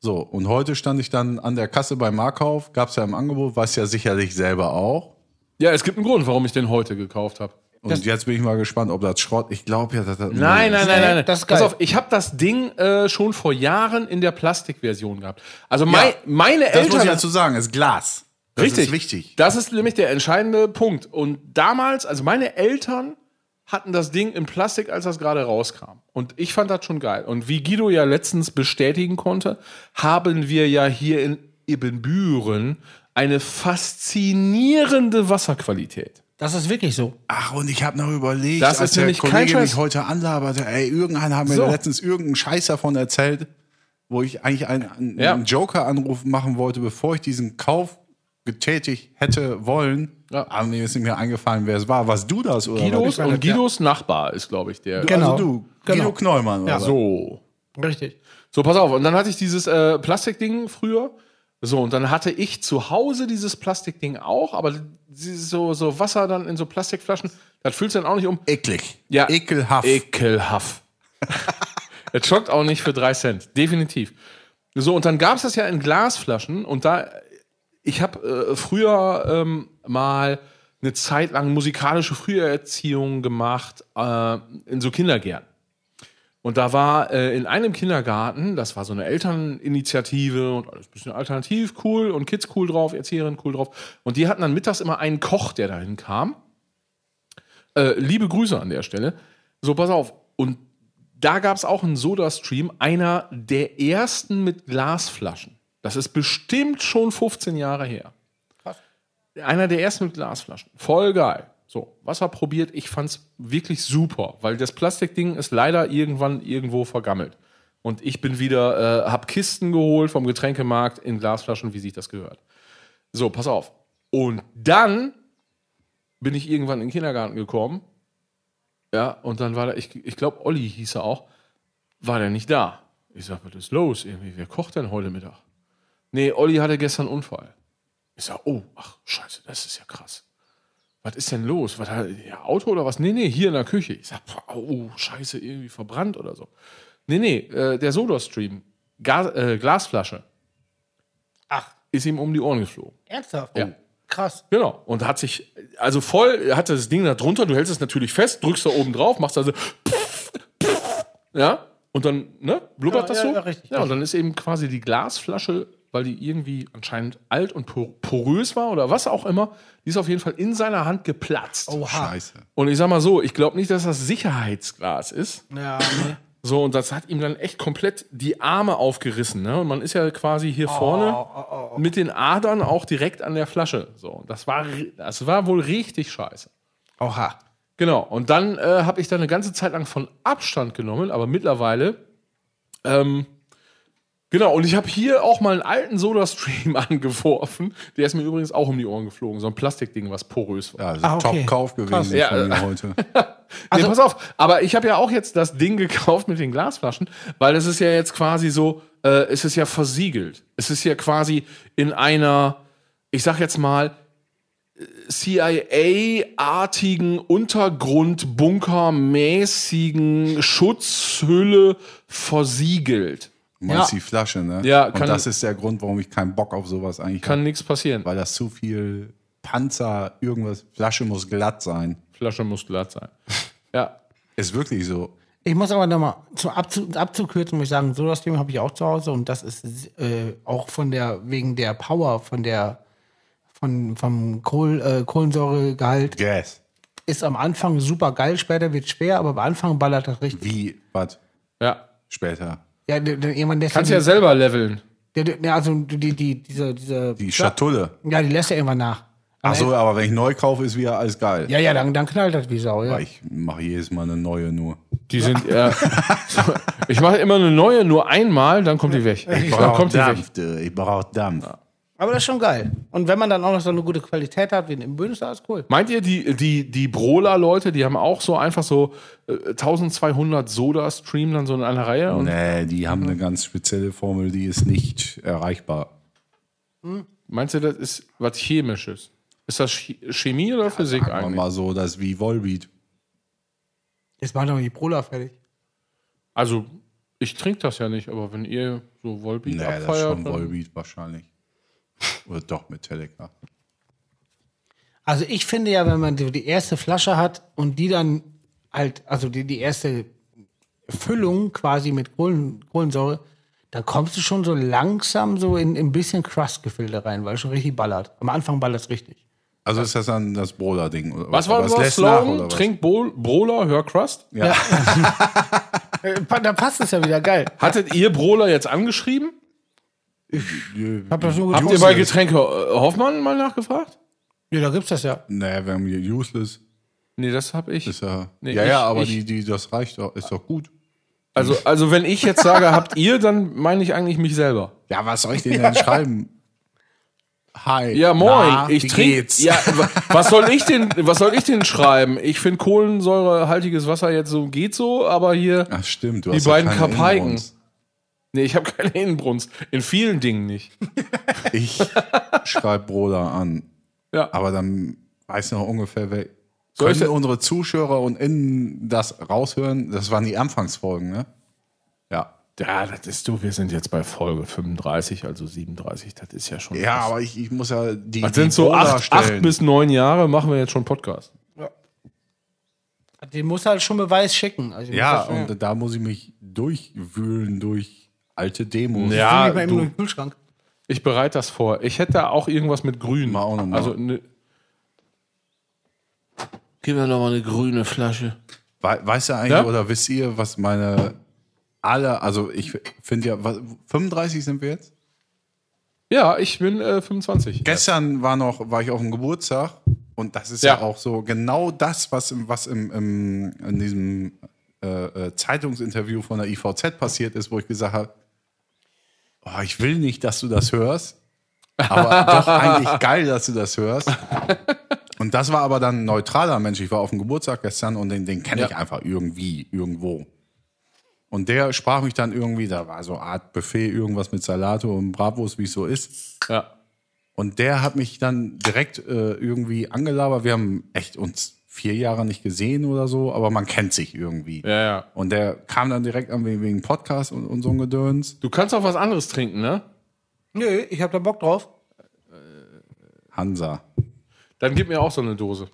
[SPEAKER 1] So, und heute stand ich dann an der Kasse bei Markauf, gab es ja im Angebot, weiß ja sicherlich selber auch.
[SPEAKER 3] Ja, es gibt einen Grund, warum ich den heute gekauft habe.
[SPEAKER 1] Und jetzt bin ich mal gespannt, ob das Schrott, ich glaube ja, dass das
[SPEAKER 3] Nein, nein, nein, nein, nein.
[SPEAKER 2] Das ist
[SPEAKER 3] Pass
[SPEAKER 2] geil.
[SPEAKER 3] auf, ich habe das Ding äh, schon vor Jahren in der Plastikversion gehabt. Also mein,
[SPEAKER 1] Ja.
[SPEAKER 3] meine
[SPEAKER 1] Das muss
[SPEAKER 3] Eltern.
[SPEAKER 1] ich dazu sagen, ist Glas. Das
[SPEAKER 3] richtig,
[SPEAKER 1] ist wichtig.
[SPEAKER 3] Das ist nämlich der entscheidende Punkt. Und damals, also meine Eltern hatten das Ding in Plastik, als das gerade rauskam. Und ich fand das schon geil. Und wie Guido ja letztens bestätigen konnte, haben wir ja hier in Ibbenbüren eine faszinierende Wasserqualität.
[SPEAKER 2] Das ist wirklich so.
[SPEAKER 1] Ach, und ich habe noch überlegt,
[SPEAKER 3] Das
[SPEAKER 1] als
[SPEAKER 3] ist
[SPEAKER 1] der
[SPEAKER 3] nämlich kein
[SPEAKER 1] Kollege
[SPEAKER 3] Scheiß.
[SPEAKER 1] mich heute anlaberte, ey, irgendeiner hat mir
[SPEAKER 3] So.
[SPEAKER 1] letztens irgendeinen Scheiß davon erzählt, wo ich eigentlich einen, einen
[SPEAKER 3] Ja.
[SPEAKER 1] Joker-Anruf machen wollte, bevor ich diesen Kauf getätigt hätte wollen.
[SPEAKER 3] Ja.
[SPEAKER 1] Aber mir ist nicht mehr eingefallen, wer es war. Was du das oder was?
[SPEAKER 3] Guidos
[SPEAKER 2] meine,
[SPEAKER 3] und Guidos Nachbar ist, glaube ich, der.
[SPEAKER 2] Genau.
[SPEAKER 1] Also du,
[SPEAKER 2] Genau.
[SPEAKER 1] Guido Knollmann. Oder
[SPEAKER 2] Ja.
[SPEAKER 1] was?
[SPEAKER 3] So.
[SPEAKER 2] Richtig.
[SPEAKER 3] So, pass auf. Und dann hatte ich dieses äh, Plastikding früher. So, und dann hatte ich zu Hause dieses Plastikding auch, aber dieses so, so Wasser dann in so Plastikflaschen, das fühlst du dann auch nicht um.
[SPEAKER 1] Eklig.
[SPEAKER 3] Ja.
[SPEAKER 1] Ekelhaft.
[SPEAKER 3] Ekelhaft. Es schockt auch nicht für drei Cent. Definitiv. So, und dann gab es das ja in Glasflaschen und da, ich habe äh, früher ähm, mal eine Zeit lang musikalische Früherziehung gemacht äh, in so Kindergärten. Und da war äh, in einem Kindergarten, das war so eine Elterninitiative und alles ein bisschen alternativ, cool und Kids cool drauf, Erzieherinnen cool drauf. Und die hatten dann mittags immer einen Koch, der dahin kam. Äh, liebe Grüße an der Stelle. So, pass auf. Und Da gab es auch einen Soda-Stream, einer der ersten mit Glasflaschen. Das ist bestimmt schon 15 Jahre her. Einer der ersten mit Glasflaschen. Voll geil. So, Wasser probiert. Ich fand's wirklich super, weil das Plastikding ist leider irgendwann irgendwo vergammelt. Und ich bin wieder, äh, hab Kisten geholt vom Getränkemarkt in Glasflaschen, wie sich das gehört. So, pass auf. Und dann bin ich irgendwann in den Kindergarten gekommen. Ja, und dann war da, ich, ich glaube, Olli hieß er auch, war der nicht da. Ich sag, was ist los? Irgendwie, wer kocht denn heute Mittag? Nee, Olli hatte gestern einen Unfall. Ich sag, oh, ach, scheiße, das ist ja krass. Was ist denn los? Was hat, ja, Auto oder was? Nee, nee, hier in der Küche. Ich sag, boah, oh, scheiße, irgendwie verbrannt oder so. Nee, nee, äh, der Soda-Stream, Gas- äh, Glasflasche,
[SPEAKER 2] Ach,
[SPEAKER 3] ist ihm um die Ohren geflogen.
[SPEAKER 2] ernsthaft?
[SPEAKER 3] Ja.
[SPEAKER 2] Krass.
[SPEAKER 3] Genau. Und hat sich, also voll, hatte das Ding da drunter, du hältst es natürlich fest, drückst da oben drauf, machst also, ja, und dann, ne, blubbert
[SPEAKER 2] Ja,
[SPEAKER 3] das
[SPEAKER 2] ja,
[SPEAKER 3] so.
[SPEAKER 2] ja, richtig.
[SPEAKER 3] ja, und dann ist eben quasi die Glasflasche, weil die irgendwie anscheinend alt und por- porös war oder was auch immer, die ist auf jeden Fall in seiner Hand geplatzt.
[SPEAKER 2] Oh,
[SPEAKER 1] Scheiße.
[SPEAKER 3] Und ich sag mal so, ich glaube nicht, dass das Sicherheitsglas ist.
[SPEAKER 2] Ja, nee.
[SPEAKER 3] So, und das hat ihm dann echt komplett die Arme aufgerissen. Ne? Und man ist ja quasi hier
[SPEAKER 2] Oh,
[SPEAKER 3] vorne mit den Adern auch direkt an der Flasche. So, und das war, ri- das war wohl richtig scheiße.
[SPEAKER 2] Oha.
[SPEAKER 3] Genau, und dann äh, habe ich da eine ganze Zeit lang von Abstand genommen, aber mittlerweile, ähm, genau, und ich habe hier auch mal einen alten Soda-Stream angeworfen. Der ist mir übrigens auch um die Ohren geflogen. So ein Plastikding, was porös war.
[SPEAKER 1] Ja, also
[SPEAKER 2] Ah, okay.
[SPEAKER 1] Top-Kauf gewesen
[SPEAKER 3] Ja,
[SPEAKER 1] von
[SPEAKER 3] äh,
[SPEAKER 1] mir heute.
[SPEAKER 3] Also, nee, pass auf, aber ich habe ja auch jetzt das Ding gekauft mit den Glasflaschen, weil das ist ja jetzt quasi so, äh, es ist ja versiegelt. Es ist ja quasi in einer, ich sag jetzt mal, äh, CIA-artigen, Untergrundbunkermäßigen Schutzhülle versiegelt.
[SPEAKER 1] Du meinst die Flasche, ne?
[SPEAKER 3] Ja,
[SPEAKER 1] Und
[SPEAKER 3] kann-
[SPEAKER 1] das ist der Grund, warum ich keinen Bock auf sowas eigentlich
[SPEAKER 3] Kann
[SPEAKER 1] habe.
[SPEAKER 3] nichts passieren.
[SPEAKER 1] Weil das zu viel Panzer, irgendwas, Flasche muss glatt sein.
[SPEAKER 3] Flasche muss glatt sein. Ja.
[SPEAKER 1] Ist wirklich so.
[SPEAKER 2] Ich muss aber nochmal, zum Abzu abzukürzen, muss ich sagen, so das Thema habe ich auch zu Hause und das ist äh, auch von der, wegen der Power, von der, von, vom Kohl, äh, Kohlensäuregehalt,
[SPEAKER 1] Gas.
[SPEAKER 2] ist am Anfang super geil, später wird schwer, aber am Anfang ballert das richtig.
[SPEAKER 1] Wie, was,
[SPEAKER 3] Ja.
[SPEAKER 1] später?
[SPEAKER 2] Ja, der- der- jemand lässt
[SPEAKER 3] Kannst
[SPEAKER 2] ja
[SPEAKER 3] ja selber leveln.
[SPEAKER 2] der, der, der, also die, die, diese, diese,
[SPEAKER 1] Die Schatulle.
[SPEAKER 2] ja, die lässt ja irgendwann nach.
[SPEAKER 3] Ah,
[SPEAKER 1] Ach so, aber wenn ich neu kaufe, ist wieder alles geil.
[SPEAKER 2] Ja, ja, dann, dann knallt das wie Sau, ja.
[SPEAKER 1] Aber ich mache jedes Mal eine neue nur.
[SPEAKER 3] Die sind, ja. So, ich mache immer eine neue, nur einmal, dann kommt die weg. Dann kommt Ah, die weg.
[SPEAKER 1] Dampf, äh, ich brauche Dampf.
[SPEAKER 2] Aber das ist schon geil. Und wenn man dann auch noch so eine gute Qualität hat, wie im Böhnster, ist cool.
[SPEAKER 3] Meint ihr, die, die, die Brola-Leute, die haben auch so einfach so äh, 1200 Soda-Stream dann so in einer Reihe? Und Mhm.
[SPEAKER 1] Nee, die haben eine ganz spezielle Formel, die ist nicht erreichbar.
[SPEAKER 3] meinst du, das ist was Chemisches? Ist das Chi- Chemie oder Physik
[SPEAKER 1] Sagen wir
[SPEAKER 3] eigentlich?
[SPEAKER 1] mal so, das ist wie Volbeat.
[SPEAKER 2] Jetzt machen wir mal die Prola fertig.
[SPEAKER 3] Also, ich trinke das ja nicht, aber wenn ihr so Volbeat
[SPEAKER 1] Nee, das ist
[SPEAKER 3] abfeiert,
[SPEAKER 1] schon
[SPEAKER 3] dann
[SPEAKER 1] Volbeat wahrscheinlich. Oder doch Metallica.
[SPEAKER 2] Also ich finde ja, wenn man die, die erste Flasche hat und die dann halt, also die, die erste Füllung quasi mit Kohlen, Kohlensäure, dann kommst du schon so langsam so in, in ein bisschen Crust-Gefilde rein, weil es schon richtig ballert. Am Anfang ballert es richtig.
[SPEAKER 1] Also ist das dann das Brola-Ding? oder
[SPEAKER 3] was war
[SPEAKER 1] Aber es
[SPEAKER 3] unser
[SPEAKER 1] lässt nach, oder
[SPEAKER 3] Slogan?
[SPEAKER 1] was?
[SPEAKER 3] Trink Bol- Brola, hör Crust?
[SPEAKER 2] Äh, pa- da passt es ja wieder, geil.
[SPEAKER 3] Hattet ihr Brola jetzt angeschrieben?
[SPEAKER 2] Hab das nur
[SPEAKER 3] Habt ihr bei Getränke äh, Hoffmann mal nachgefragt?
[SPEAKER 2] Ja, da gibt's das ja.
[SPEAKER 1] Nee, wir haben hier Useless.
[SPEAKER 3] Nee, das habe ich.
[SPEAKER 1] Ist ja,
[SPEAKER 3] Nee,
[SPEAKER 1] ja,
[SPEAKER 3] ich-
[SPEAKER 1] ja, aber
[SPEAKER 3] ich-
[SPEAKER 1] die, die, das reicht doch. Ist doch gut.
[SPEAKER 3] Also, also wenn ich jetzt sage, habt ihr, dann meine ich eigentlich mich selber.
[SPEAKER 1] Ja, was soll ich denen denn schreiben? Hi.
[SPEAKER 3] Ja, moin,
[SPEAKER 1] na,
[SPEAKER 3] ich
[SPEAKER 1] wie
[SPEAKER 3] trinke.
[SPEAKER 1] geht's?
[SPEAKER 3] Ja, wa- was soll ich denn, was soll ich denn schreiben? Ich finde kohlensäurehaltiges Wasser jetzt so geht so, aber hier
[SPEAKER 1] Ach, stimmt. Du
[SPEAKER 3] die
[SPEAKER 1] hast ja
[SPEAKER 3] beiden
[SPEAKER 1] keine
[SPEAKER 3] Karpeiken.
[SPEAKER 1] Inbrunst.
[SPEAKER 3] Nee, ich habe keine Innenbrunst. In vielen Dingen nicht.
[SPEAKER 1] Ich schreibe Broda an.
[SPEAKER 3] Ja.
[SPEAKER 1] Aber dann weiß noch ungefähr, wer.
[SPEAKER 3] Soll ich
[SPEAKER 1] Können
[SPEAKER 3] da-
[SPEAKER 1] unsere Zuschauer und Innen das raushören? Das waren die Anfangsfolgen, ne? Ja.
[SPEAKER 3] Ja, das ist du, wir sind jetzt bei Folge 35, also 37, das ist ja schon.
[SPEAKER 1] Ja, aber ich, ich muss ja die.
[SPEAKER 3] das
[SPEAKER 1] die
[SPEAKER 3] sind so
[SPEAKER 1] Broda
[SPEAKER 3] acht, acht
[SPEAKER 1] stellen.
[SPEAKER 3] bis neun Jahre machen wir jetzt schon Podcast.
[SPEAKER 2] Den muss halt schon Beweis schicken. Also
[SPEAKER 1] Ja,
[SPEAKER 2] das,
[SPEAKER 1] und da muss ich mich durchwühlen durch alte Demos.
[SPEAKER 3] Ja,
[SPEAKER 2] bei ihm nur
[SPEAKER 3] du,
[SPEAKER 2] im Kühlschrank.
[SPEAKER 3] ich bereite das vor. Ich hätte da auch irgendwas mit Grün.
[SPEAKER 1] Mal auch noch mal.
[SPEAKER 3] Also, ne, Gib mir noch mal eine grüne Flasche.
[SPEAKER 1] Wei- Weißt du eigentlich
[SPEAKER 3] Ja?
[SPEAKER 1] oder wisst ihr, was meine alle, also ich finde ja, was- 35 sind wir jetzt?
[SPEAKER 3] Ja, ich bin äh, 25.
[SPEAKER 1] Gestern war noch, war ich auf dem Geburtstag und das ist ja,
[SPEAKER 3] Ja.
[SPEAKER 1] auch so genau das, was im, was im, im in diesem äh, äh, Zeitungsinterview von der IVZ passiert ist, wo ich gesagt habe, oh, ich will nicht, dass du das hörst, aber doch eigentlich geil, dass du das hörst. Und das war aber dann ein neutraler Mensch. Ich war auf dem Geburtstag gestern und den, den kenne
[SPEAKER 3] Ja.
[SPEAKER 1] ich einfach irgendwie, irgendwo. Und der sprach mich dann irgendwie, da war so eine Art Buffet, irgendwas mit Salate und Bratwurst, wie es so ist.
[SPEAKER 3] Ja.
[SPEAKER 1] Und der hat mich dann direkt äh, irgendwie angelabert. Wir haben echt uns vier Jahre nicht gesehen oder so, aber man kennt sich irgendwie.
[SPEAKER 3] ja, ja.
[SPEAKER 1] Und der kam dann direkt an wegen, wegen Podcast und, und so ein Gedöns.
[SPEAKER 3] Du kannst auch was anderes trinken, ne?
[SPEAKER 2] Nö, ich hab da Bock drauf.
[SPEAKER 1] Hansa.
[SPEAKER 3] Dann gib mir auch so eine Dose.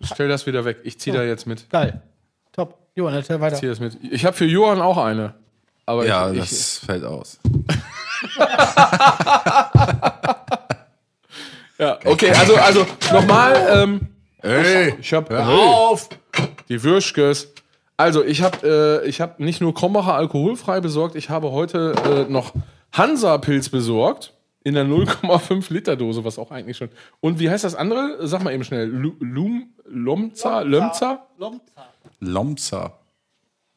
[SPEAKER 3] Stell das wieder weg. Ich zieh da jetzt mit.
[SPEAKER 2] Geil. Top. Johann, erzähl weiter.
[SPEAKER 3] Zieh das mit. Ich habe für Johann auch eine. Aber
[SPEAKER 1] Ja,
[SPEAKER 3] ich, ich,
[SPEAKER 1] das fällt aus.
[SPEAKER 3] ja. Okay, also, also nochmal. Ähm,
[SPEAKER 1] Ey,
[SPEAKER 3] ich habe
[SPEAKER 1] hör auf!
[SPEAKER 3] die Würschkes. Also ich habe äh, ich hab nicht nur Krombacher alkoholfrei besorgt, ich habe heute äh, noch Hansa-Pilz besorgt. In der 0,5 Liter Dose, was auch eigentlich schon. Und wie heißt das andere? Sag mal eben schnell. Lu- Lum, Lomza? Lömza?
[SPEAKER 1] Lomza.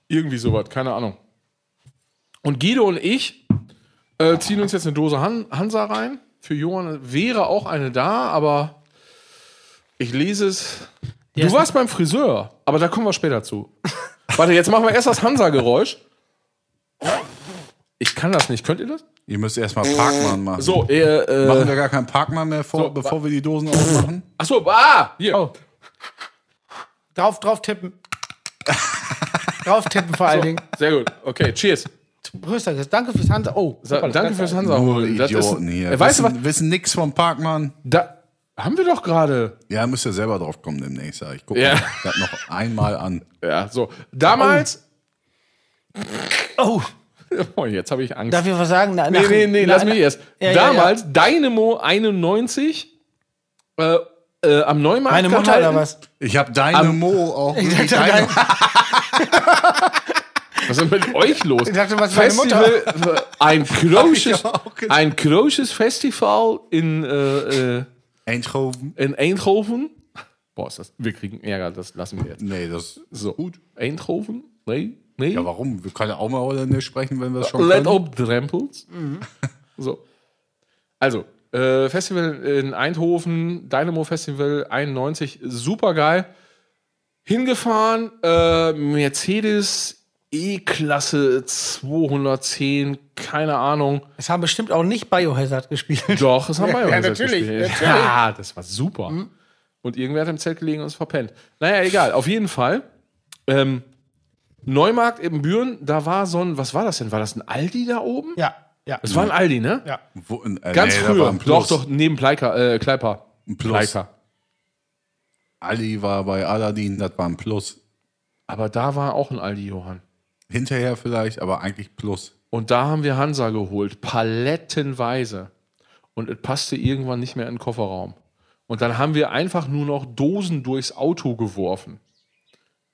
[SPEAKER 3] Irgendwie sowas, keine Ahnung. Und Guido und ich äh, ziehen uns jetzt eine Dose Han Hansa rein. Für Johann wäre auch eine da, aber ich lese es. Du
[SPEAKER 2] ist-
[SPEAKER 3] warst beim Friseur, aber da kommen wir später zu. Warte, jetzt machen wir erst das Hansa-Geräusch. Ich kann das nicht, könnt ihr das?
[SPEAKER 1] Ihr müsst erstmal Parkmann machen.
[SPEAKER 3] So, äh,
[SPEAKER 1] Machen
[SPEAKER 3] äh,
[SPEAKER 1] wir gar keinen Parkmann mehr vor,
[SPEAKER 3] So,
[SPEAKER 1] bevor wir die Dosen aufmachen?
[SPEAKER 3] achso, ah, hier.
[SPEAKER 2] Drauf, drauf tippen. drauf tippen vor allen Dingen.
[SPEAKER 3] Sehr gut, okay, cheers.
[SPEAKER 2] Größer gesagt, danke fürs Hand. Oh,
[SPEAKER 3] Sa danke fürs
[SPEAKER 1] Nur
[SPEAKER 3] Hansa-Holen. Das ist-
[SPEAKER 1] Idioten hier.
[SPEAKER 3] Äh, Weißt du was?
[SPEAKER 1] wissen, wissen nix vom Parkmann.
[SPEAKER 3] Da haben wir doch gerade.
[SPEAKER 1] Ja, müsst ihr selber drauf kommen demnächst. Ich gucke
[SPEAKER 3] Ja.
[SPEAKER 1] mir das noch einmal an.
[SPEAKER 3] Ja, so. Damals.
[SPEAKER 2] oh.
[SPEAKER 3] Oh, jetzt habe ich Angst.
[SPEAKER 2] Darf ich was sagen? Na,
[SPEAKER 3] nee,
[SPEAKER 2] nach-
[SPEAKER 3] nee, nee,
[SPEAKER 2] na-
[SPEAKER 3] lass mich erst.
[SPEAKER 2] Ja, ja,
[SPEAKER 3] Damals Dynamo 91 äh, äh, am Neumarkt.
[SPEAKER 2] Meine Mutter
[SPEAKER 3] gehalten.
[SPEAKER 2] oder was?
[SPEAKER 1] Ich habe deine Mo auch.
[SPEAKER 2] dachte,
[SPEAKER 1] Ich deine,
[SPEAKER 3] Was ist denn mit euch los?
[SPEAKER 2] Ich dachte, was meine Mutter.
[SPEAKER 3] Festival, äh, ein großes,
[SPEAKER 1] ich auch gedacht.
[SPEAKER 3] ein großes Festival in, äh, äh,
[SPEAKER 1] Eindhoven.
[SPEAKER 3] in Eindhoven. Boah, ist das, wir kriegen Ärger, das lassen wir jetzt.
[SPEAKER 1] Nee, das.
[SPEAKER 3] So. Gut. Eindhoven? Nee, nee.
[SPEAKER 1] Ja, warum? Wir können ja auch mal Holländisch sprechen, wenn wir es schon
[SPEAKER 3] Let
[SPEAKER 1] können.
[SPEAKER 3] up Drempels. So. Also, äh, Festival in Eindhoven, Dynamo Festival 91, super geil. Hingefahren, äh, Mercedes E-Klasse 210, keine Ahnung.
[SPEAKER 2] Es haben bestimmt auch nicht Biohazard gespielt.
[SPEAKER 3] Doch, es haben wir ja
[SPEAKER 2] natürlich,
[SPEAKER 3] gespielt. Ja, das war super. Und irgendwer hat im Zelt gelegen und es verpennt. Naja, egal, auf jeden Fall. Ähm, Neumarkt in Büren, da war so ein, was war das denn? War das ein Aldi da oben?
[SPEAKER 2] Ja, ja.
[SPEAKER 3] Es war ein Aldi, ne?
[SPEAKER 2] Ja.
[SPEAKER 1] Wo, äh, Mhm.
[SPEAKER 3] Ganz
[SPEAKER 1] nee, da war
[SPEAKER 3] früher.
[SPEAKER 1] ein
[SPEAKER 3] Doch,
[SPEAKER 1] Plus.
[SPEAKER 3] doch, neben Pleiker, äh, Kleiper.
[SPEAKER 1] Ein Plus.
[SPEAKER 3] Pleiker.
[SPEAKER 1] Ali war bei Aladdin, das war ein Plus.
[SPEAKER 3] Aber da war auch ein Aldi Johann.
[SPEAKER 1] Hinterher vielleicht, aber eigentlich Plus.
[SPEAKER 3] Und da haben wir Hansa geholt, palettenweise. Und es passte irgendwann nicht mehr in den Kofferraum. Und dann haben wir einfach nur noch Dosen durchs Auto geworfen.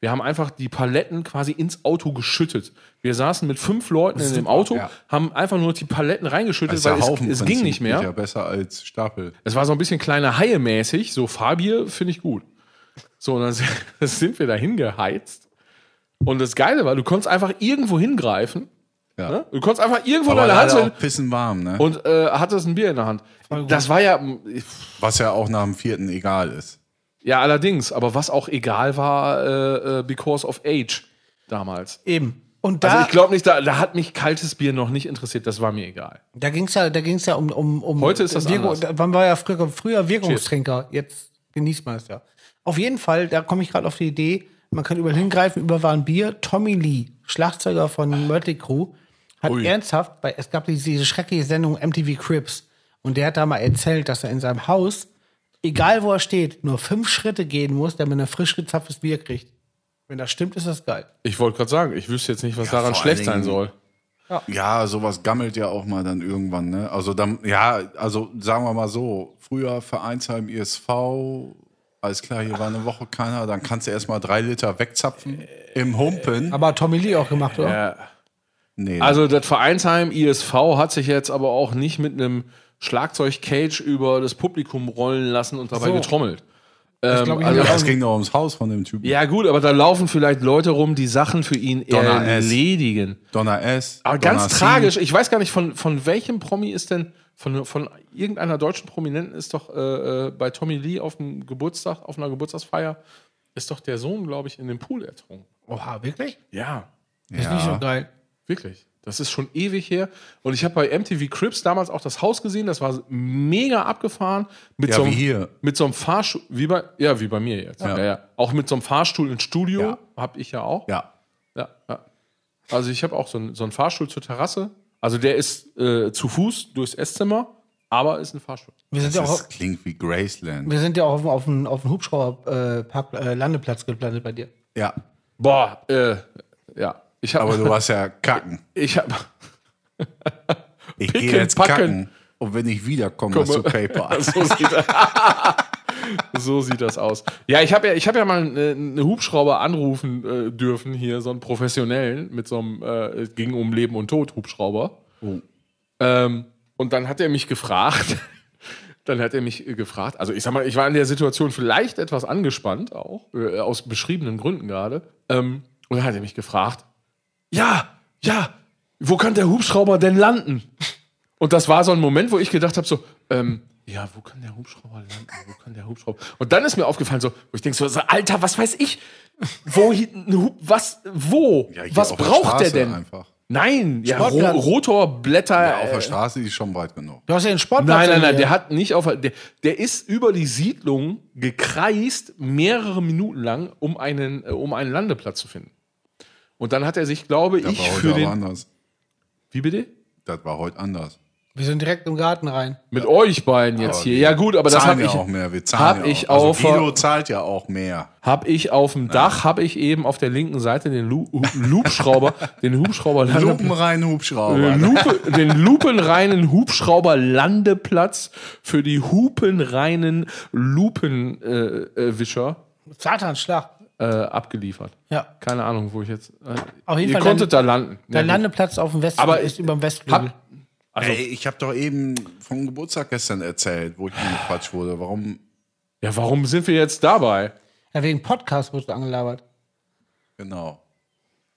[SPEAKER 3] Wir haben einfach die Paletten quasi ins Auto geschüttet. Wir saßen mit fünf Leuten in dem Auto,
[SPEAKER 1] ja.
[SPEAKER 3] haben einfach nur die Paletten reingeschüttet,
[SPEAKER 1] ja
[SPEAKER 3] weil es, es
[SPEAKER 1] Haufenprinzip,
[SPEAKER 3] ging nicht mehr.
[SPEAKER 1] geht Ja, besser als Stapel.
[SPEAKER 3] Es war so ein bisschen kleine Haie mäßig, so Fabier finde ich gut. So, und dann sind- sind wir dahin geheizt. Und das Geile war, du konntest einfach irgendwo hingreifen.
[SPEAKER 1] Ja.
[SPEAKER 3] Ne? Du konntest einfach irgendwo
[SPEAKER 1] Aber
[SPEAKER 3] deine Hand
[SPEAKER 1] leider
[SPEAKER 3] hin
[SPEAKER 1] auch pissen warm, ne?
[SPEAKER 3] und äh, hattest ein Bier in der Hand. Das war ja,
[SPEAKER 1] Was ja auch nach dem vierten egal ist.
[SPEAKER 3] ja allerdings, aber was auch egal war, äh, äh, because of age damals.
[SPEAKER 2] Eben. Und da,
[SPEAKER 3] Also ich glaube nicht, da, da hat mich kaltes Bier noch nicht interessiert, das war mir egal.
[SPEAKER 2] da ging es ja, da ging's ja um, um, um.
[SPEAKER 3] Heute ist das
[SPEAKER 2] Wirkung,
[SPEAKER 3] anders.
[SPEAKER 2] da- Man war ja früher, früher Wirkungstrinker. Jetzt genießt man es ja. Auf jeden Fall, da komme ich gerade auf die Idee, man kann überall hingreifen, über war ein Bier. Tommy Lee, Schlagzeuger
[SPEAKER 3] Ah.
[SPEAKER 2] von Mötley Crew, hat ernsthaft, bei, es gab diese diese schreckliche Sendung MTV Cribs. Und der hat da mal erzählt, dass er in seinem Haus, egal wo er steht, nur fünf Schritte gehen muss, damit er frisch gezapftes Bier kriegt. Wenn das stimmt, ist das geil.
[SPEAKER 3] Ich wollte gerade sagen, ich wüsste jetzt nicht, was daran
[SPEAKER 1] vor
[SPEAKER 3] schlecht
[SPEAKER 1] allen
[SPEAKER 3] sein
[SPEAKER 1] Dingen-
[SPEAKER 3] soll.
[SPEAKER 1] Ja, sowas gammelt ja auch mal dann irgendwann, ne? Also dann, ja, also sagen wir mal so, früher Vereinsheim ISV, alles klar, hier war eine Woche keiner, dann kannst du erstmal drei Liter wegzapfen im Humpen.
[SPEAKER 2] Aber hat Tommy Lee auch gemacht, oder?
[SPEAKER 1] Nee,
[SPEAKER 3] Äh, Also das Vereinsheim ISV hat sich jetzt aber auch nicht mit einem Schlagzeug-Cage über das Publikum rollen lassen und dabei
[SPEAKER 2] So.
[SPEAKER 3] getrommelt.
[SPEAKER 2] das
[SPEAKER 3] ähm,
[SPEAKER 2] glaube ich
[SPEAKER 1] also,
[SPEAKER 2] nicht.
[SPEAKER 1] es ging doch ums Haus von dem Typen.
[SPEAKER 3] Ja gut, aber da laufen vielleicht Leute rum, die Sachen für ihn
[SPEAKER 1] Donner S.
[SPEAKER 3] erledigen.
[SPEAKER 1] Donner S.
[SPEAKER 3] Aber ganz
[SPEAKER 1] Donner C.
[SPEAKER 3] tragisch, ich weiß gar nicht, von, von welchem Promi ist denn, von, von irgendeiner deutschen Prominenten ist doch äh, äh, bei Tommy Lee auf dem Geburtstag, auf einer Geburtstagsfeier, ist doch der Sohn, glaube ich, in dem Pool ertrunken.
[SPEAKER 2] Oha, wirklich?
[SPEAKER 3] Ja.
[SPEAKER 2] Das ist nicht so geil.
[SPEAKER 3] Wirklich. Das ist schon ewig her. Und ich habe bei MTV Crips damals auch das Haus gesehen. Das war mega abgefahren. Mit
[SPEAKER 1] Ja,
[SPEAKER 3] so einem,
[SPEAKER 1] wie hier.
[SPEAKER 3] Mit so einem Fahrstuhl. Wie bei, ja, wie bei mir jetzt. Ja. Ja, Auch mit so einem Fahrstuhl ins Studio.
[SPEAKER 1] Ja.
[SPEAKER 3] Hab ich ja auch.
[SPEAKER 1] Ja.
[SPEAKER 3] Ja, ja. Also ich habe auch so einen, so einen Fahrstuhl zur Terrasse. Also der ist äh, zu Fuß durchs Esszimmer, aber ist ein Fahrstuhl.
[SPEAKER 2] Wir sind, ja auch,
[SPEAKER 1] Das klingt wie Graceland.
[SPEAKER 2] wir sind ja auch auf, dem- auf dem, auf dem Hubschrauber äh, Park, äh, Landeplatz geplantet bei dir.
[SPEAKER 1] Ja,
[SPEAKER 3] Boah, äh, ja. Ich
[SPEAKER 1] aber
[SPEAKER 3] habe,
[SPEAKER 1] du warst ja kacken.
[SPEAKER 3] ich habe,
[SPEAKER 1] Ich
[SPEAKER 3] Picken,
[SPEAKER 1] gehe jetzt
[SPEAKER 3] packen. Also,
[SPEAKER 1] kacken. Und wenn ich wiederkomme, hast du PayPal.
[SPEAKER 3] So sieht, so sieht das aus. Ja, ich habe ja, ich hab ja mal äh, einen Hubschrauber anrufen äh, dürfen, hier, so einen professionellen, mit so einem, äh, es ging um Leben und Tod Hubschrauber. Ähm, und dann hat er mich gefragt, dann hat er mich äh, gefragt, also ich sag mal, ich war in der Situation vielleicht etwas angespannt auch, äh, aus beschriebenen Gründen gerade. Ähm, und dann hat er mich gefragt, ja, ja, wo kann der Hubschrauber denn landen? Und das war so ein Moment, wo ich gedacht habe, so, ähm, ja, wo kann der Hubschrauber landen? Wo kann der Hubschrauber? Und dann ist mir aufgefallen, so, wo ich denke, so, so, Alter, was weiß ich? Wo, hi- ein Hub- was, wo?
[SPEAKER 1] Ja, hier
[SPEAKER 3] was
[SPEAKER 1] auf der
[SPEAKER 3] braucht der
[SPEAKER 1] Straße
[SPEAKER 3] denn?
[SPEAKER 1] Einfach.
[SPEAKER 3] Nein, ja, Ro
[SPEAKER 2] Sportplatz.
[SPEAKER 3] Rotorblätter.
[SPEAKER 1] Ja, auf
[SPEAKER 3] äh,
[SPEAKER 1] der Straße die ist schon weit genug.
[SPEAKER 2] Du hast ja den Sportplatz.
[SPEAKER 3] Nein, nein,
[SPEAKER 2] in
[SPEAKER 3] nein,
[SPEAKER 2] dir.
[SPEAKER 3] der hat nicht auf. Der, der ist über die Siedlung gekreist, mehrere Minuten lang, um einen, äh, um einen Landeplatz zu finden. Und dann hat er sich, glaube
[SPEAKER 1] Das
[SPEAKER 3] ich,
[SPEAKER 1] war heute
[SPEAKER 3] für
[SPEAKER 1] aber
[SPEAKER 3] den.
[SPEAKER 1] anders.
[SPEAKER 3] Wie bitte?
[SPEAKER 1] Das war heute anders.
[SPEAKER 2] Wir sind direkt im Garten rein.
[SPEAKER 3] Mit euch beiden jetzt
[SPEAKER 1] Aber
[SPEAKER 3] hier.
[SPEAKER 1] wir
[SPEAKER 3] Ja, gut, aber das
[SPEAKER 1] zahlen
[SPEAKER 3] habe
[SPEAKER 1] ja
[SPEAKER 3] ich,
[SPEAKER 1] auch mehr. Wir
[SPEAKER 3] hab
[SPEAKER 1] zahlen ja
[SPEAKER 3] ich
[SPEAKER 1] auch.
[SPEAKER 3] auf-
[SPEAKER 1] Also Guido zahlt ja auch mehr.
[SPEAKER 3] hab ich auf dem Dach, habe ich eben auf der linken Seite den Lu Hubschrauber, den Hubschrauber
[SPEAKER 1] Lupenrein Hubschrauber.
[SPEAKER 3] Den, Lupe, den lupenreinen Hubschrauber-Landeplatz für die hupenreinen Lupenwischer äh, Wischer,
[SPEAKER 2] Satansschlag.
[SPEAKER 3] äh, abgeliefert.
[SPEAKER 2] Ja.
[SPEAKER 3] Keine Ahnung, wo ich jetzt. Äh,
[SPEAKER 2] Auf jeden
[SPEAKER 3] ihr
[SPEAKER 2] Fall
[SPEAKER 3] konntet da landen.
[SPEAKER 2] Der
[SPEAKER 3] Ja, gut.
[SPEAKER 2] Landeplatz auf dem West
[SPEAKER 3] Aber
[SPEAKER 2] ist
[SPEAKER 3] ich-
[SPEAKER 2] über dem Westflügel.
[SPEAKER 3] Hab, also,
[SPEAKER 1] Ey, ich habe doch eben vom Geburtstag gestern erzählt, wo ich angequatscht wurde. Warum?
[SPEAKER 3] ja, warum sind wir jetzt dabei?
[SPEAKER 2] Ja, wegen Podcast wurdest du angelabert.
[SPEAKER 1] Genau.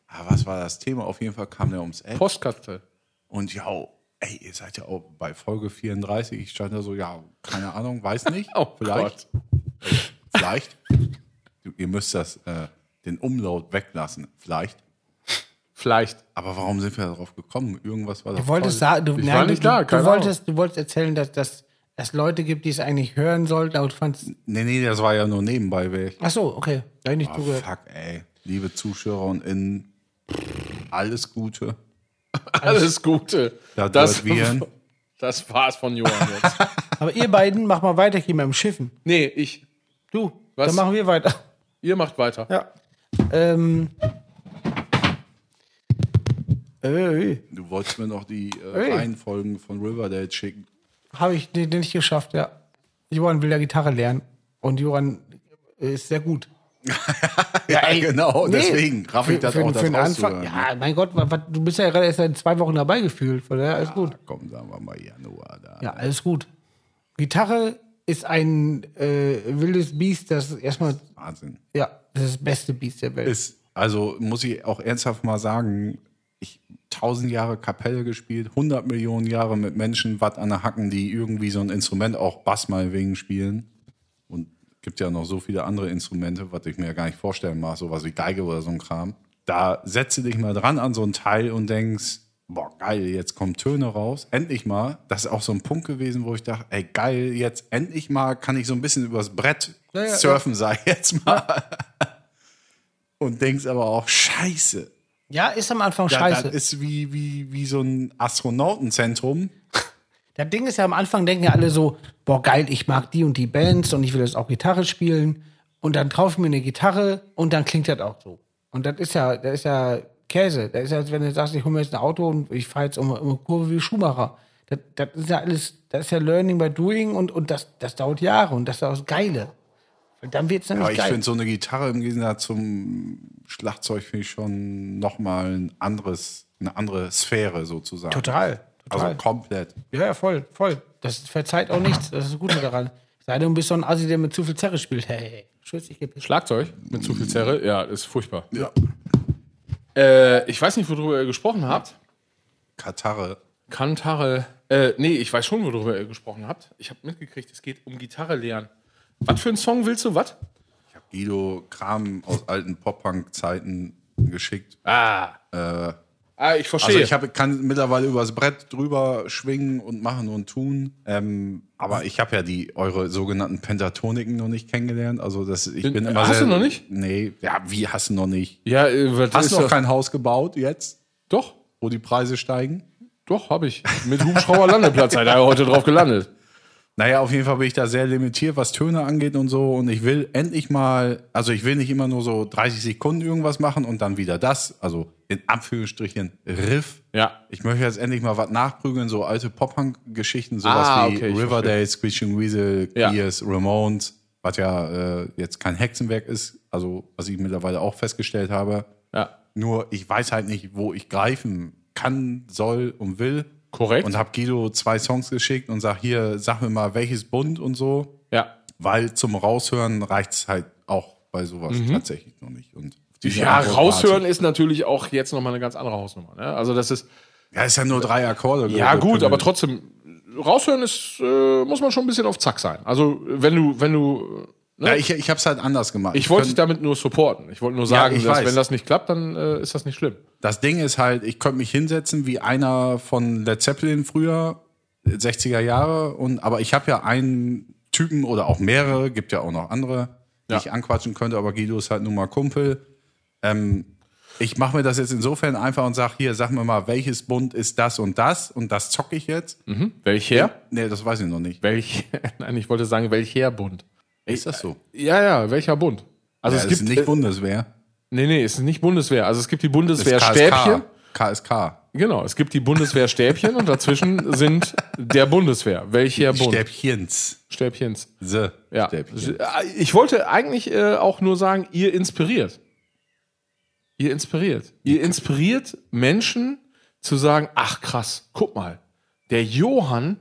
[SPEAKER 1] Ah, was war das Thema? Auf jeden Fall kam der ums Eck.
[SPEAKER 3] Postkarte.
[SPEAKER 1] Und ja, oh, ey, ihr seid ja auch bei Folge 34. Ich stand da so, ja, keine Ahnung, weiß nicht.
[SPEAKER 3] Oh
[SPEAKER 1] vielleicht. Vielleicht. Du, ihr müsst das, äh, den Umlaut weglassen. Vielleicht.
[SPEAKER 3] Vielleicht.
[SPEAKER 1] Aber warum sind wir darauf gekommen? Irgendwas war da.
[SPEAKER 2] Du wolltest sagen, du,
[SPEAKER 3] Ich war nicht
[SPEAKER 2] du,
[SPEAKER 3] da,
[SPEAKER 2] du,
[SPEAKER 3] keine
[SPEAKER 2] wolltest, du wolltest erzählen, dass, dass es Leute gibt, die es eigentlich hören sollten, aber du fandst.
[SPEAKER 1] Nee, nee, das war ja nur nebenbei weg.
[SPEAKER 2] Ach so, okay. Da hab ich nicht
[SPEAKER 3] Ah,
[SPEAKER 1] Oh,
[SPEAKER 2] zugehört.
[SPEAKER 1] fuck, ey. Liebe Zuschauer und Innen, alles Gute.
[SPEAKER 2] Also-
[SPEAKER 3] Alles Gute.
[SPEAKER 1] Da
[SPEAKER 3] das,
[SPEAKER 1] wir.
[SPEAKER 3] das war's von Johann jetzt.
[SPEAKER 2] Aber ihr beiden macht mal weiter hier mit dem Schiffen.
[SPEAKER 3] nee, ich.
[SPEAKER 2] Du,
[SPEAKER 3] Was?
[SPEAKER 2] dann machen wir weiter.
[SPEAKER 3] Ihr macht weiter.
[SPEAKER 2] Ja. Ähm. Äh,
[SPEAKER 1] Du wolltest mir noch die
[SPEAKER 2] Ey.
[SPEAKER 1] äh, Reihenfolgen von Riverdale schicken.
[SPEAKER 2] Habe ich den den nicht geschafft, ja. Johann will ja Gitarre lernen. Und Johann ist sehr gut.
[SPEAKER 1] Ja, genau.
[SPEAKER 2] Nee,
[SPEAKER 1] deswegen raff ich
[SPEAKER 2] für-
[SPEAKER 1] das
[SPEAKER 2] für,
[SPEAKER 1] auch,
[SPEAKER 2] für
[SPEAKER 1] das
[SPEAKER 2] den Anfang.
[SPEAKER 1] rauszuhören.
[SPEAKER 2] Ja, mein Gott, wa- wa- du bist ja gerade erst seit zwei Wochen dabei gefühlt. Von daher alles gut.
[SPEAKER 1] Komm, sagen wir mal Januar da.
[SPEAKER 2] Ja, alles gut. Gitarre ist ein äh, wildes Biest, das erstmal,
[SPEAKER 1] Wahnsinn.
[SPEAKER 2] ja, das ist das beste Biest der Welt.
[SPEAKER 1] Ist, also muss ich auch ernsthaft mal sagen, ich tausend Jahre Kapelle gespielt, 100 Millionen Jahre mit Menschen Watt an der Hacken, die irgendwie so ein Instrument, auch Bass mal wegen spielen. Und gibt ja noch so viele andere Instrumente, was ich mir ja gar nicht vorstellen mag, sowas wie Geige oder so ein Kram. Da setze dich mal dran an so ein Teil und denkst, boah, geil, jetzt kommen Töne raus. Endlich mal. Das ist auch so ein Punkt gewesen, wo ich dachte, ey, geil, jetzt endlich mal kann ich so ein bisschen übers Brett
[SPEAKER 2] Ja, ja,
[SPEAKER 1] surfen, sei jetzt mal. Und denkst aber auch, scheiße.
[SPEAKER 2] Ja, ist am Anfang
[SPEAKER 1] Ja,
[SPEAKER 2] scheiße.
[SPEAKER 1] Das ist wie, wie, wie so ein Astronautenzentrum.
[SPEAKER 2] Das Ding ist ja, am Anfang denken ja alle so, boah, geil, ich mag die und die Bands und ich will jetzt auch Gitarre spielen. Und dann kaufe ich mir eine Gitarre und dann klingt das auch so. Und das ist ja, das ist ja Käse. Das ist ja, als wenn du sagst, ich hole mir jetzt ein Auto und ich fahre jetzt um, um eine Kurve wie Schumacher. Das, das ist ja alles, das ist ja Learning by Doing und, und das, das dauert Jahre und das ist auch das Geile. Und dann wird es nämlich
[SPEAKER 1] Aber ich
[SPEAKER 2] geil.
[SPEAKER 1] finde so eine Gitarre im Gegensatz zum Schlagzeug finde ich schon nochmal ein anderes, eine andere Sphäre sozusagen.
[SPEAKER 2] total. total.
[SPEAKER 1] Also komplett.
[SPEAKER 2] ja, ja, voll, voll. Das verzeiht auch nichts. Das ist das Gute daran. Sei denn, du bist so ein Assi, der mit zu viel Zerre spielt. Hey, Schütz, ich geb dir-
[SPEAKER 3] Schlagzeug mit zu viel Zerre, ja, ist furchtbar.
[SPEAKER 1] Ja.
[SPEAKER 3] Äh, ich weiß nicht, worüber ihr gesprochen habt.
[SPEAKER 1] Katarre.
[SPEAKER 3] Kantare. Äh, nee, ich weiß schon, worüber ihr gesprochen habt. Ich habe mitgekriegt, es geht um Gitarre lernen. Was für einen Song willst du? Was?
[SPEAKER 1] Guido Kram aus alten Pop-Punk-Zeiten geschickt.
[SPEAKER 3] Ah. ah, ich
[SPEAKER 1] Äh.
[SPEAKER 3] verstehe.
[SPEAKER 1] Also ich hab, kann mittlerweile übers Brett drüber schwingen und machen und tun. Ähm, aber ich habe ja die eure sogenannten Pentatoniken noch nicht kennengelernt. Also das, ich bin immer
[SPEAKER 3] hast
[SPEAKER 1] sehr,
[SPEAKER 3] du noch nicht?
[SPEAKER 1] Nee, ja, wie hast du noch nicht?
[SPEAKER 3] ja, äh, was
[SPEAKER 1] Hast
[SPEAKER 3] ist
[SPEAKER 1] du noch
[SPEAKER 3] das?
[SPEAKER 1] kein Haus gebaut jetzt,
[SPEAKER 3] Doch,
[SPEAKER 1] wo die Preise steigen?
[SPEAKER 3] doch, habe ich. Mit Hubschrauber Landeplatz seid ihr heute drauf gelandet.
[SPEAKER 1] Naja, auf jeden Fall bin ich da sehr limitiert, was Töne angeht und so. Und ich will endlich mal, also ich will nicht immer nur so 30 Sekunden irgendwas machen und dann wieder das. Also in Anführungsstrichen Riff.
[SPEAKER 3] Ja.
[SPEAKER 1] Ich möchte jetzt endlich mal was nachprügeln, so alte Pop-Punk-Geschichten, sowas
[SPEAKER 3] Ah,
[SPEAKER 1] wie
[SPEAKER 3] okay, ich
[SPEAKER 1] Riverdale, Screeching Weasel,
[SPEAKER 3] Ja.
[SPEAKER 1] Gears, Ramones, was ja äh, jetzt kein Hexenwerk ist, also was ich mittlerweile auch festgestellt habe.
[SPEAKER 3] Ja.
[SPEAKER 1] Nur ich weiß halt nicht, wo ich greifen kann, soll und will.
[SPEAKER 3] Korrekt.
[SPEAKER 1] Und habe Guido zwei Songs geschickt und sag hier, sag mir mal, welches Bund und so.
[SPEAKER 3] Ja.
[SPEAKER 1] Weil zum Raushören reicht es halt auch bei sowas tatsächlich noch nicht. Und auf diese
[SPEAKER 3] Mhm. Ja,
[SPEAKER 1] Antwort
[SPEAKER 3] raushören
[SPEAKER 1] warte
[SPEAKER 3] ist natürlich auch jetzt nochmal eine ganz andere Hausnummer. Ne? Also das ist,
[SPEAKER 1] ich. Ja, ist ja nur drei Akkorde.
[SPEAKER 3] ja gut,
[SPEAKER 1] Pimmel.
[SPEAKER 3] aber trotzdem, raushören ist, äh, muss man schon ein bisschen auf Zack sein. Also wenn du, wenn du, äh, ne?
[SPEAKER 1] Ja, ich, ich habe es halt anders gemacht.
[SPEAKER 3] Ich wollte
[SPEAKER 1] Könnt-
[SPEAKER 3] dich damit nur supporten. Ich wollte nur sagen,
[SPEAKER 1] ich
[SPEAKER 3] dass
[SPEAKER 1] weiß.
[SPEAKER 3] wenn das nicht klappt, dann äh, ist das nicht schlimm.
[SPEAKER 1] Das Ding ist halt, ich könnte mich hinsetzen wie einer von Led Zeppelin früher, 60er Jahre, und, aber ich habe ja einen Typen oder auch mehrere, gibt ja auch noch andere, die
[SPEAKER 3] Ja.
[SPEAKER 1] ich anquatschen könnte, aber Guido ist halt nun mal Kumpel. Ähm, ich mache mir das jetzt insofern einfach und sage, hier, sag mir mal, welches Bund ist das und das und das zocke ich jetzt?
[SPEAKER 3] Mhm. Welcher?
[SPEAKER 1] Nee, das weiß ich noch nicht.
[SPEAKER 3] Welch? Nein, ich wollte sagen, welcher Bund?
[SPEAKER 1] Ist das so?
[SPEAKER 3] Ja, ja, welcher Bund? Also
[SPEAKER 1] ja, das
[SPEAKER 3] es gibt
[SPEAKER 1] ist nicht
[SPEAKER 3] äh,
[SPEAKER 1] Bundeswehr.
[SPEAKER 3] nee, nee, es ist nicht Bundeswehr. Also es gibt die
[SPEAKER 1] Das ist
[SPEAKER 3] Bundeswehrstäbchen.
[SPEAKER 1] KSK.
[SPEAKER 3] Genau, es gibt die Bundeswehrstäbchen und dazwischen sind der Bundeswehr. Welcher Bund?
[SPEAKER 1] Stäbchens.
[SPEAKER 3] Stäbchens.
[SPEAKER 1] The
[SPEAKER 3] Ja. äh,
[SPEAKER 1] Stäbchen.
[SPEAKER 3] Ich wollte eigentlich äh, auch nur sagen, ihr inspiriert. Ihr inspiriert. Ihr inspiriert Menschen zu sagen, ach krass, guck mal, der Johann,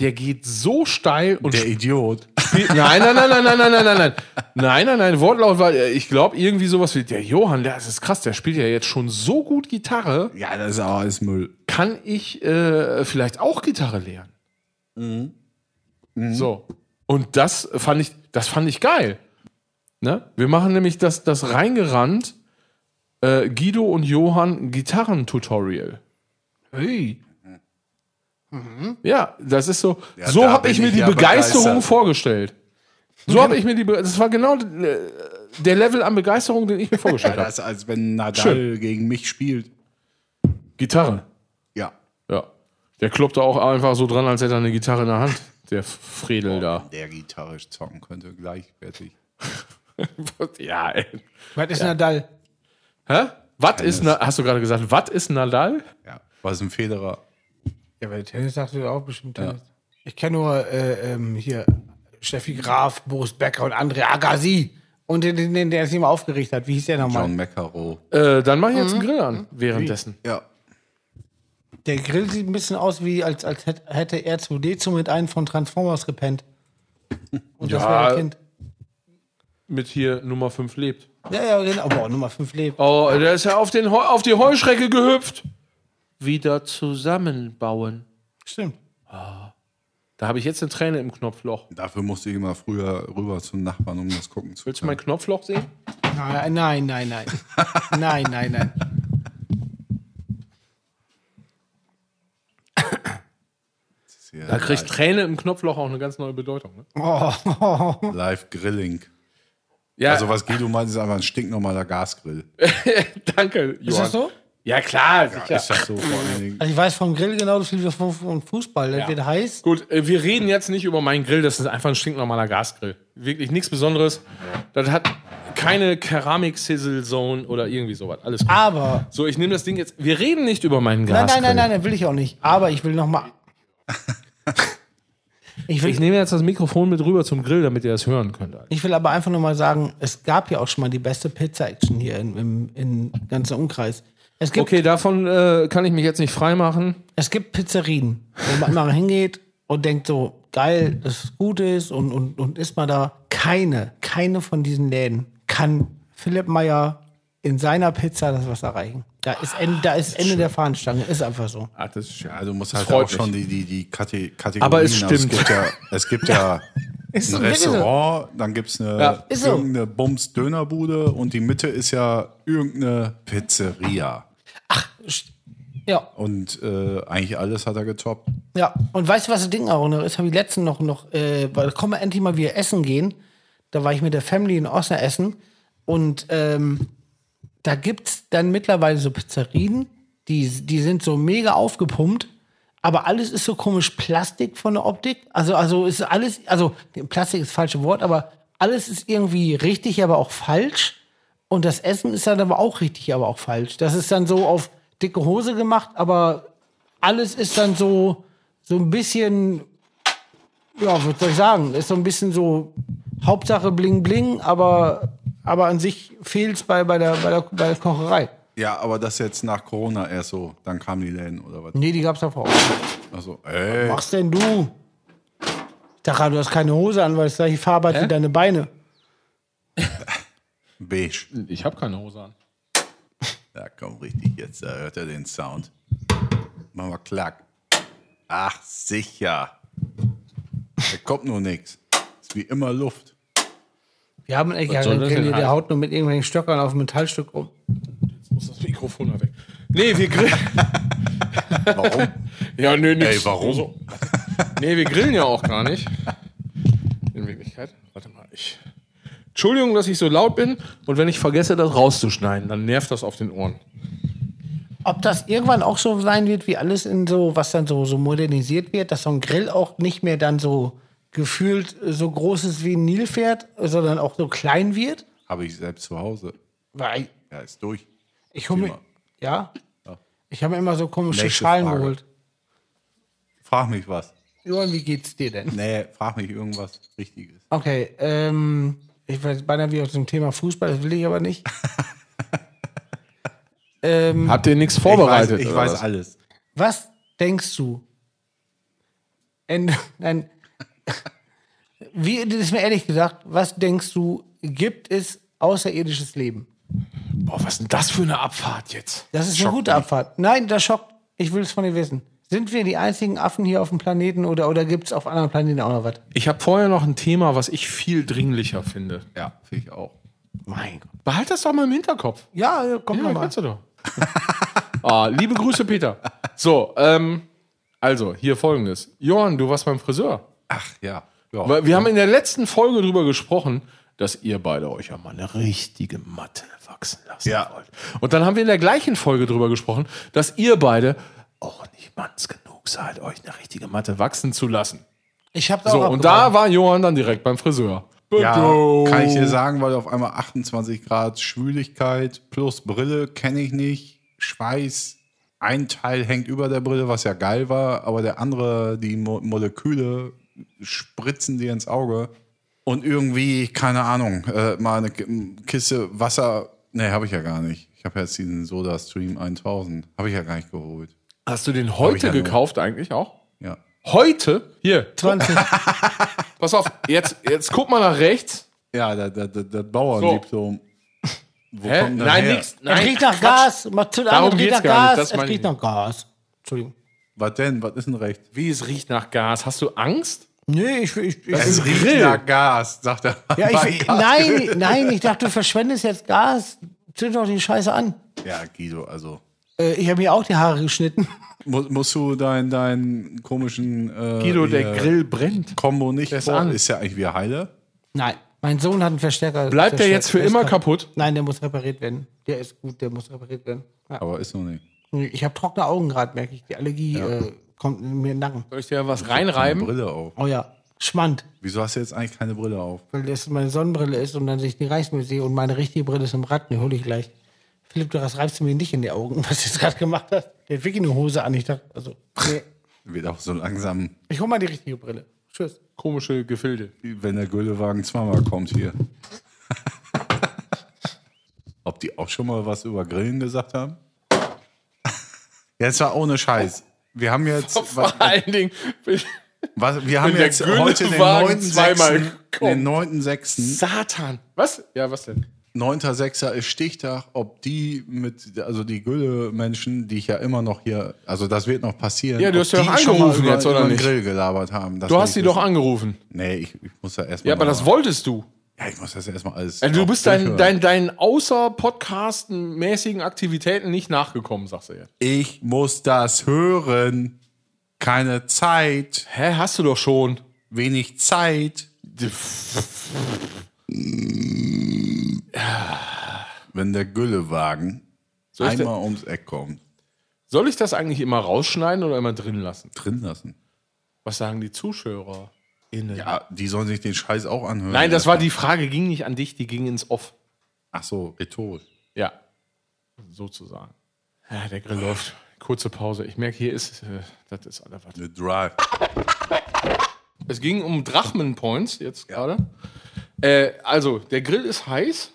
[SPEAKER 3] der geht so steil und
[SPEAKER 1] Der Idiot.
[SPEAKER 3] spielt. Nein, nein, nein, nein, nein, nein, nein, nein, nein. Nein, nein, nein, Wortlaut war, äh, ich glaube, irgendwie sowas wie, der Johann, der, das ist krass, der spielt ja jetzt schon so gut Gitarre,
[SPEAKER 1] Ja, das ist auch alles Müll.
[SPEAKER 3] kann ich äh, vielleicht auch Gitarre lernen?
[SPEAKER 1] Mhm.
[SPEAKER 3] So. Und das fand ich, das fand ich geil. Ne? Wir machen nämlich das, das reingerannt äh, Guido und Johann Gitarrentutorial. Hey. Ja, das ist so. so
[SPEAKER 1] da
[SPEAKER 3] habe
[SPEAKER 1] bin
[SPEAKER 3] ich mir
[SPEAKER 1] ich
[SPEAKER 3] die
[SPEAKER 1] ja
[SPEAKER 3] Begeisterung
[SPEAKER 1] begeistert.
[SPEAKER 3] vorgestellt. So habe ich mir die. Be- Das war genau äh, der Level an Begeisterung, den ich mir vorgestellt habe.
[SPEAKER 1] Das ist, als wenn Nadal
[SPEAKER 3] Schön.
[SPEAKER 1] gegen mich spielt.
[SPEAKER 3] Gitarre.
[SPEAKER 1] Ja.
[SPEAKER 3] Ja. Der kloppt da auch einfach so dran, als hätte er eine Gitarre in der Hand. Der Fredel da.
[SPEAKER 1] Der Gitarre zocken könnte gleichwertig.
[SPEAKER 3] Ja, ey.
[SPEAKER 2] Was ist Nadal?
[SPEAKER 3] Hä? Was ist, Na- hast du gerade gesagt, was ist Nadal?
[SPEAKER 1] Ja. Was ein Federer.
[SPEAKER 2] Ja, bei Tennis sagst du ja auch bestimmt Tennis. Ich kenne nur äh, ähm, hier Steffi Graf, Boris Becker und André Agassi. Und den, den, den der es nicht mal aufgeregt hat. Wie hieß der nochmal?
[SPEAKER 1] John McEnroe.
[SPEAKER 3] Äh, dann mach ich jetzt einen
[SPEAKER 2] Mhm.
[SPEAKER 3] Grill an währenddessen.
[SPEAKER 1] Ja.
[SPEAKER 2] Der Grill sieht ein bisschen aus, wie als, als hätt- hätte R2D2 mit einem von Transformers gepennt. Und das
[SPEAKER 3] Ja.
[SPEAKER 2] war das Kind.
[SPEAKER 3] Mit hier Nummer 5 lebt.
[SPEAKER 2] Ja, ja, genau. Boah, Nummer 5 lebt.
[SPEAKER 3] Oh, der ist ja auf, den Heu auf die Heuschrecke gehüpft. Wieder zusammenbauen.
[SPEAKER 2] Stimmt.
[SPEAKER 3] Da habe ich jetzt eine Träne im Knopfloch.
[SPEAKER 1] Dafür musste ich immer früher rüber zum Nachbarn, um das gucken zu
[SPEAKER 3] Willst du mein
[SPEAKER 1] können.
[SPEAKER 3] Knopfloch sehen?
[SPEAKER 2] Nein, nein, nein, nein. nein, nein, nein.
[SPEAKER 3] Da kriegt Träne im Knopfloch auch eine ganz neue Bedeutung. Ne?
[SPEAKER 2] Oh,
[SPEAKER 1] Live Grilling.
[SPEAKER 3] Ja,
[SPEAKER 1] Also was Guido meint, ist einfach ein stinknormaler Gasgrill.
[SPEAKER 3] danke, Johann.
[SPEAKER 2] ist das so?
[SPEAKER 3] Ja, klar, sicher.
[SPEAKER 1] Ist das so vor allen Dingen?
[SPEAKER 2] Also ich weiß vom Grill genau, das wie vom, vom Fußball. Das wird heiß.
[SPEAKER 3] Gut, äh, wir reden jetzt nicht über meinen Grill, das ist einfach ein stinknormaler Gasgrill. Wirklich nichts Besonderes. Das hat keine Keramik Sizzle Zone oder irgendwie sowas. Alles gut.
[SPEAKER 2] Aber.
[SPEAKER 3] So, ich nehme das Ding jetzt. Wir reden nicht über meinen
[SPEAKER 2] Nein,
[SPEAKER 3] Gasgrill.
[SPEAKER 2] nein, nein, nein, das will ich auch nicht. Aber ich will nochmal. Ich will,
[SPEAKER 4] Ich nehme jetzt das Mikrofon mit rüber zum Grill, damit ihr das hören könnt.
[SPEAKER 2] ich will aber einfach nur mal sagen, es gab ja auch schon mal die beste Pizza-Action hier in, im in ganzen Umkreis. Es gibt,
[SPEAKER 4] Okay, davon äh, kann ich mich jetzt nicht freimachen.
[SPEAKER 2] es gibt Pizzerien, wo man mal hingeht und denkt so, geil, dass es gut ist und, und, und ist mal da. Keine, keine von diesen Läden kann Philipp Meyer in seiner Pizza das was erreichen. Da ist Ende, da ist Ende der Fahnenstange, ist einfach so.
[SPEAKER 3] Ah, das ist schön.
[SPEAKER 1] Ja, du musst halt
[SPEAKER 3] freut
[SPEAKER 1] auch schon die, die, die Kate- Kategorien.
[SPEAKER 4] Aber es
[SPEAKER 1] haben. Es
[SPEAKER 4] stimmt.
[SPEAKER 1] gibt ja, es gibt ja
[SPEAKER 2] Ist so,
[SPEAKER 1] ein
[SPEAKER 2] wirklich so.
[SPEAKER 1] Restaurant, dann gibt es eine
[SPEAKER 4] Ja,
[SPEAKER 2] ist so.
[SPEAKER 1] irgendeine Bums-Dönerbude und die Mitte ist ja irgendeine Pizzeria.
[SPEAKER 2] Ja,
[SPEAKER 1] Und äh, eigentlich alles hat er getoppt.
[SPEAKER 2] ja. Und weißt du, was das Ding auch noch ist? Habe ich letztens noch, noch äh, weil da kommen wir endlich mal wieder essen gehen. Da war ich mit der Family in Osnabrück essen. Und ähm, da gibt es dann mittlerweile so Pizzerien, die, die sind so mega aufgepumpt. Aber alles ist so komisch Plastik von der Optik. Also, also ist alles, also Plastik ist das falsche Wort, aber alles ist irgendwie richtig, aber auch falsch. Und das Essen ist dann aber auch richtig, aber auch falsch. Das ist dann so auf dicke Hose gemacht, aber alles ist dann so, so ein bisschen, ja, was soll ich sagen, ist so ein bisschen so Hauptsache bling bling, aber, aber an sich fehlt es bei, bei, der, bei, der, bei der Kocherei.
[SPEAKER 1] Ja, aber das jetzt nach Corona erst so. Dann kamen die Läden oder was?
[SPEAKER 2] Nee, die gab's davor. auch.
[SPEAKER 1] Also, ey.
[SPEAKER 2] Was denn du? Ich dachte, du hast keine Hose an, weil es gleich Farbe hat wie deine Beine.
[SPEAKER 1] Beige.
[SPEAKER 3] Ich habe keine Hose an.
[SPEAKER 1] Ja, komm, richtig jetzt. Da hört er den Sound. Machen wir Klack. Ach, sicher. Da kommt nur nichts. Ist wie immer Luft.
[SPEAKER 2] Wir haben echt
[SPEAKER 3] soll das
[SPEAKER 2] der,
[SPEAKER 3] denn
[SPEAKER 2] der
[SPEAKER 3] heißen?
[SPEAKER 2] haut nur mit irgendwelchen Stöckern auf dem Metallstück rum.
[SPEAKER 3] Muss das Mikrofon da weg. Nee, wir grillen.
[SPEAKER 1] Warum?
[SPEAKER 3] ja, nö, nix.
[SPEAKER 1] Ey, warum?
[SPEAKER 3] So. Nee, wir grillen ja auch gar nicht. In Wirklichkeit. Warte mal, ich. Entschuldigung, dass ich so laut bin und wenn ich vergesse, das rauszuschneiden, dann nervt das auf den Ohren.
[SPEAKER 2] Ob das irgendwann auch so sein wird, wie alles in so, was dann so, so modernisiert wird, dass so ein Grill auch nicht mehr dann so gefühlt so groß ist wie ein Nilpferd, sondern auch so klein wird?
[SPEAKER 1] Habe ich selbst zu Hause.
[SPEAKER 2] Weil
[SPEAKER 1] Ja, ist durch.
[SPEAKER 2] ich hole mir.
[SPEAKER 1] Thema.
[SPEAKER 2] Ja? Ich habe immer so komische
[SPEAKER 1] Nächste
[SPEAKER 2] Schalen
[SPEAKER 1] Frage.
[SPEAKER 2] geholt.
[SPEAKER 1] Frag mich was.
[SPEAKER 2] Johann, wie geht's dir denn?
[SPEAKER 1] Nee, frag mich irgendwas Richtiges.
[SPEAKER 2] Okay, ähm, ich weiß beinahe wie aus dem Thema Fußball, das will ich aber nicht. ähm,
[SPEAKER 3] Habt ihr nichts
[SPEAKER 1] Ich weiß,
[SPEAKER 3] vorbereitet?
[SPEAKER 1] ich
[SPEAKER 3] oder
[SPEAKER 1] weiß
[SPEAKER 3] was?
[SPEAKER 1] alles.
[SPEAKER 2] was denkst du? Ende, nein. Wie, das ist mir ehrlich gesagt, was denkst du, gibt es außerirdisches Leben?
[SPEAKER 3] Boah, was ist denn das für eine Abfahrt jetzt?
[SPEAKER 2] Das ist eine gute Abfahrt. Nein, das schockt. Ich will es von dir wissen. Sind wir die einzigen Affen hier auf dem Planeten oder, oder gibt es auf anderen Planeten auch noch was?
[SPEAKER 3] Ich habe vorher noch ein Thema, was ich viel dringlicher finde.
[SPEAKER 1] Ja, finde ich auch.
[SPEAKER 2] Mein Gott.
[SPEAKER 3] Behalt das doch mal im Hinterkopf.
[SPEAKER 2] Ja, ja, komm
[SPEAKER 3] Ja,
[SPEAKER 2] nochmal.
[SPEAKER 3] kannst du doch. ah, liebe Grüße, Peter. So, ähm, also, hier folgendes. Johann, du warst beim Friseur.
[SPEAKER 1] Ach ja. ja.
[SPEAKER 3] Weil Wir haben in der letzten Folge drüber gesprochen, dass ihr beide euch ja mal eine richtige Matte wachsen lassen
[SPEAKER 1] Ja.
[SPEAKER 3] wollt. Und dann haben wir in der gleichen Folge drüber gesprochen, dass ihr beide auch nicht manns genug seid, euch eine richtige Matte wachsen zu lassen.
[SPEAKER 2] Ich hab's
[SPEAKER 3] So,
[SPEAKER 2] auch
[SPEAKER 3] und da
[SPEAKER 2] abgebrochen.
[SPEAKER 3] war Johann dann direkt beim Friseur.
[SPEAKER 1] Ja, kann ich dir sagen, weil auf einmal 28 Grad Schwüligkeit plus Brille kenne ich nicht. Schweiß, ein Teil hängt über der Brille, was ja geil war, aber der andere, die Mo Moleküle spritzen dir ins Auge. Und irgendwie, keine Ahnung, äh, mal eine K- Kiste Wasser, nee, habe ich ja gar nicht. Ich habe jetzt diesen Soda Stream 1000, habe ich ja gar nicht geholt.
[SPEAKER 3] Hast du den
[SPEAKER 1] ich ja
[SPEAKER 3] heute
[SPEAKER 1] nur.
[SPEAKER 3] gekauft eigentlich auch?
[SPEAKER 1] Ja.
[SPEAKER 3] Heute? Hier,
[SPEAKER 2] 20.
[SPEAKER 3] pass auf, jetzt, jetzt guck mal nach rechts.
[SPEAKER 1] Ja, das, das, das, das Bauerndiplom. Wo
[SPEAKER 3] Hä?
[SPEAKER 1] kommt das
[SPEAKER 3] Nein,
[SPEAKER 1] her?
[SPEAKER 3] nix.
[SPEAKER 2] Es
[SPEAKER 3] Nein,
[SPEAKER 2] riecht nach
[SPEAKER 3] Quatsch.
[SPEAKER 2] Gas. Mach zu
[SPEAKER 3] Darum
[SPEAKER 2] an, es riecht
[SPEAKER 3] geht's
[SPEAKER 2] nach
[SPEAKER 3] gar
[SPEAKER 2] Gas.
[SPEAKER 3] nicht, das
[SPEAKER 2] es
[SPEAKER 3] meine
[SPEAKER 2] riecht
[SPEAKER 3] ich
[SPEAKER 2] nach Gas. Entschuldigung.
[SPEAKER 1] Was denn? Was ist denn recht?
[SPEAKER 3] Wie es riecht nach Gas. Hast du Angst?
[SPEAKER 2] Nee, ich, ich, ich,
[SPEAKER 1] Es riecht
[SPEAKER 3] Grill.
[SPEAKER 1] nach Gas, sagt er.
[SPEAKER 2] ja,
[SPEAKER 1] Bei
[SPEAKER 2] ich
[SPEAKER 1] Gas-
[SPEAKER 2] nein, nein, ich dachte, du verschwendest jetzt Gas. Zünd doch die Scheiße an.
[SPEAKER 1] ja, Guido, also.
[SPEAKER 2] Äh, ich habe mir auch die Haare geschnitten.
[SPEAKER 1] Mu- musst du deinen deinen komischen äh,
[SPEAKER 3] Guido,
[SPEAKER 1] hier
[SPEAKER 3] der Grill brennt.
[SPEAKER 1] Kombo nicht
[SPEAKER 3] Der ist
[SPEAKER 1] vor-
[SPEAKER 3] an.
[SPEAKER 1] Ist ja eigentlich wie Heile.
[SPEAKER 2] Nein, mein Sohn hat einen Verstärker.
[SPEAKER 3] Bleibt der
[SPEAKER 2] zerstört.
[SPEAKER 3] jetzt für
[SPEAKER 2] ist
[SPEAKER 3] immer kaputt?
[SPEAKER 2] Nein, der muss repariert werden. Der ist gut, der muss repariert werden. Ja.
[SPEAKER 1] Aber ist noch nicht.
[SPEAKER 2] Ich habe trockene Augen gerade, merke ich. Die Allergie äh, kommt mir in den Nacken.
[SPEAKER 3] Soll ich dir was
[SPEAKER 1] Keine
[SPEAKER 3] reinreiben?
[SPEAKER 1] Brille auf.
[SPEAKER 2] Oh ja, Schmand,
[SPEAKER 1] Wieso hast du jetzt eigentlich keine Brille auf?
[SPEAKER 2] weil das meine Sonnenbrille ist und dann sehe ich die Reichsmusee und meine richtige Brille ist im Rad. Die hole ich gleich. Philipp, du das reibst du mir nicht in die Augen, was du jetzt gerade gemacht hast. Der hat wirklich eine Hose an. Ich dachte, also, nee.
[SPEAKER 1] Wird auch so langsam.
[SPEAKER 2] Ich hole mal die richtige Brille. Tschüss.
[SPEAKER 3] Komische Gefilde.
[SPEAKER 1] Wenn der Güllewagen zweimal kommt hier. Ob die auch schon mal was über Grillen gesagt haben? Jetzt war ohne Scheiß. Wir haben jetzt,
[SPEAKER 3] Vor allen Dingen.
[SPEAKER 1] was, wir haben
[SPEAKER 3] der
[SPEAKER 1] jetzt heute den
[SPEAKER 3] Güllewagen zweimal
[SPEAKER 1] 9.6.
[SPEAKER 3] kommt.
[SPEAKER 1] Den 9.6.
[SPEAKER 3] Satan. Was? Ja, was denn?
[SPEAKER 1] 9.6. ist Stichtag, ob die mit, also die Gülle-Menschen, die ich ja immer noch hier, also das wird noch passieren.
[SPEAKER 3] Ja, du hast
[SPEAKER 1] ob
[SPEAKER 3] ja auch
[SPEAKER 1] die schon mal
[SPEAKER 3] angerufen
[SPEAKER 1] über,
[SPEAKER 3] jetzt, oder
[SPEAKER 1] über den
[SPEAKER 3] nicht?
[SPEAKER 1] Grill gelabert haben. Das
[SPEAKER 3] Du
[SPEAKER 1] will
[SPEAKER 3] hast
[SPEAKER 1] ich
[SPEAKER 3] sie doch
[SPEAKER 1] wissen.
[SPEAKER 3] angerufen.
[SPEAKER 1] Nee, ich, ich muss ja erstmal.
[SPEAKER 3] Ja, aber das wolltest du.
[SPEAKER 1] Ja, ich muss das erstmal alles.
[SPEAKER 3] Also du
[SPEAKER 1] noch
[SPEAKER 3] bist deinen
[SPEAKER 1] durchhören.
[SPEAKER 3] dein, dein außer Podcasten-mäßigen Aktivitäten nicht nachgekommen, sagst du jetzt.
[SPEAKER 1] Ich muss das hören. Keine Zeit,
[SPEAKER 3] Hä, hast du doch schon.
[SPEAKER 1] wenig Zeit. Wenn der Güllewagen
[SPEAKER 3] Soll ich, da,
[SPEAKER 1] einmal ums Eck kommt,
[SPEAKER 3] soll ich das eigentlich immer rausschneiden oder immer drin lassen?
[SPEAKER 1] drin lassen.
[SPEAKER 3] Was sagen die Zuschörer?
[SPEAKER 1] Ja, die sollen sich den Scheiß auch anhören.
[SPEAKER 3] Nein, das war die Frage, ging nicht an dich, die ging ins Off.
[SPEAKER 1] Ach so, rhetorisch.
[SPEAKER 3] Ja, sozusagen. Ja, der Grill läuft. Kurze Pause. Ich merke, hier ist, äh, das ist alle was.
[SPEAKER 1] Eine Drive.
[SPEAKER 3] Es ging um Drachmen-Points jetzt gerade. Äh, also, der Grill ist heiß.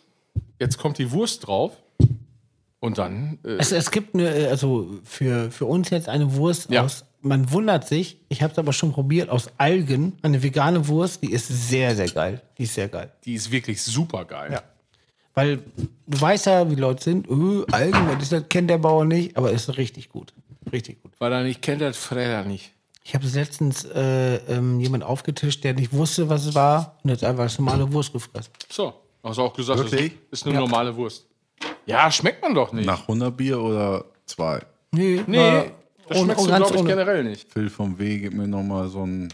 [SPEAKER 3] Jetzt kommt die Wurst drauf. Und dann äh,
[SPEAKER 2] Es, es gibt eine, äh, also für, für uns jetzt eine Wurst
[SPEAKER 3] Ja.
[SPEAKER 2] aus, man wundert sich, ich habe es aber schon probiert, aus Algen, eine vegane Wurst, die ist sehr, sehr geil. Die ist sehr geil.
[SPEAKER 3] Die ist wirklich super geil.
[SPEAKER 2] Ja. Weil du weißt ja, wie Leute sind, öh, Algen, das ist- das kennt der Bauer nicht, aber ist richtig gut. Richtig gut.
[SPEAKER 3] Weil er nicht kennt, das Freda nicht.
[SPEAKER 2] Ich habe letztens äh, ähm, jemand aufgetischt, der nicht wusste, was es war und hat einfach das normale Wurst gefressen.
[SPEAKER 3] So, hast du auch gesagt, das
[SPEAKER 1] Wirklich?
[SPEAKER 3] ist eine normale Wurst. Ja, schmeckt man doch nicht.
[SPEAKER 1] Nach 100 Bier oder zwei?
[SPEAKER 2] Nee, war-
[SPEAKER 3] Nee, das
[SPEAKER 2] ohne-
[SPEAKER 3] schmeckst du,
[SPEAKER 2] ganz
[SPEAKER 3] glaube ich,
[SPEAKER 2] ohne.
[SPEAKER 3] generell nicht.
[SPEAKER 1] Phil vom W gibt mir nochmal so ein.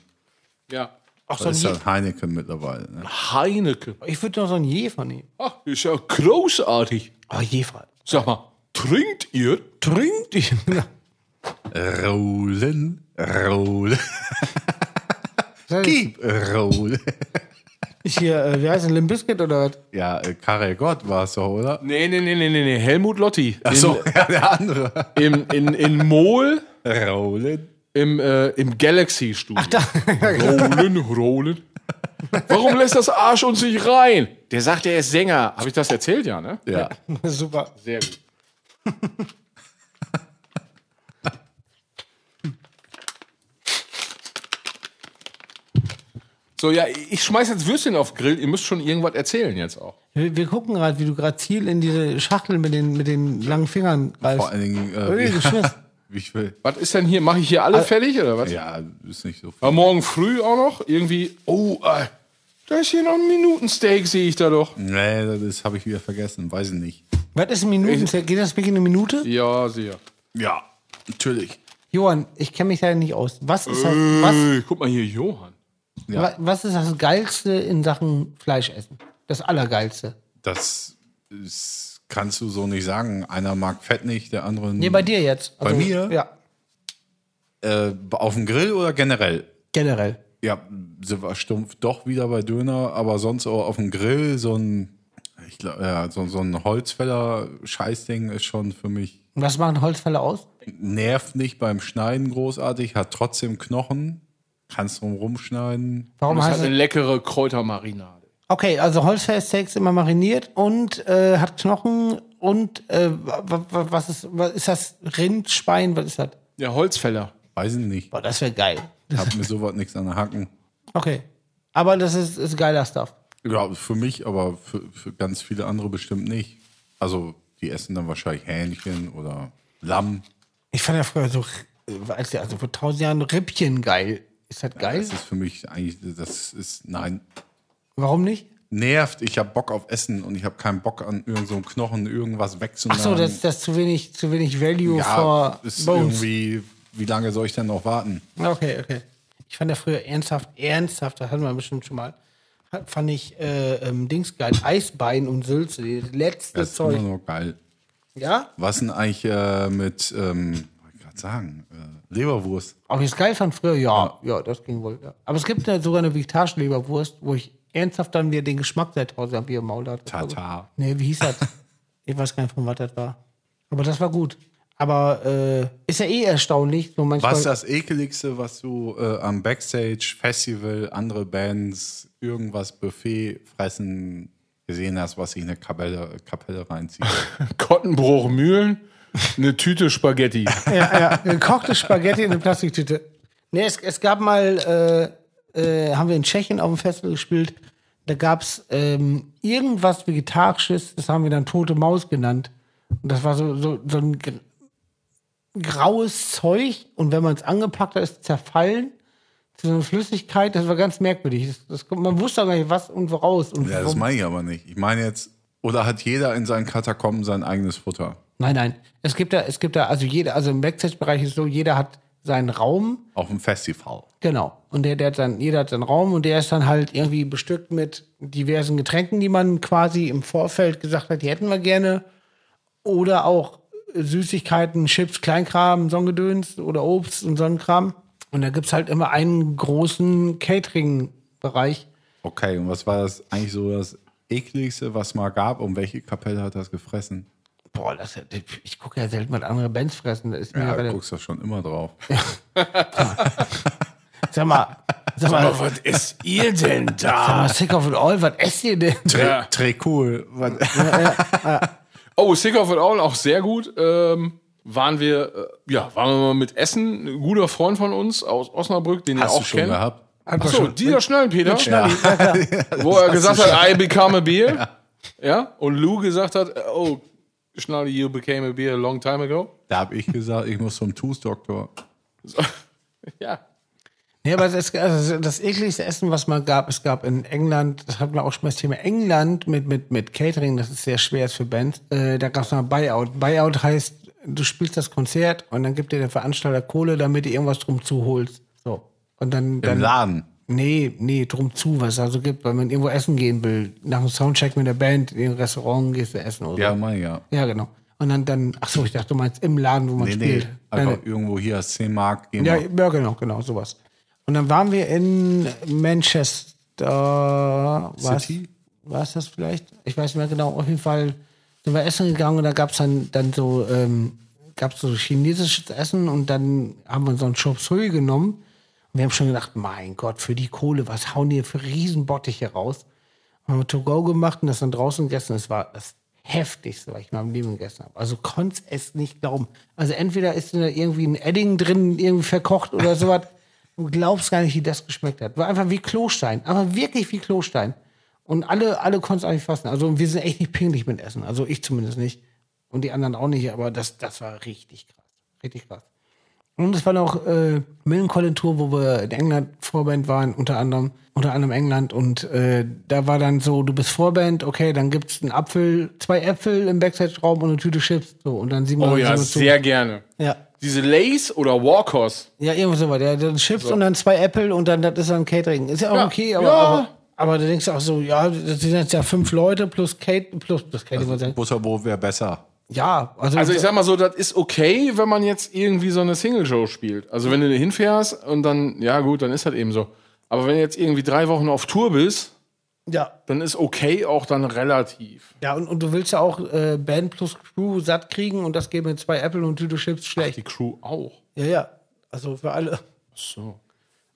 [SPEAKER 3] Ja.
[SPEAKER 2] Ach,
[SPEAKER 1] Das
[SPEAKER 2] so ein
[SPEAKER 1] ist
[SPEAKER 2] Je-
[SPEAKER 1] ja Heineken mittlerweile. Ne?
[SPEAKER 3] Heineke.
[SPEAKER 2] ich würde noch so ein Jefer nehmen.
[SPEAKER 3] Ach, ist ja großartig.
[SPEAKER 2] Oh, Jefer.
[SPEAKER 3] Sag mal, trinkt ihr?
[SPEAKER 2] Trinkt die.
[SPEAKER 1] Rollen, rollen. Keep rollen.
[SPEAKER 2] Hier, äh, wie heißt denn Limbiskit oder was?
[SPEAKER 1] Ja, äh, Karel Gott war es doch, oder?
[SPEAKER 3] Nee, nee, nee, nee, nee, nee. Helmut Lotti. Ach
[SPEAKER 1] So, ja, der andere.
[SPEAKER 3] In, in, in, in Mol,
[SPEAKER 1] Rollen.
[SPEAKER 3] im, äh, im Galaxy-Studio.
[SPEAKER 2] Da,
[SPEAKER 3] Rollen, rollen. Warum lässt das Arsch uns nicht rein? Der sagt, er ist Sänger. Habe ich das erzählt, ja, ne?
[SPEAKER 1] Ja.
[SPEAKER 2] super.
[SPEAKER 3] Sehr gut. So, ja, ich schmeiß jetzt Würstchen auf den Grill. Ihr müsst schon irgendwas erzählen jetzt auch.
[SPEAKER 2] Wir, wir gucken gerade, wie du gerade Ziel in diese Schachtel mit den, mit den langen Fingern
[SPEAKER 1] Vor
[SPEAKER 2] greifst.
[SPEAKER 1] allen Dingen.
[SPEAKER 2] Ui,
[SPEAKER 1] Äh,
[SPEAKER 2] Geschiss.
[SPEAKER 1] wie ich will.
[SPEAKER 3] Was ist denn hier? Mache ich hier alle fertig oder was?
[SPEAKER 1] Ja, ist nicht so
[SPEAKER 3] Aber
[SPEAKER 1] viel.
[SPEAKER 3] morgen früh auch noch irgendwie. Oh, äh, da ist hier noch ein Minutensteak, sehe ich da doch.
[SPEAKER 1] Nee, das habe ich wieder vergessen. Weiß ich nicht.
[SPEAKER 2] Was ist ein Minuten? Geht das wirklich eine Minute?
[SPEAKER 3] Ja, sehr.
[SPEAKER 1] Ja, natürlich.
[SPEAKER 2] Johann, ich kenne mich da nicht aus. Was ist, das, was,
[SPEAKER 3] Äh, guck mal hier, Johann.
[SPEAKER 2] wa- was ist das Geilste in Sachen Fleischessen? Das Allergeilste.
[SPEAKER 1] Das ist, kannst du so nicht sagen. Einer mag Fett nicht, der andere.
[SPEAKER 2] Nee, bei dir jetzt. Also,
[SPEAKER 1] Bei mir?
[SPEAKER 2] Ja,
[SPEAKER 1] Äh, auf dem Grill oder generell?
[SPEAKER 2] generell.
[SPEAKER 1] ja, sie war stumpf doch wieder bei Döner, aber sonst auch auf dem Grill so ein, ich glaub, ja, so, so ein Holzfäller-Scheißding ist schon für mich,
[SPEAKER 2] Und was machen Holzfälle aus?
[SPEAKER 1] nervt nicht beim Schneiden großartig, hat trotzdem Knochen, kannst drum rumschneiden.
[SPEAKER 2] Warum
[SPEAKER 3] Das
[SPEAKER 2] heißt
[SPEAKER 3] hat
[SPEAKER 2] das?
[SPEAKER 3] eine leckere Kräutermarinade.
[SPEAKER 2] Okay, also Holzfäller-Steaks immer mariniert und äh, hat Knochen und äh, wa- wa- was ist, was ist das? Rind, Schwein, was ist das?
[SPEAKER 3] Ja, Holzfäller.
[SPEAKER 1] Weiß ich nicht,
[SPEAKER 2] Boah, das wäre geil.
[SPEAKER 1] hab mir sowas nichts an der Hacken.
[SPEAKER 2] Okay. Aber das ist, ist geiler Stuff.
[SPEAKER 1] Ja, für mich, aber für, für ganz viele andere bestimmt nicht. Also, die essen dann wahrscheinlich Hähnchen oder Lamm.
[SPEAKER 2] Ich fand ja früher so, äh, als ja, also vor tausend Jahren Rippchen geil. Ist das geil?
[SPEAKER 1] Das ist für mich eigentlich, das ist, nein,
[SPEAKER 2] Warum nicht?
[SPEAKER 1] nervt. Ich habe Bock auf Essen und ich habe keinen Bock an irgendeinem so einem Knochen irgendwas wegzunehmen.
[SPEAKER 2] Ach so, das, das ist zu wenig, zu wenig Value
[SPEAKER 1] ja,
[SPEAKER 2] for
[SPEAKER 1] ist
[SPEAKER 2] Bones.
[SPEAKER 1] irgendwie, wie lange soll ich denn noch warten?
[SPEAKER 2] Okay, okay. Ich fand ja früher ernsthaft, ernsthaft, das hatten wir bestimmt schon mal, hat- fand ich äh, ähm, Dings geil. Eisbein und Sülze, das letzte
[SPEAKER 1] Das ist immer
[SPEAKER 2] Zeug.
[SPEAKER 1] noch geil.
[SPEAKER 2] Ja?
[SPEAKER 1] Was denn eigentlich äh, mit, ähm, wollte ich gerade sagen, äh, Leberwurst?
[SPEAKER 2] Ob ich es geil fand früher? Ja, ja, das ging wohl. Ja. Aber es gibt ja sogar eine vegetarische Leberwurst, wo ich ernsthaft dann wieder den Geschmack seit Hause am Bier im Maul hatte.
[SPEAKER 1] Tatar.
[SPEAKER 2] Nee, wie hieß das? Ich weiß gar nicht, von was das war. Aber das war gut. Aber äh, ist ja eh erstaunlich. So manchmal,
[SPEAKER 1] Was ist das Ekeligste, was du äh, am Backstage, Festival, andere Bands, irgendwas Buffet fressen gesehen hast, was sich in eine Kapelle, Kapelle reinzieht?
[SPEAKER 3] Kottenbruch Mühlen, eine Tüte Spaghetti.
[SPEAKER 2] ja, ja, gekochte Spaghetti in eine Plastiktüte. Nee, es, es gab mal, äh, äh, haben wir in Tschechien auf dem Festival gespielt, da gab es ähm, irgendwas Vegetarisches, das haben wir dann Tote Maus genannt. Und das war so, so, so ein gr- graues Zeug und wenn man es angepackt hat, ist es zerfallen zu so einer Flüssigkeit. Das war ganz merkwürdig. Das, das, man wusste auch gar nicht, was und woraus. Und
[SPEAKER 1] Ja, das
[SPEAKER 2] warum.
[SPEAKER 1] meine ich aber nicht. Ich meine jetzt, oder hat jeder in seinen Katakomben sein eigenes Futter?
[SPEAKER 2] Nein, nein. Es gibt da, es gibt da, also jeder, also im Backstage-Bereich ist so, jeder hat seinen Raum
[SPEAKER 1] Auf dem Festival.
[SPEAKER 2] Genau. Und der, der hat dann, jeder hat seinen Raum und der ist dann halt irgendwie bestückt mit diversen Getränken, die man quasi im Vorfeld gesagt hat, die hätten wir gerne. Oder auch Süßigkeiten, Chips, Kleinkram, Sonnengedöns oder Obst und Sonnenkram. Und da gibt es halt immer einen großen Catering-Bereich.
[SPEAKER 1] Okay, und was war das eigentlich so das Ekligste, was mal gab? Und welche Kapelle hat das gefressen?
[SPEAKER 2] Boah, das, ich gucke ja selten, was andere Bands fressen. Das ist mir
[SPEAKER 1] Ja,
[SPEAKER 2] gerade-
[SPEAKER 1] du guckst doch schon immer drauf.
[SPEAKER 2] sag mal, sag mal, sag
[SPEAKER 3] was ist ihr denn da?
[SPEAKER 2] mal, sick of it all, was esst ihr denn?
[SPEAKER 1] Tre, tre cool. Was-
[SPEAKER 3] Oh, Sick of It All, auch sehr gut. Ähm, waren wir, äh, ja, waren wir mal mit Essen. Ein guter Freund von uns aus Osnabrück, den ihr
[SPEAKER 1] Hast
[SPEAKER 3] auch
[SPEAKER 1] du schon
[SPEAKER 3] kennt.
[SPEAKER 1] gehabt?
[SPEAKER 3] Achso, Dieter Schnellenpeter, wo er gesagt
[SPEAKER 1] du
[SPEAKER 3] hat, I become a beer. Ja. und Lou gesagt hat, oh, Schnalli, you became a beer a long time ago.
[SPEAKER 1] Da habe ich gesagt, ich muss zum Tooth-Doktor.
[SPEAKER 3] Ja.
[SPEAKER 2] Ja, aber es, also das ekligste Essen, was man gab, es gab in England, das hatten wir auch schon mal das Thema England mit, mit, mit Catering, das ist sehr schwer ist für Bands. Äh, da gab es mal Buyout. Buyout heißt, du spielst das Konzert und dann gibt dir der Veranstalter Kohle, damit du irgendwas drum zuholst. So. Und dann,
[SPEAKER 1] Im
[SPEAKER 2] dann
[SPEAKER 1] Laden.
[SPEAKER 2] nee, nee, drum zu, was es also gibt, weil man irgendwo essen gehen will. Nach dem Soundcheck mit der Band, in ein Restaurant gehst du essen oder
[SPEAKER 1] Ja,
[SPEAKER 2] so.
[SPEAKER 1] mein ja.
[SPEAKER 2] Ja, genau. Und dann, dann, ach so, ich dachte, du meinst im Laden, wo man
[SPEAKER 1] Nee, Also
[SPEAKER 2] spielt.
[SPEAKER 1] nee.
[SPEAKER 2] Nein,
[SPEAKER 1] Einfach irgendwo hier, 10 Mark, geh
[SPEAKER 2] ja,
[SPEAKER 1] mal.
[SPEAKER 2] ja, genau, genau, sowas. Und dann waren wir in Manchester. Was,
[SPEAKER 1] City?
[SPEAKER 2] war es das vielleicht? Ich weiß nicht mehr genau. Auf jeden Fall sind wir essen gegangen und da gab es dann, dann so, ähm, gab's so chinesisches Essen und dann haben wir so einen Chop Suey genommen. Und wir haben schon gedacht, mein Gott, für die Kohle, was hauen die für Riesenbottiche raus? Und haben wir To-Go gemacht und das dann draußen gegessen. Das war das Heftigste, was ich in meinem Leben gegessen habe. Also konnte es nicht glauben. Also entweder ist da irgendwie ein Edding drin, irgendwie verkocht oder sowas. Du glaubst gar nicht, wie das geschmeckt hat. War einfach wie Klostein. Aber wirklich wie Klostein. Und alle, alle konnten es eigentlich fassen. Also wir sind echt nicht pingelig mit Essen. Also ich zumindest nicht. Und die anderen auch nicht. Aber das, das war richtig krass. Richtig krass. Und es war noch äh, Millencolin-Tour, wo wir in England Vorband waren, unter anderem, unter anderem England. Und äh, da war dann so, du bist Vorband, okay, dann gibt's einen Apfel, zwei Äpfel im Backstage-Raum und eine Tüte Chips. So, und dann sieht man
[SPEAKER 3] Oh
[SPEAKER 2] sieht
[SPEAKER 3] ja,
[SPEAKER 2] man zu.
[SPEAKER 3] sehr gerne.
[SPEAKER 2] ja.
[SPEAKER 3] Diese Lays oder Walkers.
[SPEAKER 2] Ja, irgendwas sowas. Ja, dann Chips und dann zwei Äpfel und dann das ist dann Catering. Ist ja auch
[SPEAKER 3] Ja.
[SPEAKER 2] okay, aber,
[SPEAKER 3] Ja.
[SPEAKER 2] aber, aber da denkst du auch so, ja, das sind jetzt ja fünf Leute plus Kate, plus, plus Kate, also,
[SPEAKER 1] Butterbrot wäre besser.
[SPEAKER 2] ja, also,
[SPEAKER 3] Also ich sag mal so, das ist okay, wenn man jetzt irgendwie so eine Single-Show spielt. Also wenn du da hinfährst und dann, ja gut, dann ist das eben so. Aber wenn du jetzt irgendwie drei Wochen auf Tour bist,
[SPEAKER 2] ja,
[SPEAKER 3] dann ist okay auch dann relativ.
[SPEAKER 2] ja und, und du willst ja auch äh, Band plus Crew satt kriegen und das geben mit zwei Äpfel und Tüte Chips schlecht.
[SPEAKER 3] Die Crew auch.
[SPEAKER 2] Ja, ja, also für alle.
[SPEAKER 3] So.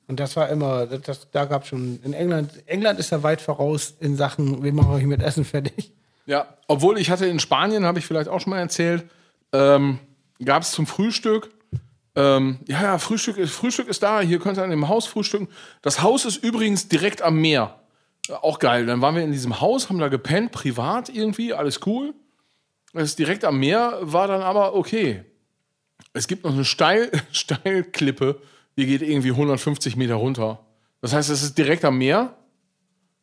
[SPEAKER 2] Und das war immer, das, das, da gab schon in England, England ist ja weit voraus in Sachen, wir machen euch mit Essen fertig.
[SPEAKER 3] Ja, obwohl ich hatte in Spanien, habe ich vielleicht auch schon mal erzählt, ähm, gab es zum Frühstück. Ähm, ja, ja, Frühstück ist, Frühstück ist da, hier könnt ihr an dem Haus frühstücken. Das Haus ist übrigens direkt am Meer. Äh, Auch geil. Dann waren wir in diesem Haus, haben da gepennt, privat irgendwie, alles cool. Das ist direkt am Meer, war dann aber okay. Es gibt noch eine Steil, Steilklippe, die geht irgendwie 150 Meter runter. Das heißt, es ist direkt am Meer.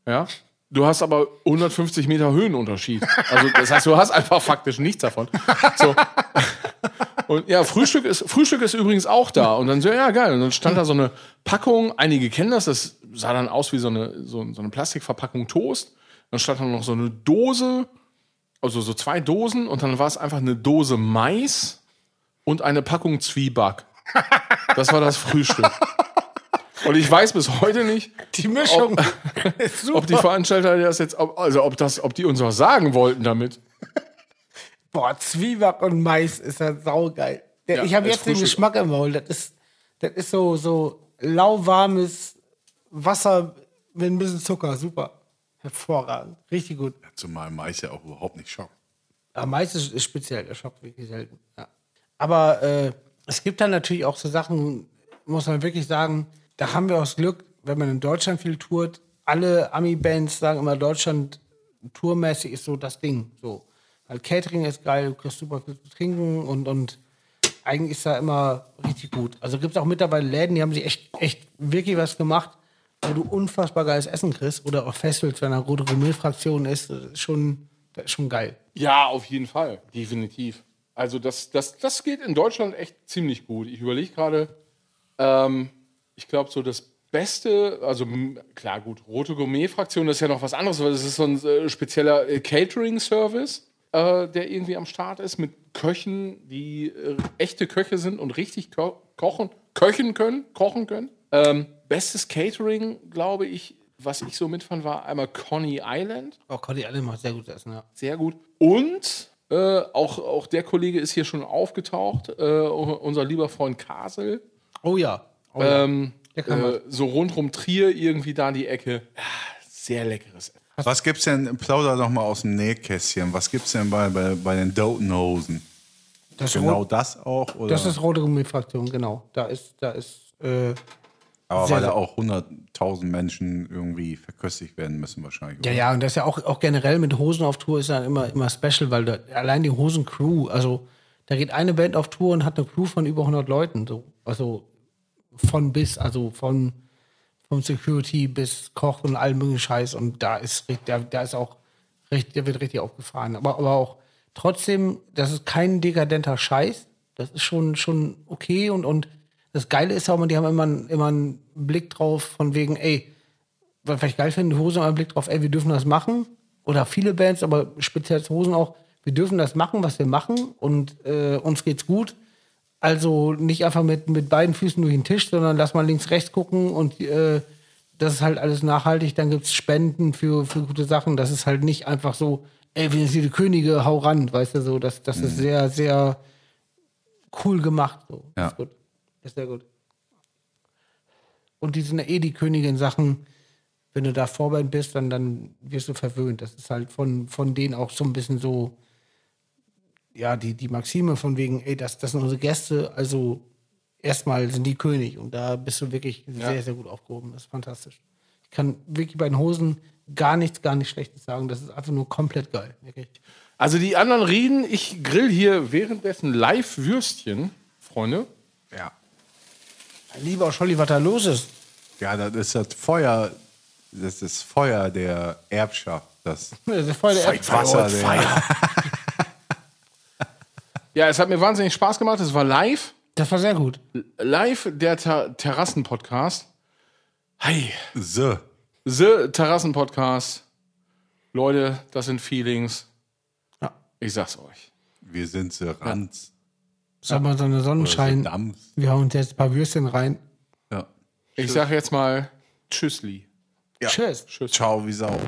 [SPEAKER 3] Ja. Du hast aber 150 Meter Höhenunterschied. Also, das heißt, du hast einfach faktisch nichts davon. So. Und ja, Frühstück ist, Frühstück ist übrigens auch da. Und dann so, ja, geil. Und dann stand da so eine Packung. Einige kennen das. Das sah dann aus wie so eine, so, so eine Plastikverpackung Toast. Dann stand da noch so eine Dose. Also so zwei Dosen. Und dann war es einfach eine Dose Mais und eine Packung Zwieback. Das war das Frühstück. Und ich weiß bis heute nicht,
[SPEAKER 2] Die Mischung ist super.
[SPEAKER 3] ob die Veranstalter das jetzt, ob, also ob das, ob die uns was sagen wollten damit.
[SPEAKER 2] Boah, Zwieback und Mais ist ja saugeil. Der,
[SPEAKER 3] Ja,
[SPEAKER 2] ich habe
[SPEAKER 3] als
[SPEAKER 2] jetzt den
[SPEAKER 3] Frühstück.
[SPEAKER 2] Geschmack im Maul. Das ist, das ist so, so lauwarmes Wasser mit ein bisschen Zucker. Super. Hervorragend. Richtig gut.
[SPEAKER 1] Zumal Mais ja auch überhaupt nicht schockt.
[SPEAKER 2] Aber Mais ist, ist speziell, der schockt wirklich selten. Ja. Aber äh, es gibt dann natürlich auch so Sachen, muss man wirklich sagen, da haben wir auch das Glück, wenn man in Deutschland viel tourt, alle Ami-Bands sagen immer, Deutschland tourmäßig ist so das Ding. So. Weil Catering ist geil, du kriegst super viel zu trinken und, und eigentlich ist da immer richtig gut. Also gibt es auch mittlerweile Läden, die haben sich echt, echt wirklich was gemacht, wo du unfassbar geiles Essen kriegst. Oder auch Festivals, wenn da rote Gourmet-Fraktion ist, das ist schon, das ist schon geil.
[SPEAKER 3] Ja, auf jeden Fall. Definitiv. Also das, das, das geht in Deutschland echt ziemlich gut. Ich überlege gerade, ähm, ich glaube, so das Beste, also m- klar gut, Rote Gourmet-Fraktion das ist ja noch was anderes, weil das ist so ein äh, spezieller äh, Catering-Service, äh, der irgendwie am Start ist mit Köchen, die äh, echte Köche sind und richtig ko kochen, köchen können, kochen können. Ähm, bestes Catering, glaube ich, was ich so mitfand, war einmal Coney Island
[SPEAKER 2] Oh, Conny Allen macht sehr gut Essen, ja.
[SPEAKER 3] sehr gut. Und äh, auch, auch der Kollege ist hier schon aufgetaucht, äh, unser lieber Freund Kasel.
[SPEAKER 2] Oh ja. Oh,
[SPEAKER 3] Ähm,
[SPEAKER 2] Der kann
[SPEAKER 3] äh, so rundrum Trier, irgendwie da in die Ecke. Ah, Sehr leckeres. Essen.
[SPEAKER 1] Was gibt's denn, plauder doch mal aus dem Nähkästchen, was gibt's denn bei, bei, bei den Dotenhosen?
[SPEAKER 2] das,
[SPEAKER 1] Genau
[SPEAKER 2] Rot,
[SPEAKER 1] das auch? Oder?
[SPEAKER 2] das ist rote Gummifraktion, genau. Da ist, da ist, äh,
[SPEAKER 1] Aber
[SPEAKER 2] sehr,
[SPEAKER 1] weil da
[SPEAKER 2] sehr-
[SPEAKER 1] auch 100.000 Menschen irgendwie verköstigt werden müssen wahrscheinlich.
[SPEAKER 2] ja,
[SPEAKER 1] oder?
[SPEAKER 2] ja, und das ist ja auch, auch generell mit Hosen auf Tour ist ja immer, immer special, weil da, allein die Hosen-Crew, also da geht eine Band auf Tour und hat eine Crew von über 100 Leuten, so. Also von bis, also von, vom Security bis Koch und allem möglichen Scheiß und da ist, richt- da, da ist auch, richtig, der wird richtig aufgefahren. Aber, aber auch trotzdem, das ist kein dekadenter Scheiß. Das ist schon, schon okay und, und das Geile ist ja auch, die haben immer, einen- immer einen Blick drauf von wegen, ey, was ich geil finde, Hosen haben einen Blick drauf, ey, wir dürfen das machen. Oder viele Bands, aber speziell zu Hosen auch, wir dürfen das machen, was wir machen und äh, uns geht's gut. Also nicht einfach mit, mit beiden Füßen durch den Tisch, sondern lass mal links, rechts gucken und äh, das ist halt alles nachhaltig. Dann gibt es Spenden für, für gute Sachen. Das ist halt nicht einfach so, ey, wir sind hier die Könige, hau ran, weißt du, so. Das, das ist sehr, sehr cool gemacht. So.
[SPEAKER 1] Ja.
[SPEAKER 2] Das ist gut. Das ist sehr gut. Und die sind ja eh die Könige in Sachen, wenn du da Vorband bist, dann, dann wirst du verwöhnt. Das ist halt von, von denen auch so ein bisschen so, ja, die, die Maxime von wegen, ey, das, das sind unsere Gäste, also erstmal sind die König und da bist du wirklich sehr, sehr gut aufgehoben. Das ist fantastisch. Ich kann wirklich bei den Hosen gar nichts, gar nichts Schlechtes sagen. Das ist einfach nur komplett geil. Wirklich.
[SPEAKER 3] Also die anderen reden, ich grill hier währenddessen live Würstchen, Freunde.
[SPEAKER 1] Ja.
[SPEAKER 2] Lieber Scholli, was da los ist.
[SPEAKER 1] ja, das ist das Feuer, das ist Feuer der Erbschaft. Das
[SPEAKER 2] Das ist voll der App.
[SPEAKER 1] Wasser der
[SPEAKER 3] Ja, es hat mir wahnsinnig Spaß gemacht. Es war live.
[SPEAKER 2] Das war sehr gut.
[SPEAKER 3] Live der Ta Terrassen-Podcast. Hi.
[SPEAKER 1] So.
[SPEAKER 3] The Terrassen-Podcast. Leute, das sind Feelings.
[SPEAKER 2] Ja.
[SPEAKER 3] Ich sag's euch.
[SPEAKER 1] Wir sind so Ranz.
[SPEAKER 2] Sag mal, so eine
[SPEAKER 1] Schein.
[SPEAKER 2] Sonnenschein. Wir hauen uns jetzt ein paar Würstchen rein.
[SPEAKER 1] Ja.
[SPEAKER 3] Ich sag jetzt mal Tschüssli.
[SPEAKER 2] Tschüss.
[SPEAKER 1] Ciao, wie Sau.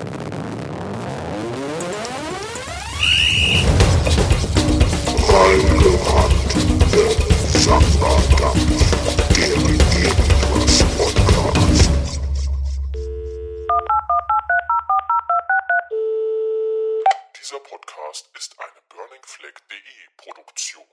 [SPEAKER 5] Dieser Podcast ist eine burningfleck.de Produktion.